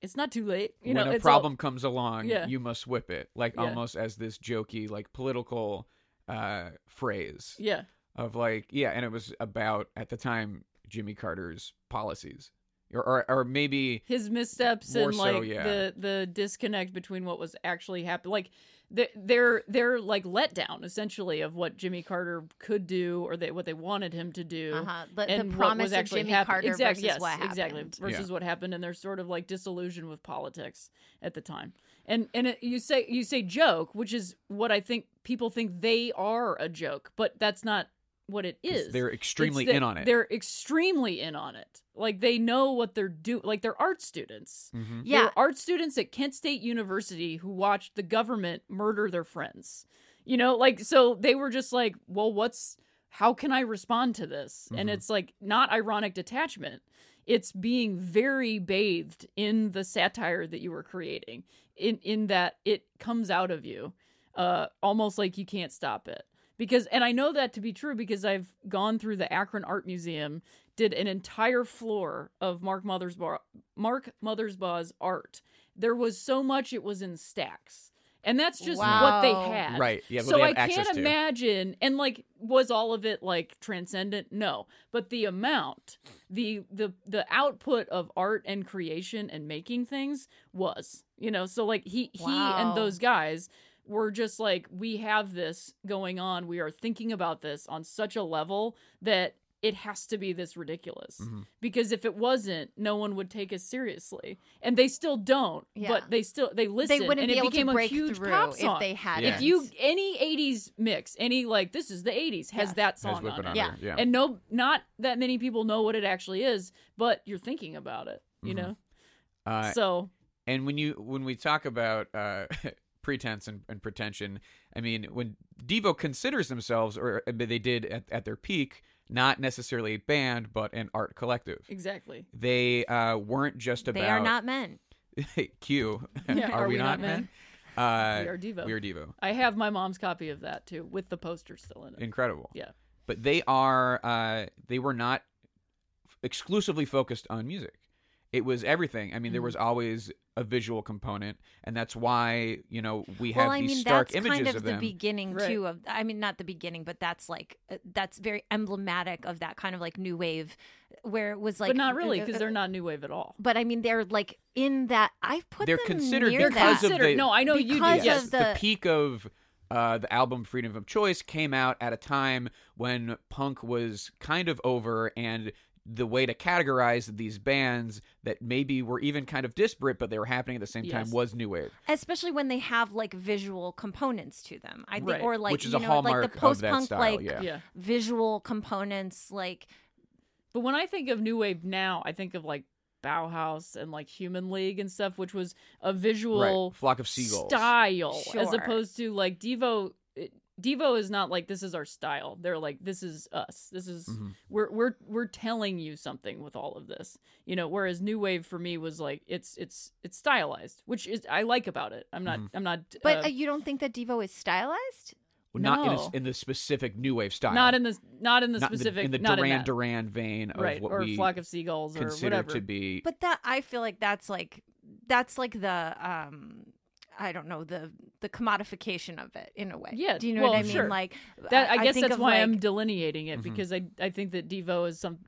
It's not too late. You
when
know,
a
it's all-
problem comes along,
Yeah.
you must whip it. Like
Yeah.
almost as this jokey, like political uh phrase
yeah,
of like, yeah, and it was about at the time Jimmy Carter's policies. Or or, or maybe
his missteps
More
and
so,
like
yeah.
the the disconnect between what was actually happening like th- their their like letdown essentially of what jimmy carter could do or they, what they wanted him to do
Uh-huh. The- the
and what
promise
was
of
actually
Jimmy
happen-
Carter
Exact-
versus
yes,
what
exactly
happened.
versus what happened and they're sort of like disillusioned with politics at the time and and it, you say you say joke which is what i think people think they are a joke but that's not what it
'cause
is
they're extremely
it's that
in on it.
They're extremely in on it. Like they know what they're do. Like they're art students.
Mhm.
They
Yeah,
were art students at Kent State University who watched the government murder their friends. You know, like so they were just like, well, what's how can I respond to this? And it's like not ironic detachment. It's being very bathed in the satire that you were creating. In in that it comes out of you, uh, almost like you can't stop it. Because and I know that to be true because I've gone through the Akron Art Museum, did an entire floor of Mark Mothersbaugh Mark Mothersbaugh's art. There was so much it was in stacks. And that's just what they
Wow.
had.
Right. Yeah, what
so
they
I
have access
can't
to.
imagine and like was all of it like transcendent? No. But the amount, the the the output of art and creation and making things was, you know, so like he he
Wow.
and those guys were just like we have this going on. We are thinking about this on such a level that it has to be this ridiculous
Mm-hmm.
because if it wasn't, no one would take us seriously, and they still don't.
Yeah.
But they still they listen,
they wouldn't
and
be
it
able
became
to break
a huge
through
pop song.
if they had.
Yeah.
if you any '80s mix, any like this is the '80s has that
Has
song
Whip
on
It
it,
on
Yeah.
there, yeah.
and no, not that many people know what it actually is, but you're thinking about it, you
Mm-hmm.
know.
Uh,
so
and when you when we talk about uh *laughs* pretense and, and pretension i mean when devo considers themselves or uh, they did at, at their peak not necessarily a band but an art collective
exactly,
they uh weren't just about
they are not men.
*laughs* q
Yeah,
are, we, not men, Uh,
We are Devo.
we are devo
I have my mom's copy of that too, with the poster still in it.
incredible
Yeah,
but they are uh, they were not f- exclusively focused on music it was everything i mean there
Mm.
was always a visual component and that's why you know we have
well, I
these
mean,
stark
that's
images
kind of,
of
the
them
beginning
Right.
too of. I mean, not the beginning, but that's like uh, that's very emblematic of that kind of like new wave, where it was like,
but not really
uh,
because
uh,
they're not new wave at all.
But I mean, they're like in that. I put
They're
them
considered
near
because
that.
of the-
no, I know you
Because
do.
of
Yes,
the,
the-
peak of uh, the album Freedom of Choice came out at a time when punk was kind of over and the way to categorize these bands that maybe were even kind of disparate but they were happening at the same time
Yes.
was new wave.
especially when they have like visual components to them. I think,
Right.
or like
Which is
you
a
know, like the
hallmark of that
post-punk
style,
like
yeah.
Yeah.
visual components, like
But when I think of new wave now, I think of like Bauhaus and like Human League and stuff, which was a visual
right. Flock of seagulls.
style as
Sure.
opposed to like Devo. it- Devo is not like this is our style. They're like this is us. This is
Mhm.
we're we're we're telling you something with all of this. You know, whereas new wave for me was like it's it's it's stylized, which is I like about it. I'm not
Mhm.
I'm not
But
uh,
uh, you don't think that Devo is stylized?
Well, Not in, a s
No.
in the specific new wave style.
not in the not in the
Not
specific
in the,
not
Duran
in that.
Duran vein of
right
what
or
we
flock of seagulls or
consider
whatever.
to be.
But that I feel like that's like that's like the um I don't know the the commodification of it in a way.
Yeah,
Do you know
well,
what I mean?
sure.
Like
that I, guess
think
that's
of,
why
like-
I'm delineating it
Mhm.
because I I think that Devo is some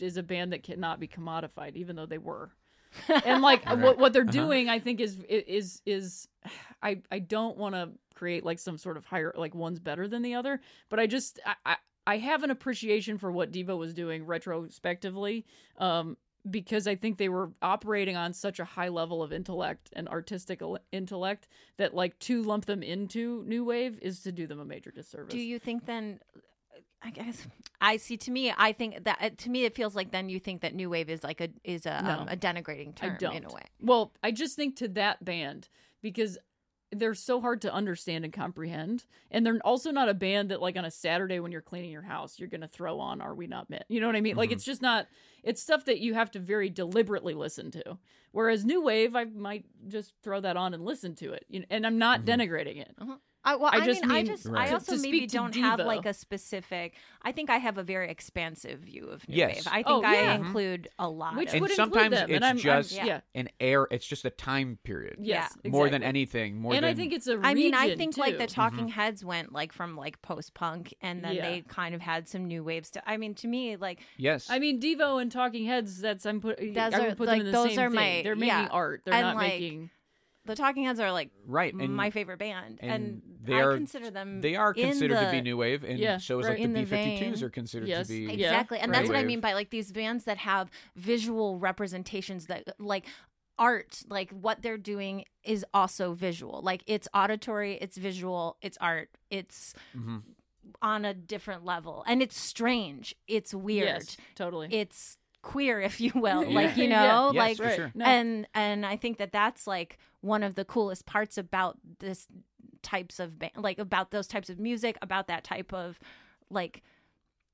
is a band that cannot be commodified, even though they were. and like
Right.
what what they're
Uh-huh.
doing, I think is is is I I don't want to create like some sort of higher like one's better than the other, but I just I I, I have an appreciation for what Devo was doing retrospectively. Um, because I think they were operating on such a high level of intellect and artistic ele- intellect that like to lump them into new wave is to do them a major disservice.
Do you think then? I guess I see. To me, I think that uh, to me it feels like then you think that new wave is like a is a um,
No.
a denigrating term
I don't.
in a way.
Well, I just think to that band because they're so hard to understand and comprehend, and they're also not a band that like on a Saturday when you're cleaning your house you're gonna throw on "Are We Not Met." You know what I mean? Like
Mhm.
it's just not. It's stuff that you have to very deliberately listen to. Whereas new wave, I might just throw that on and listen to it, you know, and I'm not
Mhm.
denigrating it.
I, Uh, well,
I
I,
just
mean, I
mean-
just
Right.
I
To-
also
to
maybe
speak to
don't have
Devo.
like a specific. I think I have a very expansive view of new
Yes. Mm-hmm.
wave. I think
Oh, yeah.
I include a lot.
Which
of,
And
would
sometimes
include them,
it's
and I'm,
just-
I'm,
Yeah.
yeah,
an air. It's just a time period.
yes,
More than
exactly.
anything. More
and
than
I think it's a region
I mean, I think like the
too.
Talking Heads went like from like post punk, and then
Yeah.
they kind of had some new wave stuff. I mean, to me, like
yes.
I mean, Devo and Talking Heads. That's I'm put.
Those
I would
are-
put
like,
them in the
those
same
are my-
thing. They're making
yeah.
art. They're
And,
not
like,
making.
the Talking Heads are like
right. And
my favorite band, and,
they
I
are
consider them
They are
in
considered to
the-
be new wave, and
Yeah,
so is
right.
like
In
the
the
B fifty twos
vein.
are considered
Yes.
to be. *laughs*
Yeah.
Exactly. And that's
Right.
what I
Wave.
mean by like these bands that have visual representations that like art, like what they're doing is also visual. Like it's auditory, it's visual, it's art, it's
Mhm.
on a different level. And it's strange, it's weird,
Yes, totally.
it's queer, *laughs* if you will.
Yeah.
Like, you
*laughs* Yeah.
know,
Yes,
like
for sure.
No.
and and I think that that's like one of the coolest parts about this types of band, like about those types of music, about that type of like.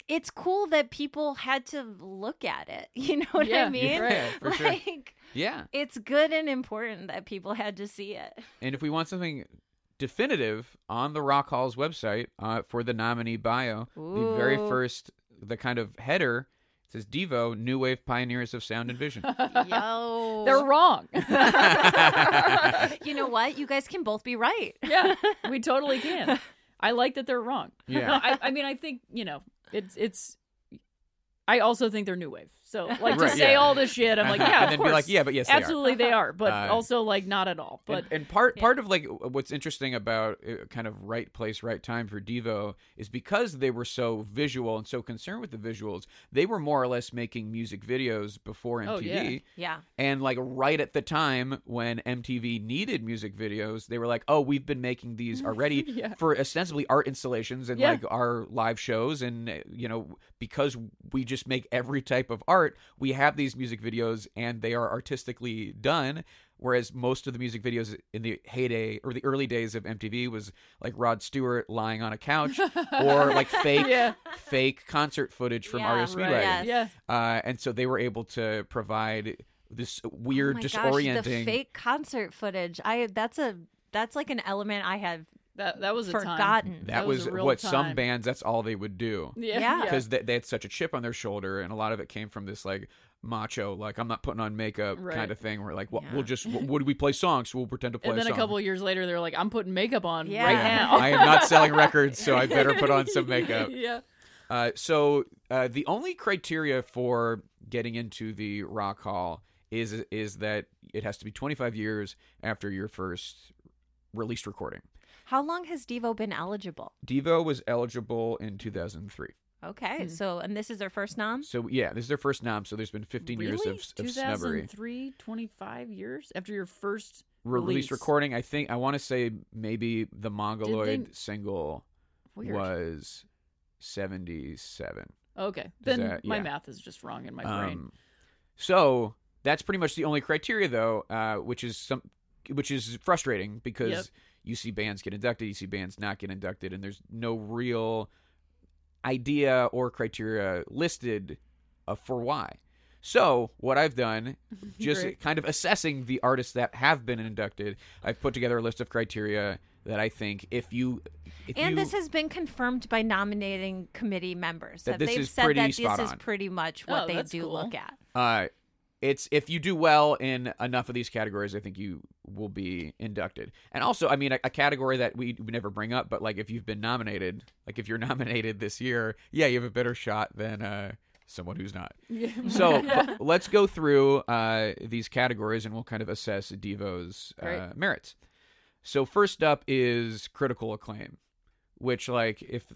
It's cool that people had to look at it. *laughs* You know what
Yeah,
I mean?
yeah, for
*laughs*
sure.
like
Yeah.
it's good and important that people had to
*laughs*
see it.
And if we want something definitive on the Rock Hall's website uh, for the nominee bio, the very
Ooh.
first, the kind of header it says Devo, New Wave Pioneers of Sound and
*laughs*
Vision.
Yo, *laughs*
They're wrong. *laughs*
you know what? You guys can both be right.
yeah, we totally can. I like that they're wrong. *laughs*
Yeah.
No, I, I mean, I think you know, it's it's. I also think they're new wave.
*laughs*
So like to
Right,
say
yeah.
all this shit, I'm like,
*laughs*
yeah,
and
of
then
course.
be like, yeah, but yes, they are.
absolutely they are, but
Uh,
also like not at all. But
and, and part part of like what's interesting about uh, kind of right place right time for devo is because they were so visual and so concerned with the visuals they were more or less making music videos before mtv
Oh, yeah.
Yeah.
and like right at the time when mtv needed music videos they were like oh we've been making these already
Yeah.
for ostensibly art installations and
Yeah.
like our live shows and uh, you know because we just make every type of art we have these music videos and they are artistically done whereas most of the music videos in the heyday or the early days of mtv was like rod stewart lying on a couch or like fake
Yeah.
fake concert footage from
Yeah,
aria
right.
speedwagon
Yes.
yeah,
uh, and so they were able to provide this
Oh
weird
my gosh,
disorienting
the fake concert footage. I that's a that's like an element I have
that that was a time.
forgotten.
that,
That was
was,
a real
what
time.
some bands that's all they would do
Yeah,
Yeah.
yeah.
because they, they had such a chip on their shoulder and a lot of it came from this like macho like i'm not putting on makeup
Right.
kind of thing where like well,
Yeah.
we'll just w- would we play songs we'll pretend to play
and then
a
a
song
couple of years later, they're like, "I'm putting makeup on
Yeah.
right
Yeah.
now."
i am not selling records so i better put on some makeup
*laughs* yeah.
Uh, so uh, the only criteria for getting into the Rock Hall is is that it has to be 25 years after your first released recording.
How long has Devo been eligible?
Devo was eligible in 2003.
Okay,
Hmm.
so and this is their first nom.
So yeah, this is their first nom. So there's been 15 years
Really?
of, of snubbery.
2003, 25 years after your first
Released
release.
recording. I think I want to say maybe the Mongoloid
they-
single
Weird.
was 77.
Okay, then
that-
my
yeah.
*laughs* math is just wrong in my brain.
Um, so That's pretty much the only criteria, though, uh, which is some, which is frustrating because
Yep.
you see bands get inducted, you see bands not get inducted, and there's no real idea or criteria listed uh, for why. So what I've done, just
Great.
kind of assessing the artists that have been inducted, I've put together a list of criteria that I think if you if
and
you,
this has been confirmed by nominating committee members
That
that,
this
they've
is
said
pretty
that
spot
this is
on.
pretty much what
Oh,
they
that's
do
cool.
look at.
Uh, it's if you do well in enough of these categories, I think you will be inducted. And also, I mean, a, a category that we, we never bring up, but like if you've been nominated, like if you're *laughs* nominated this year, yeah, you have a better shot than uh, someone who's not. So but let's go through uh, these categories and we'll kind of assess Devo's uh,
Great.
merits. So first up is critical acclaim, which like if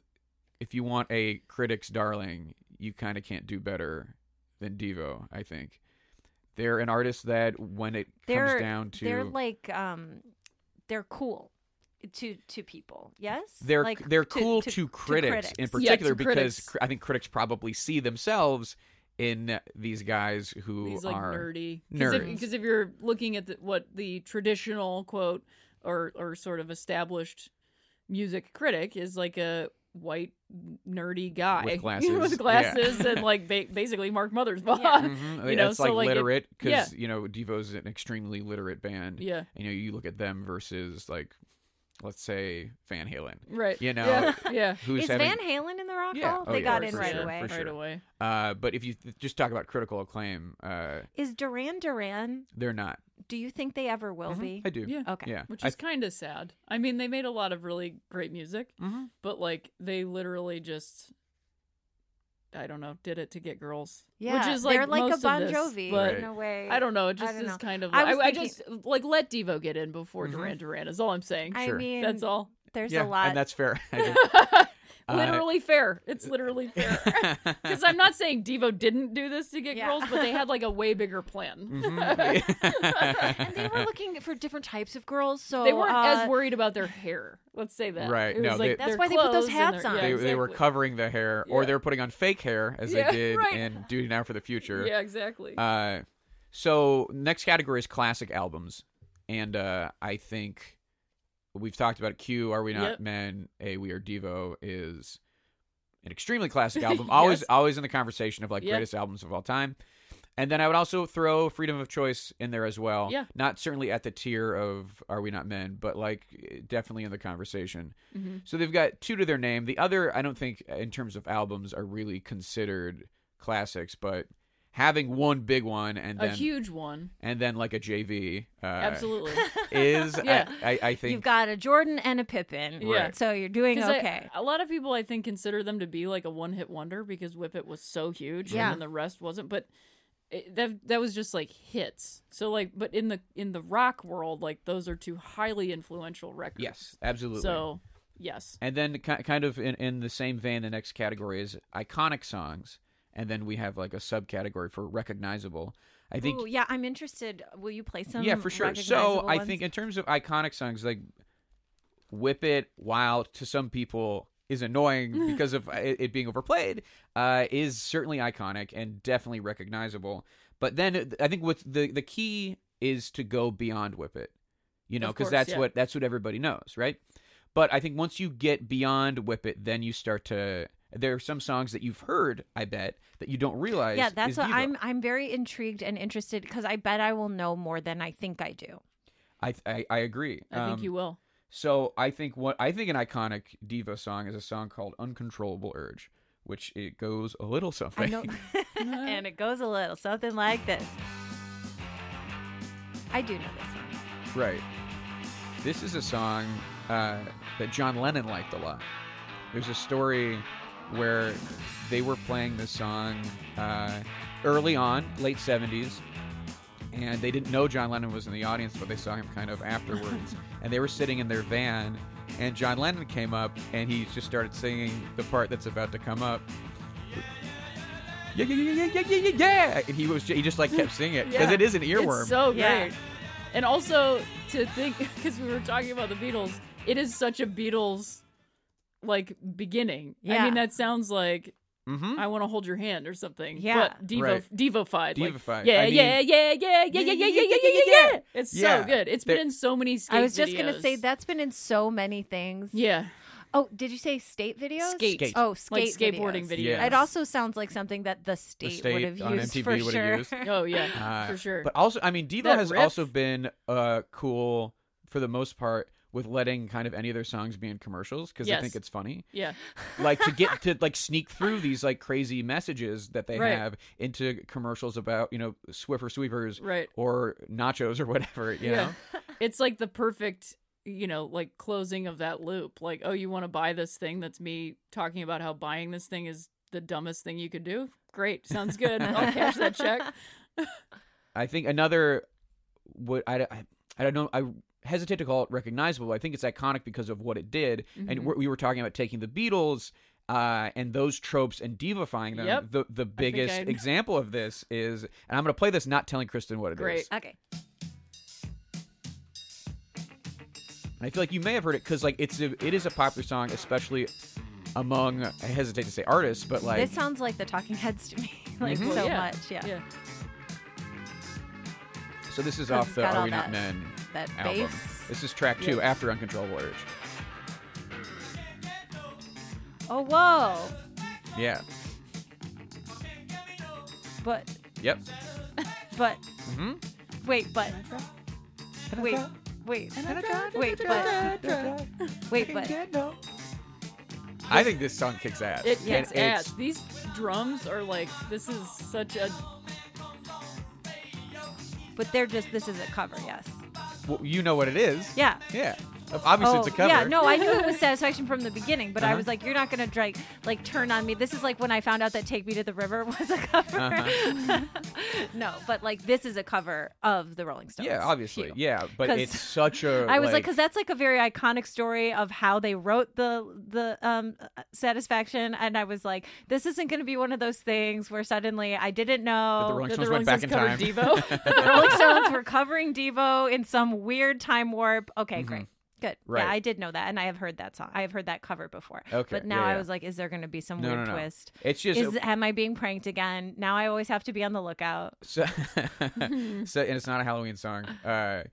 if you want a critic's darling, you kind of can't do better than Devo. I think they're an artist that when it
They're
comes down to
they're like um, they're cool to to people. Yes,
they're
like,
they're cool to, critics, in particular
to
because
critics.
cr- I think critics probably see themselves in these guys who
These like
are
nerdy, because
nerds.
if, 'cause if you're looking at the, what the traditional quote or or sort of established music critic is like a white nerdy guy
With glasses, yeah.
*laughs* with glasses
*laughs*
and like ba- basically Mark Mother's boss.
Yeah.
Mhm.
*laughs* You know,
that's
so,
like,
like, it-
literate because
yeah.
you know Devo's an extremely literate band.
*laughs* Yeah.
you know you look at them versus like, let's say Van Halen.
Right.
You know,
Yeah. yeah.
Who's
is
having,
Van Halen in the Rock
Yeah.
Hall?
Oh,
they
yeah,
got
for
in
sure,
right
for
away.
Right
sure.
away.
Uh, but if you th- just talk about critical acclaim, uh,
Is Duran Duran?
they're not.
Do you think they ever will
Mhm.
be?
I do.
Yeah.
Okay.
Yeah.
Which
I-
is kind of sad. I mean, they made a lot of really great music,
Mhm.
but like they literally just, I don't know, did it to get girls.
Yeah,
which is like
they're like a
most of
Bon
this,
Jovi.
but
Right.
In a way,
I don't know. It
I
just
don't
is
know.
kind of.
I
I,
was
I
thinking-
just like let Devo get in before
Mhm.
Duran Duran is all I'm saying.
I
Sure.
mean,
That's all.
There's
yeah,
a lot.
and
*laughs*
that's fair. I think. Uh,
literally fair.
*laughs*
It's literally fair. *laughs* Because I'm not saying Devo didn't do this to get
Yeah.
girls, but they had like a way bigger plan.
Mm-hmm.
*laughs*
Mhm.
and they were looking for different types of girls, so
*laughs* They weren't
uh,
as worried about their hair. Let's say that.
Right,
It was
no,
like
they-
That's
their
why they put those
clothes and
hats
their-
on.
yeah,
they, they were
exactly.
covering the hair, or
Yeah.
they were putting on fake hair as
Yeah,
they did
right.
in "Do Now for the Future."
Yeah, exactly.
Uh, so next category is classic albums, and uh, I think we've talked about Q. Are we not
Yep.
men? A We Are Devo is an extremely
*laughs*
classic album. Always,
Yes.
always in the conversation of like
Yep.
greatest albums of all time. And then I would also throw Freedom of Choice in there as well.
Yeah.
Not certainly at the tier of Are We Not Men, but like definitely in the conversation.
Mhm.
So they've got two to their name. The other, I don't think, uh, in terms of albums, are really considered classics, but having one big one and
a
then
huge one.
and then like a JV uh,
Absolutely. *laughs*
is
Yeah.
I, I, I think
You've got a Jordan and a Pippin,
Yeah.
so you're doing
'Cause I-
okay.
a lot of people, I think, consider them to be like a one-hit wonder because Whip It was so huge,
Yeah.
and then the rest wasn't. But it, that that was just like hits. So like, but in the in the rock world, like those are two highly influential records.
yes, absolutely.
So yes,
And then ki- kind of in, in the same vein, the next category is iconic songs, and then we have like a subcategory for recognizable. I think
Ooh, yeah, I'm interested. Will you play some?
yeah, for sure. So
recognizable
I
ones?
think in terms of iconic songs, like "Whip It," while to some people is
*laughs*
annoying because of uh, it, it being overplayed, uh, is certainly iconic and definitely recognizable. But then uh, I think what's the the key is to go beyond "Whip It," you know,
Of
because
course,
that's
yeah.
what that's what everybody knows, right? But I think once you get beyond "Whip It," then you start to there are some songs that you've heard, I bet, that you don't realize.
yeah,
is
that's what
Devo.
I'm. I'm very intrigued and interested because I bet I will know more than I think I do.
I I, I agree.
I think
Um,
you will. *laughs*
So I think what I think an iconic diva song is a song called "Uncontrollable Urge," which it goes a little something. *laughs*
I know, and it goes a little something like this. I do know this song.
right. This is a song uh, that John Lennon liked a lot. There's a story where they were playing this song uh, early on, late '70s, and they didn't know John Lennon was in the audience, but they saw him kind of
*laughs*
afterwards. and they were sitting in their van, and John Lennon came up, and he just started singing the part that's about to come up. Yeah, yeah, yeah, yeah, yeah, yeah, yeah, yeah. And he was he just like kept singing it because
Yeah.
it is an earworm.
It's so great.
Yeah.
And also to think, *laughs* because we were talking about the Beatles, it is such a Beatles like beginning. I
Yeah.
mean, that sounds like
Mm-hmm.
I want to hold your hand or something.
Yeah.
but divo
Right.
divofied, like,
Divified.
yeah,
I mean-
yeah, yeah, yeah, yeah, yeah, yeah, yeah, yeah, yeah, yeah, yeah. It's
Yeah.
so good. It's
There-
been in so many. Skate
I was just gonna say
videos.
that's been in so many things.
Yeah,
Oh, did you say state videos?
skate,
Skate.
Oh,
like
skate
skateboarding
videos.
videos.
Yeah.
It also sounds like something that the state,
state
would have
on
used
MTV
for
would have
sure.
used.
Oh yeah,
*laughs* Uh,
for sure.
But also, I mean, Devo
That
has
riff.
also been uh, cool for the most part with letting kind of any of their songs be in commercials because I
Yes.
think it's funny.
yeah,
Like to get to like sneak through these like crazy messages that they
Right.
have into commercials about you know Swiffer Sweepers
right.
or nachos or whatever. You know,
It's like the perfect, you know, like closing of that loop. Like, oh, you want to buy this thing? That's me talking about how buying this thing is the dumbest thing you could do. Great, sounds good. I'll cash that check.
*laughs*
I think another what I, I I don't know I hesitate to call it recognizable. I think it's iconic because of what it did, and
Mm-hmm.
Mhm.
we we were talking about taking the Beatles. Uh, and those tropes and divifying them.
Yep.
The the biggest
I-
example of this is, and I'm gonna play this not telling Kristen what it is.
Great.
*laughs* Okay.
And I feel like you may have heard it because like it's a, it is a popular song, especially among I hesitate to say artists, but like
this sounds like the Talking Heads to me, *laughs* like
Mhm.
so
Yeah.
much. Yeah.
Yeah.
so this is
'cause
off
it's
the
got
Are
all
We Not
that-
Men
That
album.
bass.
This is track two after Uncontrollable Urge.
Oh whoa!
Yeah.
But
Yep.
but
Mm-hmm.
wait but wait wait wait but wait but
I think this song kicks ass.
It
And
kicks
it's-
ass. These drums are like this is such a
but they're just this is a cover. Yes.
Well, you know what it is.
Yeah.
Yeah. Obviously,
Oh,
it's a cover.
Oh, Yeah, no, I knew it was Satisfaction from the beginning, but I
Uh-huh.
was like, you're not gonna like like turn on me. This is like when I found out that Take Me to the River *laughs* was a cover.
Uh-huh.
*laughs* no, but like this is a cover of the Rolling Stones.
Yeah, obviously.
Phew.
Yeah, but
'Cause
it's such
*laughs*
a.
I was like, because that's like a very iconic story of how they wrote the the um, satisfaction, and I was like, this isn't going to be one of those things where suddenly I didn't know
That the Rolling
that
Stones
oh, the
went
Rolling
back
Stones
in
covered
time. *laughs*
Devo.
the Rolling Stones were covering Devo in some weird time warp. Okay, great. Good.
Mm-hmm. Right.
Yeah, I did know that, and I have heard that song. I have heard that cover before.
Okay,
But now
yeah, yeah.
I was like, is there going to be some
No,
weird
no, no.
twist?
It's just
Is am I being pranked again? Now I always have to be on the lookout.
so, so- and it's not a Halloween song. Uh,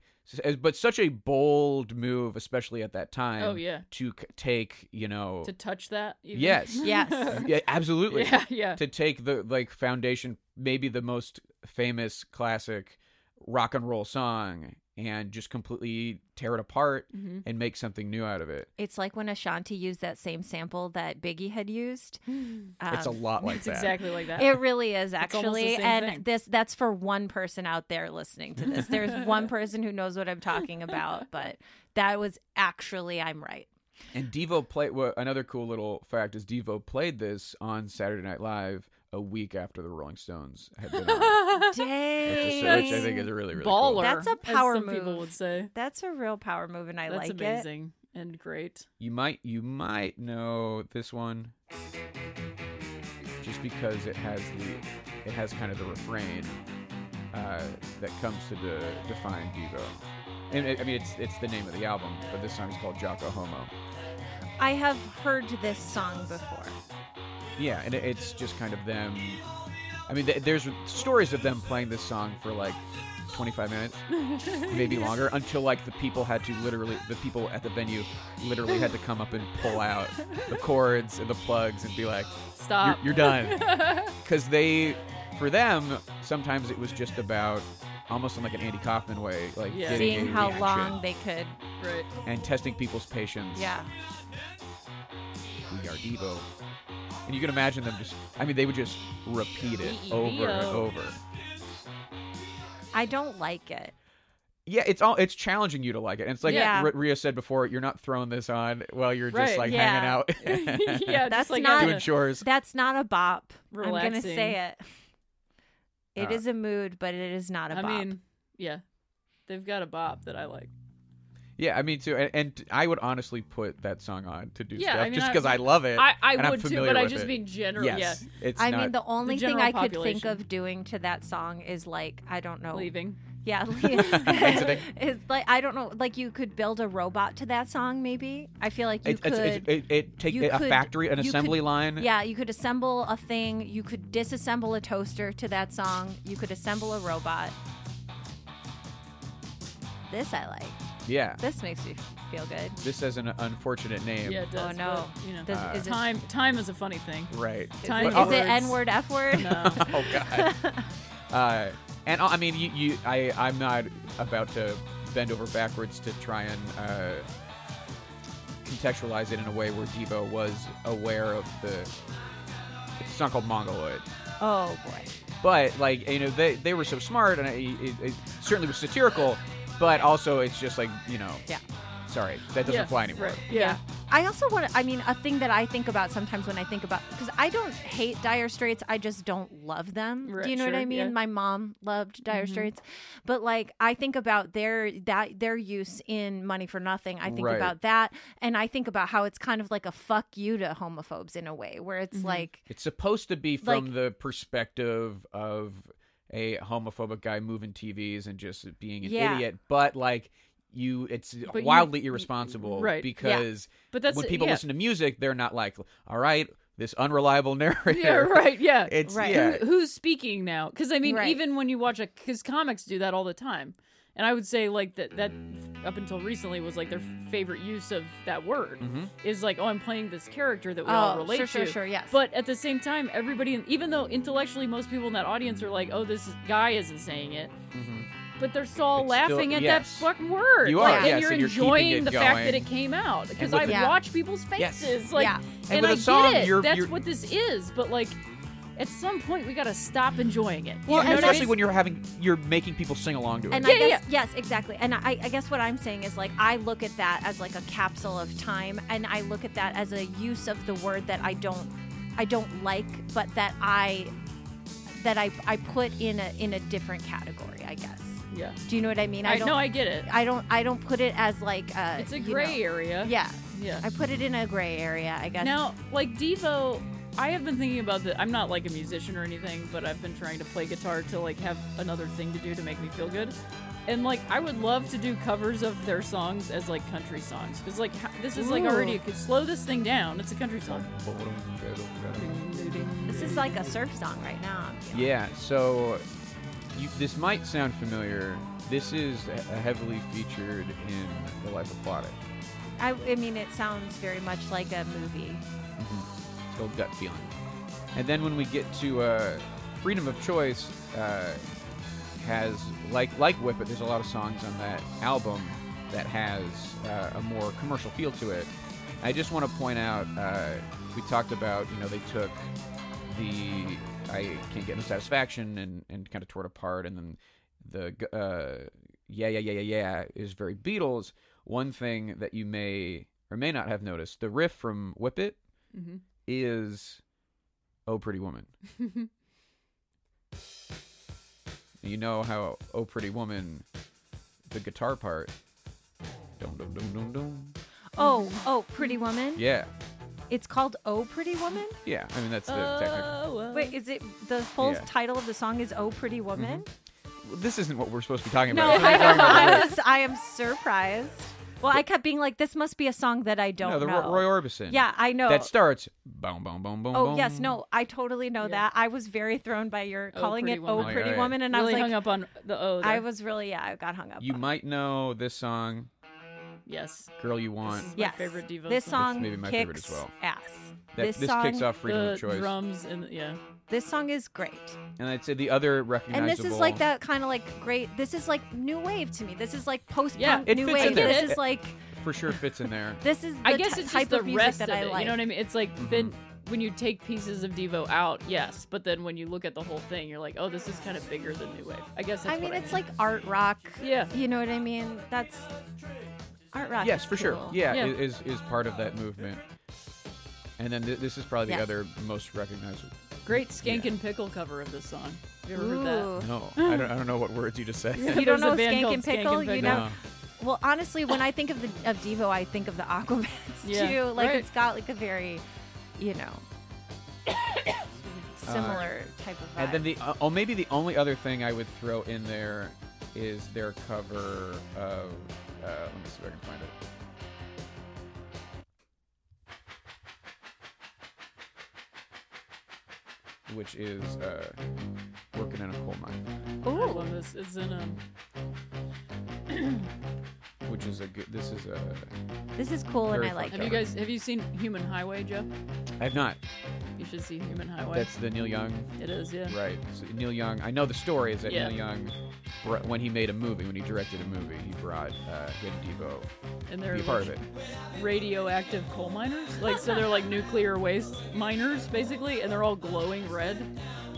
s- but such a bold move, especially at that time.
Oh, yeah.
To c- take, you know.
to touch that.
*laughs*
even. *laughs*
yes.
Yes.
*laughs* Yeah, absolutely.
Yeah, yeah.
To take the like foundation, maybe the most famous classic rock and roll song, and just completely tear it apart
Mhm.
and make something new out of it.
It's like when Ashanti used that same sample that Biggie had *gasps* used.
it's a
Um,
lot like
It's
that.
exactly like that. *laughs*
It really is
It's almost
actually,
the same
and
thing.
this that's for one person out there listening to
*laughs*
this. There's one person who knows what I'm talking about, but that was actually I'm right.
And Devo played. Well, another cool little fact is Devo played this on Saturday Night Live a week after the Rolling Stones had been on.
Dang,
Which is- which I think is really really cool.
Baller.
That's a
as
power
some People
move.
would say
that's a real power move, and I like
that's
it.
amazing and great.
You might you might know this one just because it has the it has kind of the refrain uh, that comes to de- define Devo. And it, I mean it's it's the name of the album, but this song is called Jocko Homo.
I have heard this song before.
Yeah, and it, it's just kind of them. I mean, th- there's stories of them playing this song for like 25
*laughs*
minutes, maybe longer, until like the people had to literally, the people at the venue literally had to come up and pull out the cords and the plugs and be like, you're,
Stop.
you're done.
*laughs*
Because they, for them, sometimes it was just about almost in like an Andy Kaufman way, like
Yeah.
getting
Seeing
a
how
reaction
long they could,
*laughs*
right.
and testing people's patience.
yeah.
We are Devo. And you can imagine them just, I mean, they would just repeat
E
it over and
EEVO.
over.
I don't like it.
Yeah, it's all it's challenging you to like it. And it's like
Yeah.
R- Rhea said before, you're not throwing this on while you're just
Right,
like
yeah.
hanging out
*laughs* yeah,
That's
just like
not-
*laughs*
having
doing
a-
chores.
That's not a bop. I'm gonna
Relaxing.
say it. It
Uh,
is a mood, but it is not a
I
bop.
mean, yeah, they've got a bop that I like.
Yeah, I mean too. And, and I would honestly put that song on to do
Yeah,
stuff
I mean,
just
I-
because I, love it.
I,
and
I
I'm
would too,
familiar
but I
with
just
it.
mean general.
yes, it's
I
not-
mean, the only thing
general
I could think
population.
of doing to that song is like I don't
Oh.
Yeah,
know,
leaving. *laughs*
Yeah, like- it's like I don't know. Like you could build a robot to that song, maybe. I feel like you
It,
could.
it's- it's- it, it take
you
a
could-
factory, an
you could-
assembly line.
yeah, you could assemble a thing. You could disassemble a toaster to that song. You could assemble a robot. This I like.
yeah.
This makes me feel good.
This has an unfortunate name.
Yeah, it does.
Oh, no.
but, you know,
Does-
Uh,
is it-
time time is a funny
*laughs*
thing.
Right.
Is
Time
it-
and
is it
words.
N word, F word?
No.
*laughs* oh god uh, and i mean you, you i i'm not about to bend over backwards to try and uh, contextualize it in a way where devo was aware of the it's a song called mongoloid
Oh boy.
but like you know they, they were so smart and it, it, it certainly was satirical but also it's just like you know
Yeah.
sorry that doesn't
Uh, Yeah,
fly anymore
right. Yeah.
I also want to, I mean, a thing that I think about sometimes when I think about, because I don't hate Dire Straits, I just don't love them.
Right,
Do you know what
sure,
I mean?
yeah. Mm-hmm.
My mom loved Dire Straits, but like I think about their that their use in Money for Nothing. I think
Right.
about that, and I think about how it's kind of like a fuck you to homophobes in a way, where it's
Mm-hmm.
like,
It's supposed to be from
Like-
the perspective of a homophobic guy moving TVs and just being an
Yeah.
idiot, but like you, it's
you-
wildly irresponsible,
Right. Yeah.
Because
But that's
when people
yeah.
listen to music, they're not like, "All right, this unreliable *laughs* narrator."
*laughs* Yeah, right. Yeah.
It's
Right.
yeah,
Who, who's speaking now? Because I mean,
Right.
even when you watch a, because comics do that all the time, and I would say like that that up until recently was like their favorite use of that word
Mm-hmm.
is like, oh, I'm playing this character that we all
Oh,
relate
sure,
to.
sure, sure, yes.
But at the same time, everybody, in, even though intellectually most people in that audience are like, oh, this guy isn't saying it. But they're still all
Mm-hmm. It's still-
laughing at
yes.
that fucking word.
You
Like,
are,
and
yes,
you're
and you're keeping
enjoying
it
the fact
going.
that it came out. Because
with
I
the-
Yeah.
watch people's
Yes.
faces. Like,
Yeah.
And
and,
with
I
a song,
get it.
you're-
That's
you're-
what this is. But like, at some point, we gotta stop enjoying it.
Well,
and
You know what I
especially
mean?
when you're having, you're making people sing along to it.
and I
Yeah,
guess, yes, exactly. And I, I guess what I'm saying is like I look at that as like a capsule of time, and I look at that as a use of the word that I don't, I don't like, but that I, that I, I put in a in a different category. I guess.
yeah,
Do you know what I mean?
I
don't.
know I get it.
I don't. I don't put it as like. A,
It's a
you know-
gray area.
Yeah.
yeah.
I put it in a gray area. I guess.
Now, like Devo, I have been thinking about that. I'm not like a musician or anything, but I've been trying to play guitar to like have another thing to do to make me feel good. And like, I would love to do covers of their songs as like country songs because like ha- this is like
Ooh.
already slow this thing down. It's a country song.
this is like a surf song right now.
Yeah, so you, this might sound familiar. This is uh, heavily featured in The Life Aquatic.
I, I mean, it sounds very much like a movie.
Mm-hmm.
It's called gut feeling. And then when we get to uh, freedom of choice, uh, has like like Whip It. There's a lot of songs on that album that has uh, a more commercial feel to it. I just want to point out uh, we talked about you know they took the I can't get no satisfaction and and kind of tore it apart, and then the uh, yeah yeah yeah yeah yeah is very Beatles. One thing that you may or may not have noticed the riff from Whip It
Mm-hmm.
is Oh Pretty
*laughs*
Woman. you know how Oh Pretty Woman, the guitar part. Dum, dum, dum, dum, dum.
Oh, oh, Pretty Woman.
Yeah,
It's called Oh, Pretty Woman.
yeah. I mean, that's the technical.
Oh,
Wait, is it the full
Yeah. Mm-hmm.
title of the song is "Oh Pretty Woman"?
This isn't what we're supposed to be talking
No,
about.
I don't know. *laughs* I was, I am surprised. Well, I kept being like, "This must be a song that I don't
no, the
know."
Roy Orbison.
yeah, I know.
That starts boom, boom, boom, boom.
oh
boom.
yes, no, I totally know that. I was very thrown by your
Oh,
calling
Pretty
it
Woman.
"Oh
Oh,
Pretty
yeah, yeah.
Woman," and I
really
was
hung
like,
up on the O. There.
I was really yeah, I got hung up.
You
on.
might know this song,
yes.
"Girl You Want."
This is my
yes.
favorite Devo
This
song.
song
It's maybe my
kicks
favorite as well.
ass.
That,
this,
this,
song,
kicks off freedom
the
of choice,
drums and yeah.
This song is great,
and I'd say the other recognizable.
and this is like that kind of like great. This is like new wave to me. This is like post punk
Yeah,
it
new
fits
wave.
in there.
This is
It-
like
for sure fits in there.
this is. The
I guess
ty-
it's
type
just the
of music
rest
that
of
I
it.
like.
You know what I mean? It's like
Mm-hmm.
then when you take pieces of Devo out, yes, but then when you look at the whole thing, you're like, oh, this is kind of bigger than New Wave. I guess. That's
I mean,
what
it's like art rock.
Yeah.
You know what I mean? That's art rock.
yes
is
for sure
cool.
yeah,
Yeah.
i- is is part of that movement and then th- this is probably the
Yes.
other most recognized
great Skank
yeah.
and Pickle cover of this song. Have you ever heard that? *laughs*
Ooh. *gasps*
no I don't, I don't know what words you just said
You
There's
don't
a
know
band
Skank
called
and
Skank
Pickle?
and
You
Pickle.
know.
no
Well, honestly, when I think of the of Devo, I think of the Aquabats
Yeah,
too. Like
right.
it's got like a very, you know,
*coughs*
similar type of vibe.
uh, and then the uh, oh maybe the only other thing i would throw in there is their cover of. Uh, let me see if I can find it. Which is uh, working in a coal mine,
I love this. It's in um.
which is a good. This is a.
This is cool, and
Very
I like
Have
it.
you guys have you seen Human Highway, Jeff?
I have not.
You should see Human Highway.
That's the Neil Young
it is, yeah.
Right. So Neil Young. I know the story is that
Yeah.
Neil Young, br- when he made a movie, when he directed a movie, he brought uh, Hit Devo
And
to
they're
be a part
like,
of it.
radioactive coal miners. Like so they're like nuclear waste miners basically and they're all glowing red.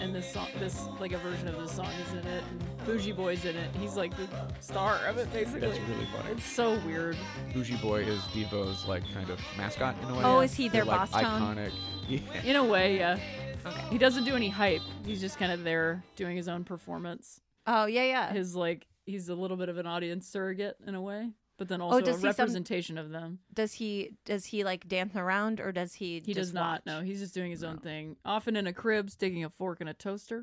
And this song this like a version of this song is in it and Bougie Boy's in it. He's like the star of it basically.
That's really funny.
It's so weird.
Bougie Boy is Devo's like kind of mascot in a way.
Oh, is he their
They're, like,
boss tone?
Iconic. *laughs* Yeah.
In a way, yeah.
Okay.
He doesn't do any hype. He's just kind of there doing his own performance.
Oh yeah, yeah.
His like he's a little bit of an audience surrogate in a way, but then also a
Oh, does he some-
representation of them.
Does he does he like dance around or does he?
He
just
does not.
watch?
No, he's just doing his own thing. Often in a crib, sticking a fork in a toaster.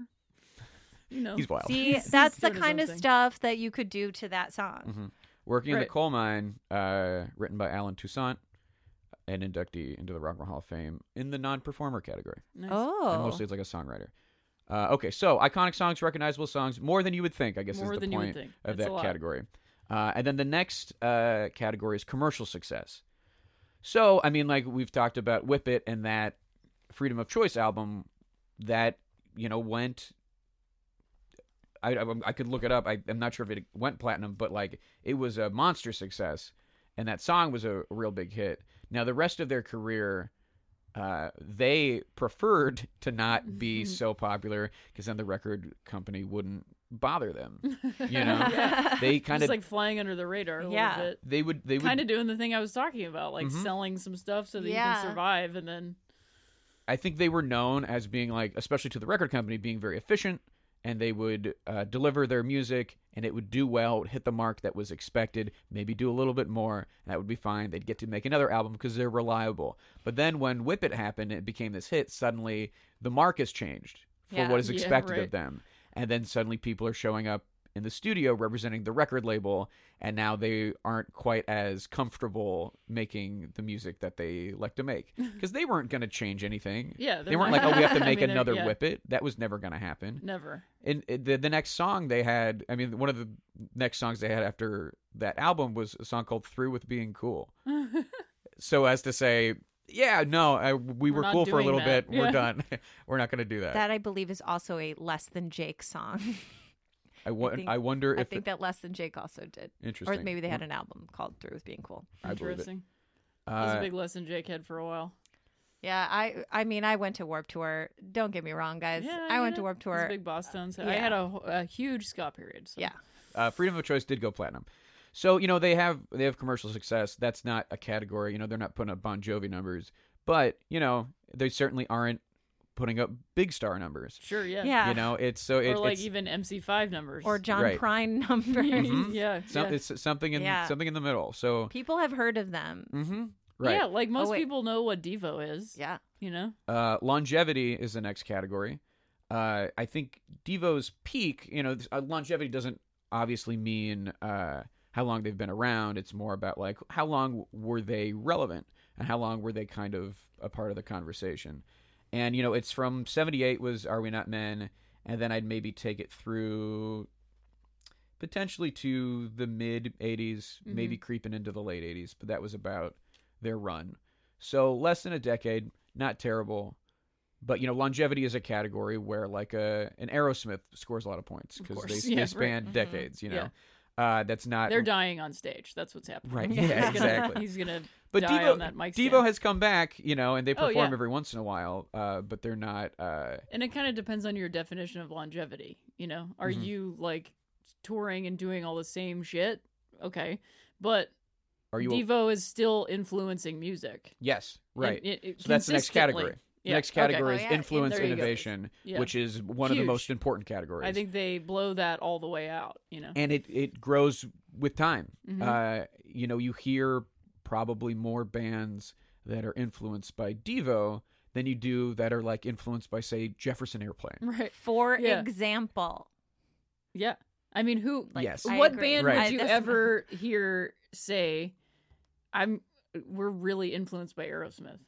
You know,
He's
*laughs*
wild.
See,
He's-
that's
he's
the
doing his
kind
own
of
thing. Mm-hmm.
stuff that you could do to that song.
Working in
Right.
the Coal Mine, uh, written by Alan Toussaint, an inductee into the Rock and Roll Hall of Fame in the non-performer category.
Nice.
Oh,
And mostly it's like a songwriter. Uh, okay, so iconic songs, recognizable songs, more than you would think, I guess
More
is the
than you would
point
think.
of
That's a
that
lot.
category. Uh, and then the next uh, category is commercial success. So, I mean, like we've talked about Whip It and that Freedom of Choice album that, you know, went. I, I, I could look it up. I, I'm not sure if it went platinum, but like it was a monster success. And that song was a real big hit. Now, the rest of their career, uh, they preferred to not
*laughs*
be so popular because then the record company wouldn't bother
*laughs*
them. You know, they kind
Just
of
like flying under the radar. A
Yeah.
little bit.
they would they would.
Kind of doing the thing I was talking about, like
Mhm.
selling some stuff so that you
Yeah.
can survive, and then
I think they were known as being like, especially to the record company, being very efficient, and they would uh, deliver their music and it would do well, it would hit the mark that was expected. Maybe do a little bit more, and that would be fine. They'd get to make another album because they're reliable. But then when Whip It happened, it became this hit. Suddenly, the mark has changed for
Yeah.
what is
Yeah,
expected of
right.
them, and then suddenly people are showing up in the studio representing the record label and now they aren't quite as comfortable making the music that they like to
*laughs*
make because they weren't going to change anything
Yeah,
they
they're
weren't
not-
like, oh, we have to
*laughs* I
make
mean, they're-
another
yeah.
whip it. That was never going to happen.
never.
And uh, the, the next song they had, I mean, one of the next songs they had after that album was a song called "Through with Being
*laughs*
Cool." so as to say, yeah, no, I, we
We're
were
not
cool for a
doing
little
that.
bit. We're
Yeah.
done. *laughs* we're not going to do that.
that I believe is also a less than Jake song.
I, wo- I,
think-
wonder
*laughs* I
if
think that less than Jake also did, or
interesting.
maybe they
Mm-hmm.
had an album called "Through with Being Cool."
I believe it.
Interesting. That was
Uh,
a big lesson Jake had for a while.
Yeah, I I mean I went to Warp Tour. Don't get me wrong, guys.
Yeah,
I
you
went to
know,
Warp
it was
Tour.
a Big Boss Tones. I
Yeah.
had a, wh- a huge ska period. So.
Yeah.
uh, freedom of choice did go platinum so you know they have they have commercial success that's not a category you know they're not putting up bon jovi numbers but you know they certainly aren't putting up big star numbers
Sure. Yeah.
Yeah.
you know it's so
Or
it,
like
it's,
even MC5 numbers. *laughs*
Or John
Right.
Prine *laughs* numbers.
Mm-hmm.
Mhm.
yeah.
some,
yeah.
it's something in
Yeah.
something in the middle so
People have heard of them.
hmm right
Yeah, like most
Oh, wait.
people know what Devo is.
Yeah.
You know?
Uh, longevity is the next category. Uh, I think Devo's peak, you know, uh, longevity doesn't obviously mean uh, how long they've been around. It's more about like how long were they relevant and how long were they kind of a part of the conversation. And you know, it's from '78 was "Are We Not Men," and then I'd maybe take it through potentially to the mid 80s,
Mm-hmm.
maybe creeping into the late 80s, but that was about their run. So less than a decade, not terrible. But you know, longevity is a category where like a an Aerosmith scores a lot of points because
course, *laughs*
they,
yeah,
they
right.
span decades. You know, uh, that's not
Mm-hmm. They're dying on stage. That's what's happening.
Right,
*laughs* He's
yeah,
gonna-
exactly.
He's gonna
But
die
Devo,
on that mic.
Devo
stand.
has come back, you know, and they
Oh,
perform
yeah.
every once in a while. Uh, but they're not. Uh,
and it kind of depends on your definition of longevity. You know, are
Mm-hmm.
you like touring and doing all the same shit? Okay, but
are you?
Devo is still influencing music.
yes, right.
And it- it-
so that's the next
consistently.
category. The
Yeah,
next
okay.
category
Oh,
is
yeah,
influence
there you go.
innovation,
Yeah.
which is one of the
Huge.
most important categories.
I think they blow that all the way out. You *laughs* know,
and it it grows with time.
Mm-hmm.
Uh, you know, you hear probably more bands that are influenced by Devo than you do that are
Mm.
like influenced by say Jefferson Airplane.
right?
For
Yeah.
example,
Yeah, I mean, who? Like,
Yes. I
What
agree.
band
Right.
would you
I- that's-
ever hear say, "I'm"? We're really influenced by Aerosmith,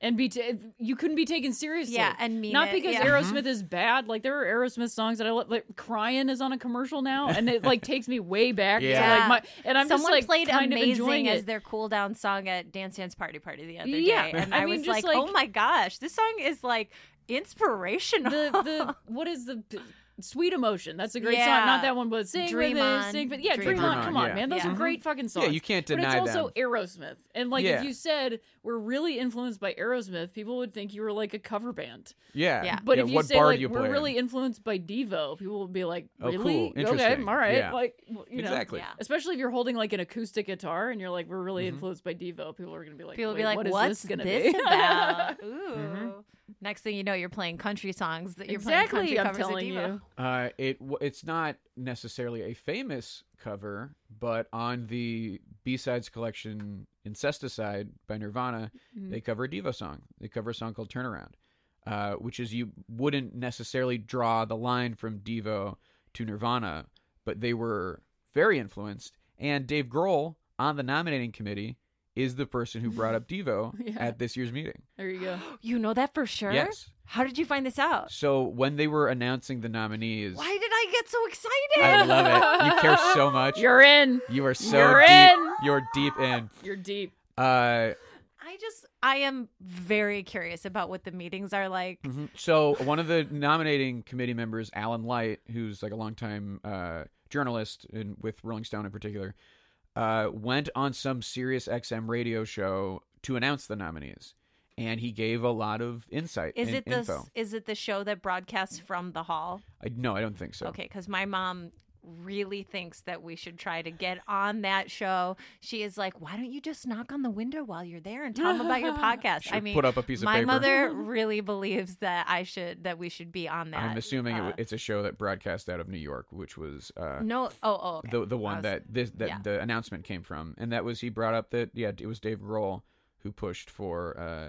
and be ta you couldn't be taken seriously.
Yeah, and mean
not
it,
because
yeah.
Aerosmith
Mm-hmm.
is bad. Like there are Aerosmith songs that I love. Like "Crying" is on a commercial now, and it
*laughs*
like takes me way back. to,
Yeah.
like, my, and I'm
Someone
just
played
like kind of enjoying
"Amazing"
it.
as their cool down song at Dance Dance Party Party the other
Yeah,
day, and
I
I,
mean,
was
just
like,
like-
"Oh my gosh, this song is like inspirational."
the
*laughs*
the what is the sweet emotion? That's a great song.
Yeah.
Not that one, but sing
Dream
with
On.
it, sing. But yeah, dream,
Dream
on.
On,
Come on,
yeah. Mm-hmm.
man, those
Yeah.
are great fucking songs.
Yeah, you can't deny
But it's also
them.
Aerosmith, and like
Yeah.
if you said we're really influenced by Aerosmith, people would think you were like a cover band.
Yeah.
Yeah.
But if you
what
say
bar
like
do you
we're
play in?
really influenced by Devo, people would be like,
Oh,
really?
cool.
Okay,
Interesting.
all right.
Yeah.
Like w- you know,
exactly. Mm-hmm.
Yeah.
especially if you're holding like an acoustic guitar and you're like, we're really influenced by Devo, people are gonna be
*laughs*
like,
People
Wait,
be like,
what is
"What's
this gonna
this
be? *laughs* Mm-hmm.
about?" Ooh. Next thing you know, you're playing country songs that you're playing
exactly,
country
I'm
covers of
telling
Devo.
you.
Uh, it w- it's not necessarily a famous cover, but on the B sides collection "Incesticide" by Nirvana,
Mm-hmm.
they cover a Devo song. They cover a song called "Turnaround," uh, which is you wouldn't necessarily draw the line from Devo to Nirvana, but they were very influenced. And Dave Grohl on the nominating committee is the person who brought
*laughs*
up Devo
Yeah.
at this year's meeting.
There
*gasps*
you go.
You know that for sure.
Yes.
How did you find this out?
So when they were announcing the nominees,
Why did I get so excited?
I love it. You
*laughs*
care so much.
You're in.
You are so
You're
deep.
in.
You're deep in.
You're deep.
Uh,
I just, I am very curious about what the meetings are like.
Mm-hmm. so one of the nominating committee members, Alan Light, who's like a longtime uh, journalist and with Rolling Stone in particular, uh, went on some Sirius XM radio show to announce the nominees, and he gave a lot of insight.
Is
and
it the
info.
is it the show that broadcasts from the hall?
I, no, I don't think so.
Okay, because my mom really thinks that we should try to get on that show. She is like, "Why don't you just knock on the window while you're there and tell them
*laughs*
about your podcast?" I
Should
mean,
put up a piece of
my
paper. *laughs*
mother really believes that I should that we should be on that.
I'm assuming it
uh,
w it's a show that broadcast out of New York, which was uh,
no. Oh, oh, okay.
the the one
was-
that this that
yeah.
the announcement came from, and that was he brought up that yeah it was Dave Grohl who pushed for uh,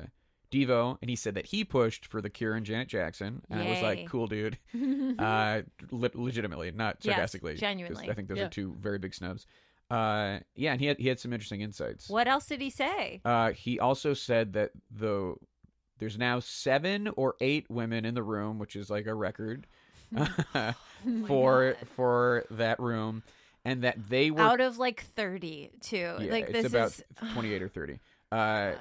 Devo, and he said that he pushed for the Cure and Janet Jackson, and I was
Yay.
like, cool dude,
*laughs*
uh, le- legitimately, not
Yes,
sarcastically, 'cause
genuinely.
I think those
Yeah.
are two very big snubs. Uh, yeah, and he had he had some interesting insights.
What else did he say?
Uh, he also said that the there's now seven or eight women in the room, which is like a
*laughs*
record
Oh
*laughs* for for that room, and that they were
Out of like thirty, too.
yeah,
like
it's
this
about
is
28
*sighs*
or 30. Uh,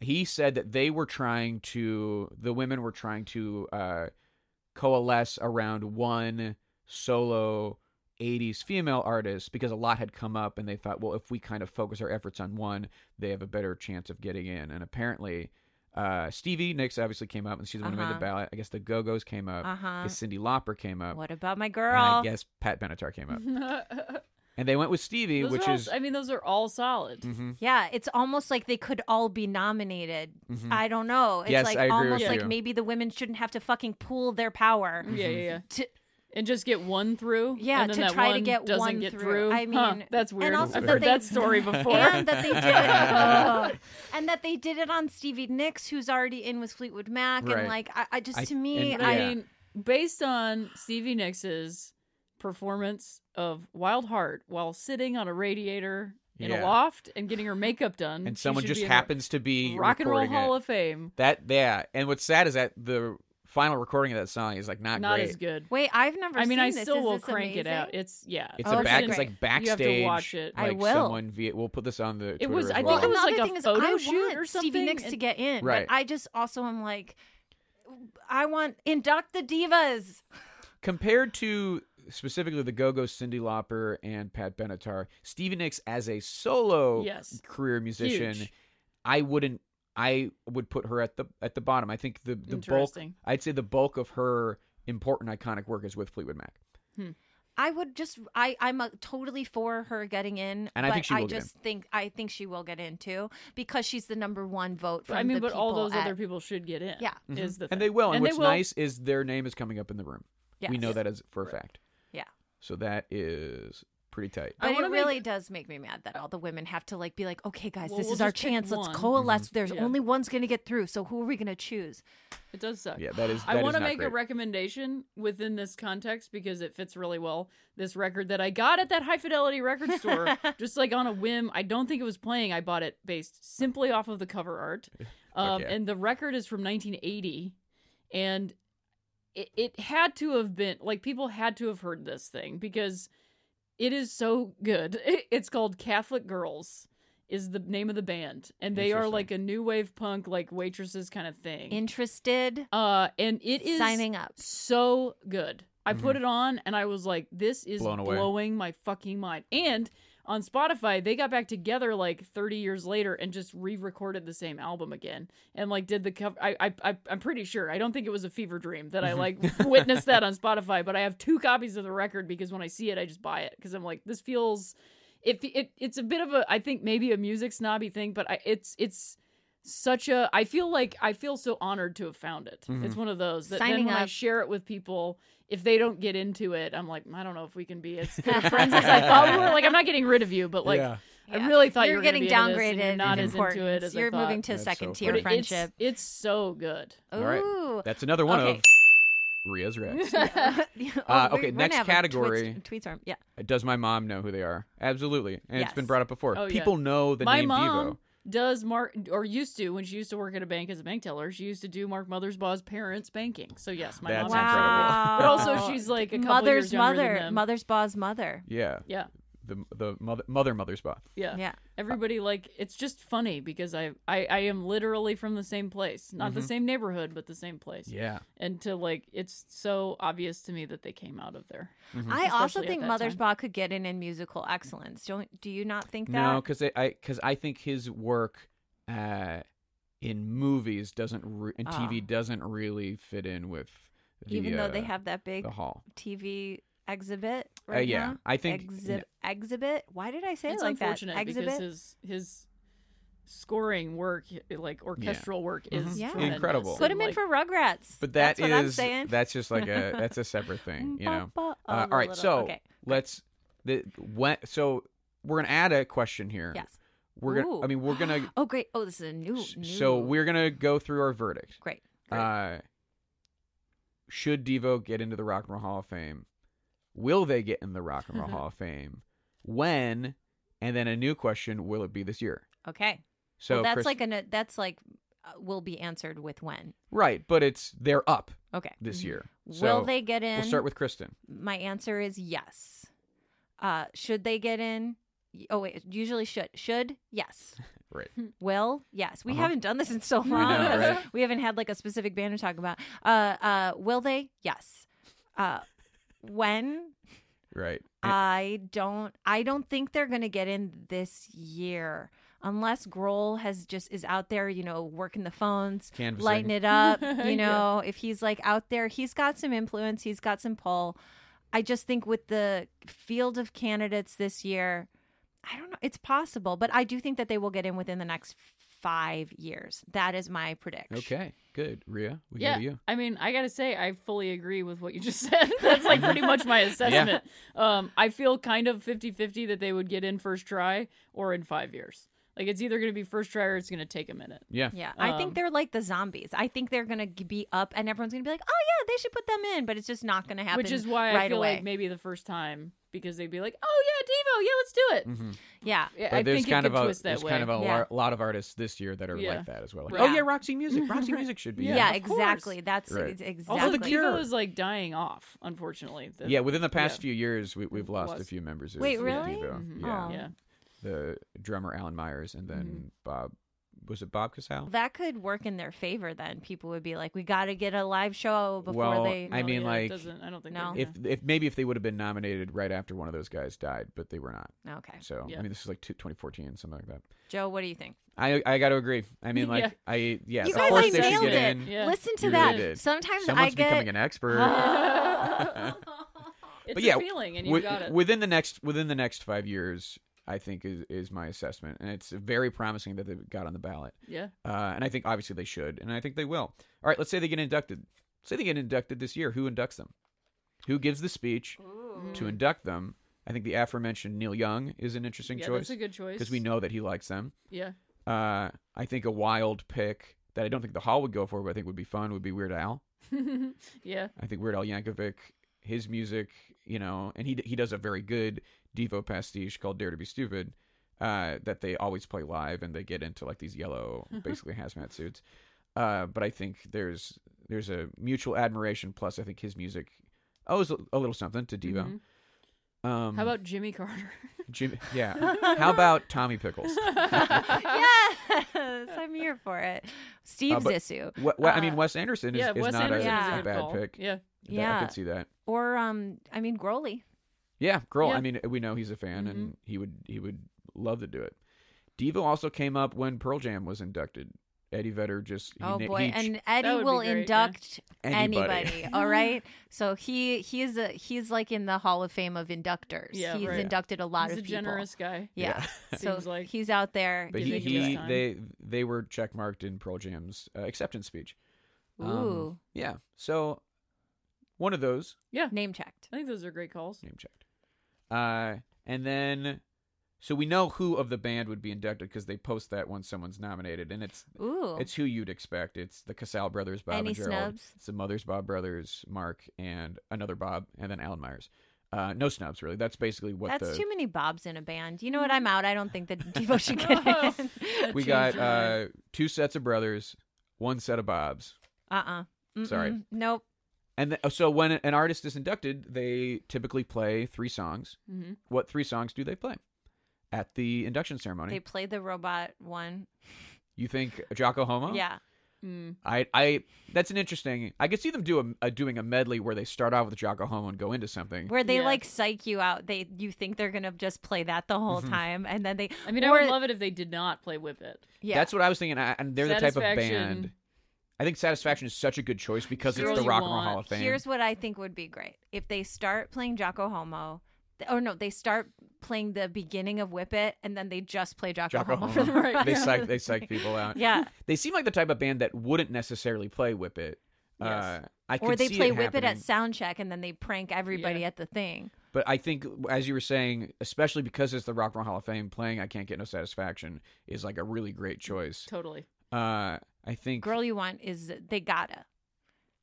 he said that they were trying to, the women were trying to uh, coalesce around one solo 80s female artist because a lot had come up and they thought, well, if we kind of focus our efforts on one, they have a better chance of getting in. And apparently, uh, Stevie Nicks obviously came up and she's the one who made
Uh-huh.
the ballot. I guess the Go Go's came up. I
Uh-huh.
guess Cindy Lauper came
*sighs*
up.
What about my
And I
girl?
guess Pat Benatar came up.
*laughs*
Those
And they went with Stevie, which
are all,
is.
I mean, those are all solid.
Mhm.
Yeah, it's almost like they could all be nominated.
Mhm.
I don't know. It's
Yes,
like
I agree with
almost like
you.
maybe the women shouldn't have to fucking pool their power.
Yeah, yeah,
mm-hmm.
yeah.
To,
And just get one through.
Yeah,
and then
to
that
try to
one
get
doesn't
one
get
through.
through.
I
Huh,
mean,
that's
and
weird.
also
I've
that
heard
they-
that story
*laughs*
before.
and that they did it, uh,
*laughs*
*laughs* and that they did it on Stevie Nicks, who's already in with Fleetwood Mac,
Right.
and like I, I just
I-
to me,
and-
I
I
*laughs* Yeah.
mean, based on Stevie Nicks's performance of Wild Heart while sitting on a radiator in a
Yeah.
loft and getting her makeup
and
done, Mm-hmm. she
someone
should
just
be in the
happens to be
Rock and Roll
recording
Hall
it.
of Fame.
that yeah and what's sad is that the final recording of that song is like not,
Not
great
as good.
wait, I've never.
I mean,
seen
I
this.
still
Is
will
this
crank it out.
amazing?
It's yeah.
it's
Oh,
a back
it's great.
it's
Person-
like backstage
You have to watch it.
I
like
will.
someone via we'll put this on the Twitter
was-
as
I think
well.
it was- like
another
a
thing is
photo
I
shoot
want
or
Stevie
something,
Nicks
and-
to get in,
Right.
but I just also am like, I want induct the divas.
compared to specifically the Go Go, Cindy Lauper, and Pat Benatar, Stevie Nicks as a solo
Yes.
career musician,
Huge.
I wouldn't. I would put her at the at the bottom. I think the the bulk.
Interesting.
I'd say the bulk of her important iconic work is with Fleetwood Mac.
I would just I I'm uh totally for her getting in,
And I
but
think she will get
just think I think she will get in too because she's the number one vote from
I mean,
the
but all
people
those
at-
other people should get in.
Yeah.
is
Mm-hmm.
the
And
thing.
they will. And,
they
what's nice is their name is coming up in the room.
Yes.
We know that as for a fact.
Yeah.
So that is pretty tight.
I
But it
wanna make-
really does make me mad that all the women have to like be like, okay, guys,
Well,
this
we'll
is our
just pick
chance. Let's
one." Mm-hmm.
coalesce. There's
Yeah.
only one's gonna get through. So who are we gonna choose?
It does suck.
Yeah, that is.
I
that is
want to
not
make a
great.
recommendation within this context because it fits really well. This record that I got at that high fidelity record
*laughs*
store, just like on a whim. I don't think it was playing. I bought it based simply off of the
*laughs*
cover art. Um,
yeah.
And the record is from 1980. And it, it had to have been, like, people had to have heard this thing because it is so good. *laughs* It's called Catholic Girls. Is the name of the band, and they are
Interesting.
like a new wave punk, like waitresses kind of thing.
Interested?
*laughs* Uh, and it is
Signing up.
So good. I put it on and I was like, this
Mm-hmm.
is
Blown away.
blowing my fucking mind. And on Spotify, they got back together like 30 years later and just re-recorded the same album again and like did the cover. I, I, I I'm pretty sure. I don't think it was a fever dream
*laughs*
that I like witnessed that on Spotify, but I have two copies of the record because when I see it, I just buy it because I'm like, this feels. It, it it's a bit of a I think maybe a music snobby thing, but I, it's it's such a I feel like I feel so honored to have found it. It's one of those that
Signing
then when I
up.
share it with people, if they don't get into it, I'm like, I don't know if we
*laughs*
can be as good of friends as I thought we were. Like I'm not getting rid of you, but like
Yeah.
I
Yeah.
really thought
you're
you were gonna
getting
be into this and
downgraded.
you're not
in
as into it
importance.
as I
you're
thought.
moving to
That's so
second
But
tier
it- it's-
friendship.
It's, so good.
Ooh.
All right.
*laughs*
That's another one
Okay.
of Ria's Rex.
*laughs* Yeah,
Uh,
we're-
okay,
we're gonna
next
have a tweet-
category.
Tweet storm. Yeah.
Does my mom know who they are? Absolutely, and it's been
Yes.
brought up before.
Oh, yeah.
People know the
My
name
mom
Devo.
does Mark or used to when she used to work at a bank as a bank teller. She used to do Mark Mothersbaugh's parents' banking. So yes, my
That's
mom.
incredible.
But also, she's like a couple
mother's
years younger than
mother,
them.
mother's boss mother.
Yeah,
Yeah,
the the mother mother mother's boss.
yeah,
Yeah.
Everybody like it's just funny because I I, I am literally from the same place, not the same neighborhood, but the same place.
Mm-hmm. Yeah,
And to like, it's so obvious to me that they came out of there.
Mm-hmm.
I also
Especially at
think
that
Mother's
time.
Baugh could get in in musical excellence. Don't do you not think that?
no, because I because I think his work uh, in movies doesn't re- and
Ah.
TV doesn't really fit in with the,
Even though they
uh,
have that big
the hall.
TV exhibit
Uh,
right
yeah,
now?
I think-
Exhi- exhibit. Why did I say
it's
it like
unfortunate
that?
because
Exhibit.
his his scoring work, like orchestral work, is
Mm-hmm. Yeah.
tremendous.
Incredible.
And,
Put him in
like,
for Rugrats.
But
that's
that
what I'm
is-
saying.
that's just like a that's a
*laughs*
separate thing, you know.
Ba-ba-
Uh,
a
all right,
little-
so
okay.
let's the when so we're gonna add a question here.
Yes.
we're gonna. I
Ooh.
mean, we're gonna.
*gasps* Oh great. Oh, this is a *gasps* new.
s- so
new-
we're gonna go through our verdict.
great.
Uh, should Devo get into the Rock and Roll Hall of Fame? Will they get in the Rock and
*laughs*
Roll Hall of Fame? When? And then a new question: Will it be this year?
Okay.
So
well, that's
Chris-
like an that's like uh, will be answered with when.
right, but it's they're up
Okay. Mm-hmm.
this year. So
Will they get in?
We'll start with Kristen.
my answer is yes. Uh, should they get in? Y- Oh wait, usually should should yes. *laughs*
Right.
Will yes. We
Uh-huh.
haven't done this in so long.
know, right?
*laughs* We haven't had like a specific band to talk about. Uh, uh, will they? Yes. Uh, when
Right.
I don't I don't think they're gonna get in this year unless Grohl has just is out there, you know, working the phones,
Canvassing.
lighting it up. You
Yeah.
know, if he's like out there, he's got some influence, he's got some pull. I just think with the field of candidates this year, I don't know, it's possible, but I do think that they will get in within the next five years. That is my prediction.
Okay. Good. Ria, we
yeah,
go to you.
I mean, I gotta say, I fully agree with what you *laughs* just said. That's like pretty
*laughs*
much my assessment. Um, I feel kind of 50-50 that they would get in first try or in five years. Like it's either gonna be first try or it's gonna take a minute.
Yeah.
Yeah, I think
Um,
they're like the zombies. I think they're gonna g- be up, and everyone's gonna be like, "Oh yeah, they should put them in," but it's just not gonna happen.
Which is why
right
I feel
away.
like maybe the first time because they'd be like, "Oh yeah, Devo, yeah, let's do it."
yeah,
Yeah,
Mm-hmm. But
I
there's
think
kind
it could
of a
twist that
there's
way.
kind of a
Yeah.
lar- lot of artists this year that are
Yeah.
like that as well. Like,
Right.
Oh yeah, Roxy Music. Roxy Music should be.
Yeah,
in.
Yeah,
of course.
exactly. That's
Right.
it's exactly.
Also, the Devo
Cure.
is like dying off, unfortunately. The-
Yeah, within the past
yeah.
few years, we, we've lost a
Lost.
few members. of
Wait,
the
really?
Devo.
Mhm.
Yeah,
Aw.
yeah.
the drummer Alan Myers, and then Bob. Was it Bob Casal?
that could work in their favor. Then people would be like, "We got to get a live show before
Well,
they."
I
No,
mean,
yeah, it
like,
doesn't, I don't think
no.
they're
If
gonna-
if maybe if they would have been nominated right after one of those guys died, but they were not.
okay,
So I
Yeah.
mean, this is like two, 2014, something like that.
Joe, what do you think?
I I got to agree. I mean, like
Yeah.
I yeah,
you
of
guys,
course
I
they should
nailed
get
it.
in.
Yeah.
Listen to
You
that.
really did.
Sometimes
Someone's
I get.
becoming an expert. *laughs*
*laughs* it's
but
a
yeah,
feeling, and you
wi-
got it.
within the next within the next five years. I think is is my assessment, and it's very promising that they got on the ballot.
yeah,
Uh, and I think obviously they should, and I think they will. All right, let's say they get inducted. Say they get inducted this year. Who inducts them? Who gives the speech to induct them? I think the aforementioned Neil Young is an interesting
yeah,
choice
that's a good choice.
because we know that he likes them.
Yeah.
Uh, I think a wild pick that I don't think the Hall would go for, but I think would be fun would be Weird Al.
yeah.
I think Weird Al Yankovic, his music, you know, and he he does a very good Devo pastiche called "Dare to Be Stupid" uh, that they always play live, and they get into like these
*laughs*
yellow, basically hazmat suits. Uh, but I think there's there's a mutual admiration. Plus, I think his music owes a, a little something to Devo. Um,
Mm-hmm. How about Jimmy Carter?
Jim?
*laughs*
Yeah. How about Tommy Pickles?
*laughs* yes, I'm here for it. Steve
Uh, but-
Zissou,
Wh- wh- I mean, Wes Anderson *laughs* is,
Uh, yeah,
is
Wes
not a,
Anderson
Yeah.
is a
a
good
bad
call.
pick.
Yeah.
That- I
Yeah.
could see that.
or um, I mean Groly.
Yeah, girl.
Yeah.
I mean, we know he's a
Mm-hmm.
fan, and he would he would love to do it. Devo also came up when Pearl Jam was inducted. Eddie Vedder just he,
Oh
na-
boy,
he ch-
and
That
Eddie
would
will
be great, yeah.
induct
Anybody.
anybody.
*laughs*
all right, so he he's a he's like in the Hall of Fame of inductors.
Yeah,
he's
right.
inducted a lot
He's
of
a
people.
generous guy.
Yeah, *laughs* so
Seems like.
he's out there.
but he,
giving
giving
him
he
time.
they they were checkmarked in Pearl Jam's uh, acceptance speech. Um,
Ooh.
yeah. So one of those
Yeah.
name checked.
I think those are great calls. *laughs*
name checked, uh, and then so we know who of the band would be inducted because they post that once someone's nominated, and it's
Ooh,
It's who you'd expect. It's the Casal brothers, Bob
Any
and Gerald.
snubs?
It's the Mothers, Bob brothers, Mark, and another Bob, and then Alan Myers. Uh, no snubs, really. That's basically what the
that's too many bobs in a band. You know what? I'm out. I
*laughs*
don't think that Devo
*laughs*
should
Oh.
*laughs* get in.
That
we
changed
got.
your mind.
Uh, two sets of brothers, one set of Bobs,
Uh uh
Sorry.
Nope.
and th- so when an artist is inducted, they typically play three songs.
Mm-hmm.
Mhm.
What three songs do they play at the induction ceremony?
They played the robot one.
You think Jocko Homo?
Yeah.
Mm.
I, I that's an interesting. I could see them do a, a doing a medley where they start off with Jocko Homo and go into something.
Where they
Yeah.
like psych you out. They you think they're gonna just play that the
Mm-hmm.
whole time and then they
I mean, I
or-
would love it if they did not play Whip It.
yeah.
That's what I was thinking. I, and they're the type of band.
Satisfaction.
I think Satisfaction is such a good choice because it's
Girl
the
You
Rock and Roll
Want.
Hall of Fame.
Here's what I think would be great. If they start playing Jocko Homo th- or no, they start playing the beginning of Whip It and then they just play Jocko,
Jocko
Homo,
Homo.
*laughs* for the rest
they
of
psych
the
they psych people out.
Yeah.
They seem like the type of band that wouldn't necessarily play Whip It. Uh, I
Or
could
they
see
play
it
Whip It at
happening,
soundcheck and then they prank everybody
Yeah.
at the thing.
But I think, as you were saying, especially because it's the Rock and Roll Hall of Fame, playing "I Can't Get No Satisfaction" is like a really great choice.
Totally.
Uh, I think.
Girl You Want is they gotta.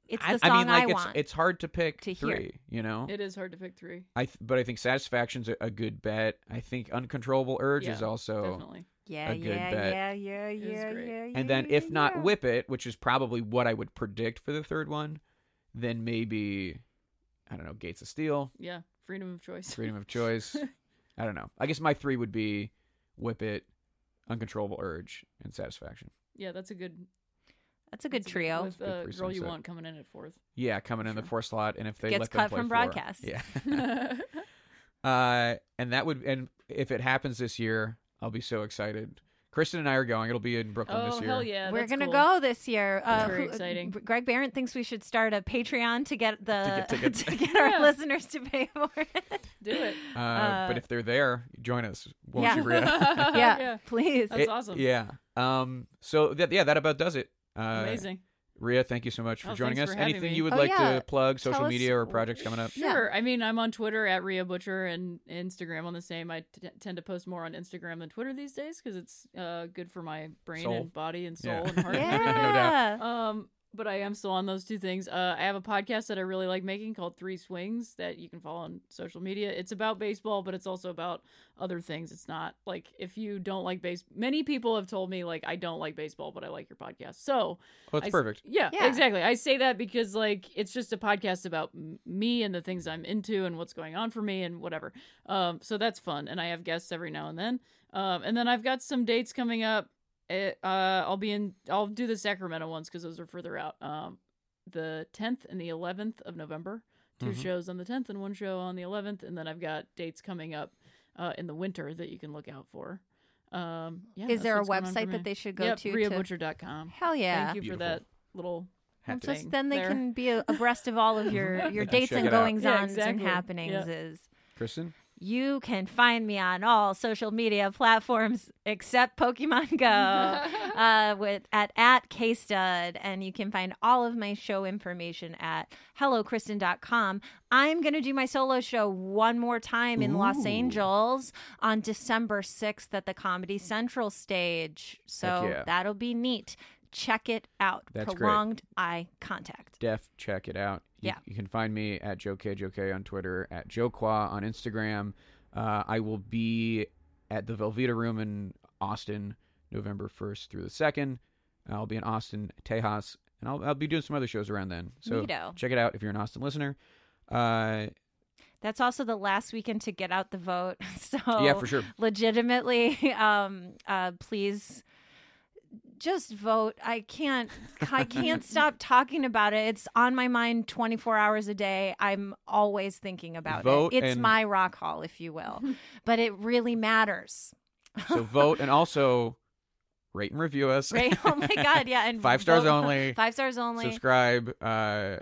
It's
I,
the song
I mean, like it's
want.
it's hard to pick
to hear.
three. You know,
It is hard to pick three.
I th- but I think Satisfaction's a, a good bet. I think Uncontrollable Urge
Yeah,
is also
Definitely.
yeah,
a good
yeah,
bet.
yeah, yeah,
is
yeah,
great.
yeah,
And
yeah,
then if
yeah,
not
yeah.
Whip It, which is probably what I would predict for the third one, then maybe I don't know, Gates of Steel,
Yeah. Freedom of choice.
Freedom of Choice. I don't know. I guess my three would be Whip It, Uncontrollable Urge, and Satisfaction.
*laughs* Yeah, that's a good.
that's a good
that's a
trio.
With
Good
uh,
threesome
girl you
set.
want coming in at
*laughs*
fourth.
Yeah, coming in the fourth slot, and if they
Gets
let them
cut
play
from
four.
broadcast.
Yeah.
yeah.
Uh, and that would and if it happens this year, I'll be so excited. Kristen and I are going. It'll be in Brooklyn
*laughs* Oh
this year.
hell yeah!
We're
that's
gonna
cool.
go this year. Uh,
That's very
who-
exciting.
Greg Barrett thinks we should start a Patreon to get the
get
*laughs*
tickets.
to get our
Yeah.
listeners to pay for it.
Do it.
Uh, but if they're there, join us, won't
yeah.
you, Rita?
*laughs* yeah,
*laughs* *laughs* Yeah.
please.
That's awesome.
Yeah. Um. So that yeah, that about does it. Uh,
Amazing.
Ria, thank you so much for
Oh,
joining us.
thanks for having
Anything
me.
you would
Oh,
like
yeah.
to plug,
Tell
social
us-
media or projects coming up?
Yeah.
Sure. I mean, I'm on Twitter at Ria Butcher and Instagram on the same. I t- tend to post more on Instagram than Twitter these days because it's uh, good for my brain
Soul.
and body and soul
Yeah.
and
*laughs*
heart.
No doubt.
*laughs* Um, but I am still on those two things. Uh, I have a podcast that I really like making called Three Swings that you can follow on social media. It's about baseball, but it's also about other things. It's not like if you don't like base. Many people have told me like I don't like baseball, but I like your podcast. So
Well, Oh, it's
I s-
perfect.
Yeah,
Yeah.
exactly. I say that because like it's just a podcast about m- me and the things I'm into and what's going on for me and whatever. Um, so that's fun, and I have guests every now and then. Um, and then I've got some dates coming up. It, uh, I'll be in. I'll do the Sacramento ones because those are further out. Um, the 10th and the 11th of November. 2
Mhm.
shows on the 10th and one show on the 11th, and then I've got dates coming up uh, in the winter that you can look out for. Um, yeah,
Is
that's
there a
what's going on for
website
me.
that they should go
yep,
to? to-
RiaButcher.com.
Hell yeah.
Thank you
Beautiful.
for that little.
Had to.
thing
Just then they
there.
can be abreast of all of your your
can *laughs*
dates
check
and
it out.
goings
Yeah,
ons and
exactly. Yeah.
happenings. Is
Kristen,
You can find me on all social media platforms except
*laughs*
Pokemon Go uh, with at at kstud, and you can find all of my show information at hellokristen.com. I'm gonna do my solo show one more time in Los Angeles on December 6th at the Comedy Central stage. So
yeah.
that'll be neat. Check it out.
That's great.
Prolonged eye contact.
Def, check it out. You,
Yeah.
You can find me at Joe K. Joe K on Twitter, at Joe Qua on Instagram. Uh, I will be at the Velveeta Room in Austin November 1st through the 2nd. I'll be in Austin, Tejas, and I'll, I'll be doing some other shows around then. So
Neato.
check it out if you're an Austin listener. Uh,
That's also the last weekend to get out the vote. *laughs* So
Yeah, for sure.
Legitimately, *laughs* um, uh, please just vote. I can't.
*laughs*
I can't stop talking about it. It's on my mind 24 hours a day. I'm always thinking about
Vote
it. It's
and-
my rock hall, if you will.
*laughs*
but it really matters. *laughs*
so vote and also rate and review us. *laughs*
Right? Oh my god, yeah. And
Five stars
vote-
only.
Five stars only.
Subscribe. Uh,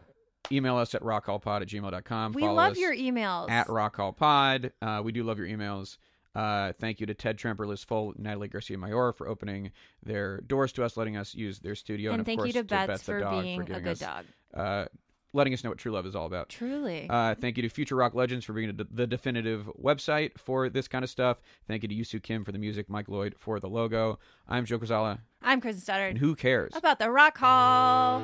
email us at rockhallpod at gmail.com.
we
Follow
love
us.
your emails.
at Rock Hall Pod. Uh, we do love your emails. Uh, thank you to Ted Tremper, Liz Full, Natalie Garcia Mayor for opening their doors to us, letting us use their studio,
and,
and, of
thank
course
you to Bets
Beth the
for
dog
being
for
a
giving
good
us,
dog.
Uh, letting us know what true love is all about.
Truly.
Uh, thank you to Future Rock Legends for being a, the definitive website for this kind of stuff. Thank you to Yusu Kim for the music, Mike Lloyd for the logo. I'm Joe Kozala,
I'm Kristen
and
Stoddard.
who Oh. cares?
About the Rock Hall.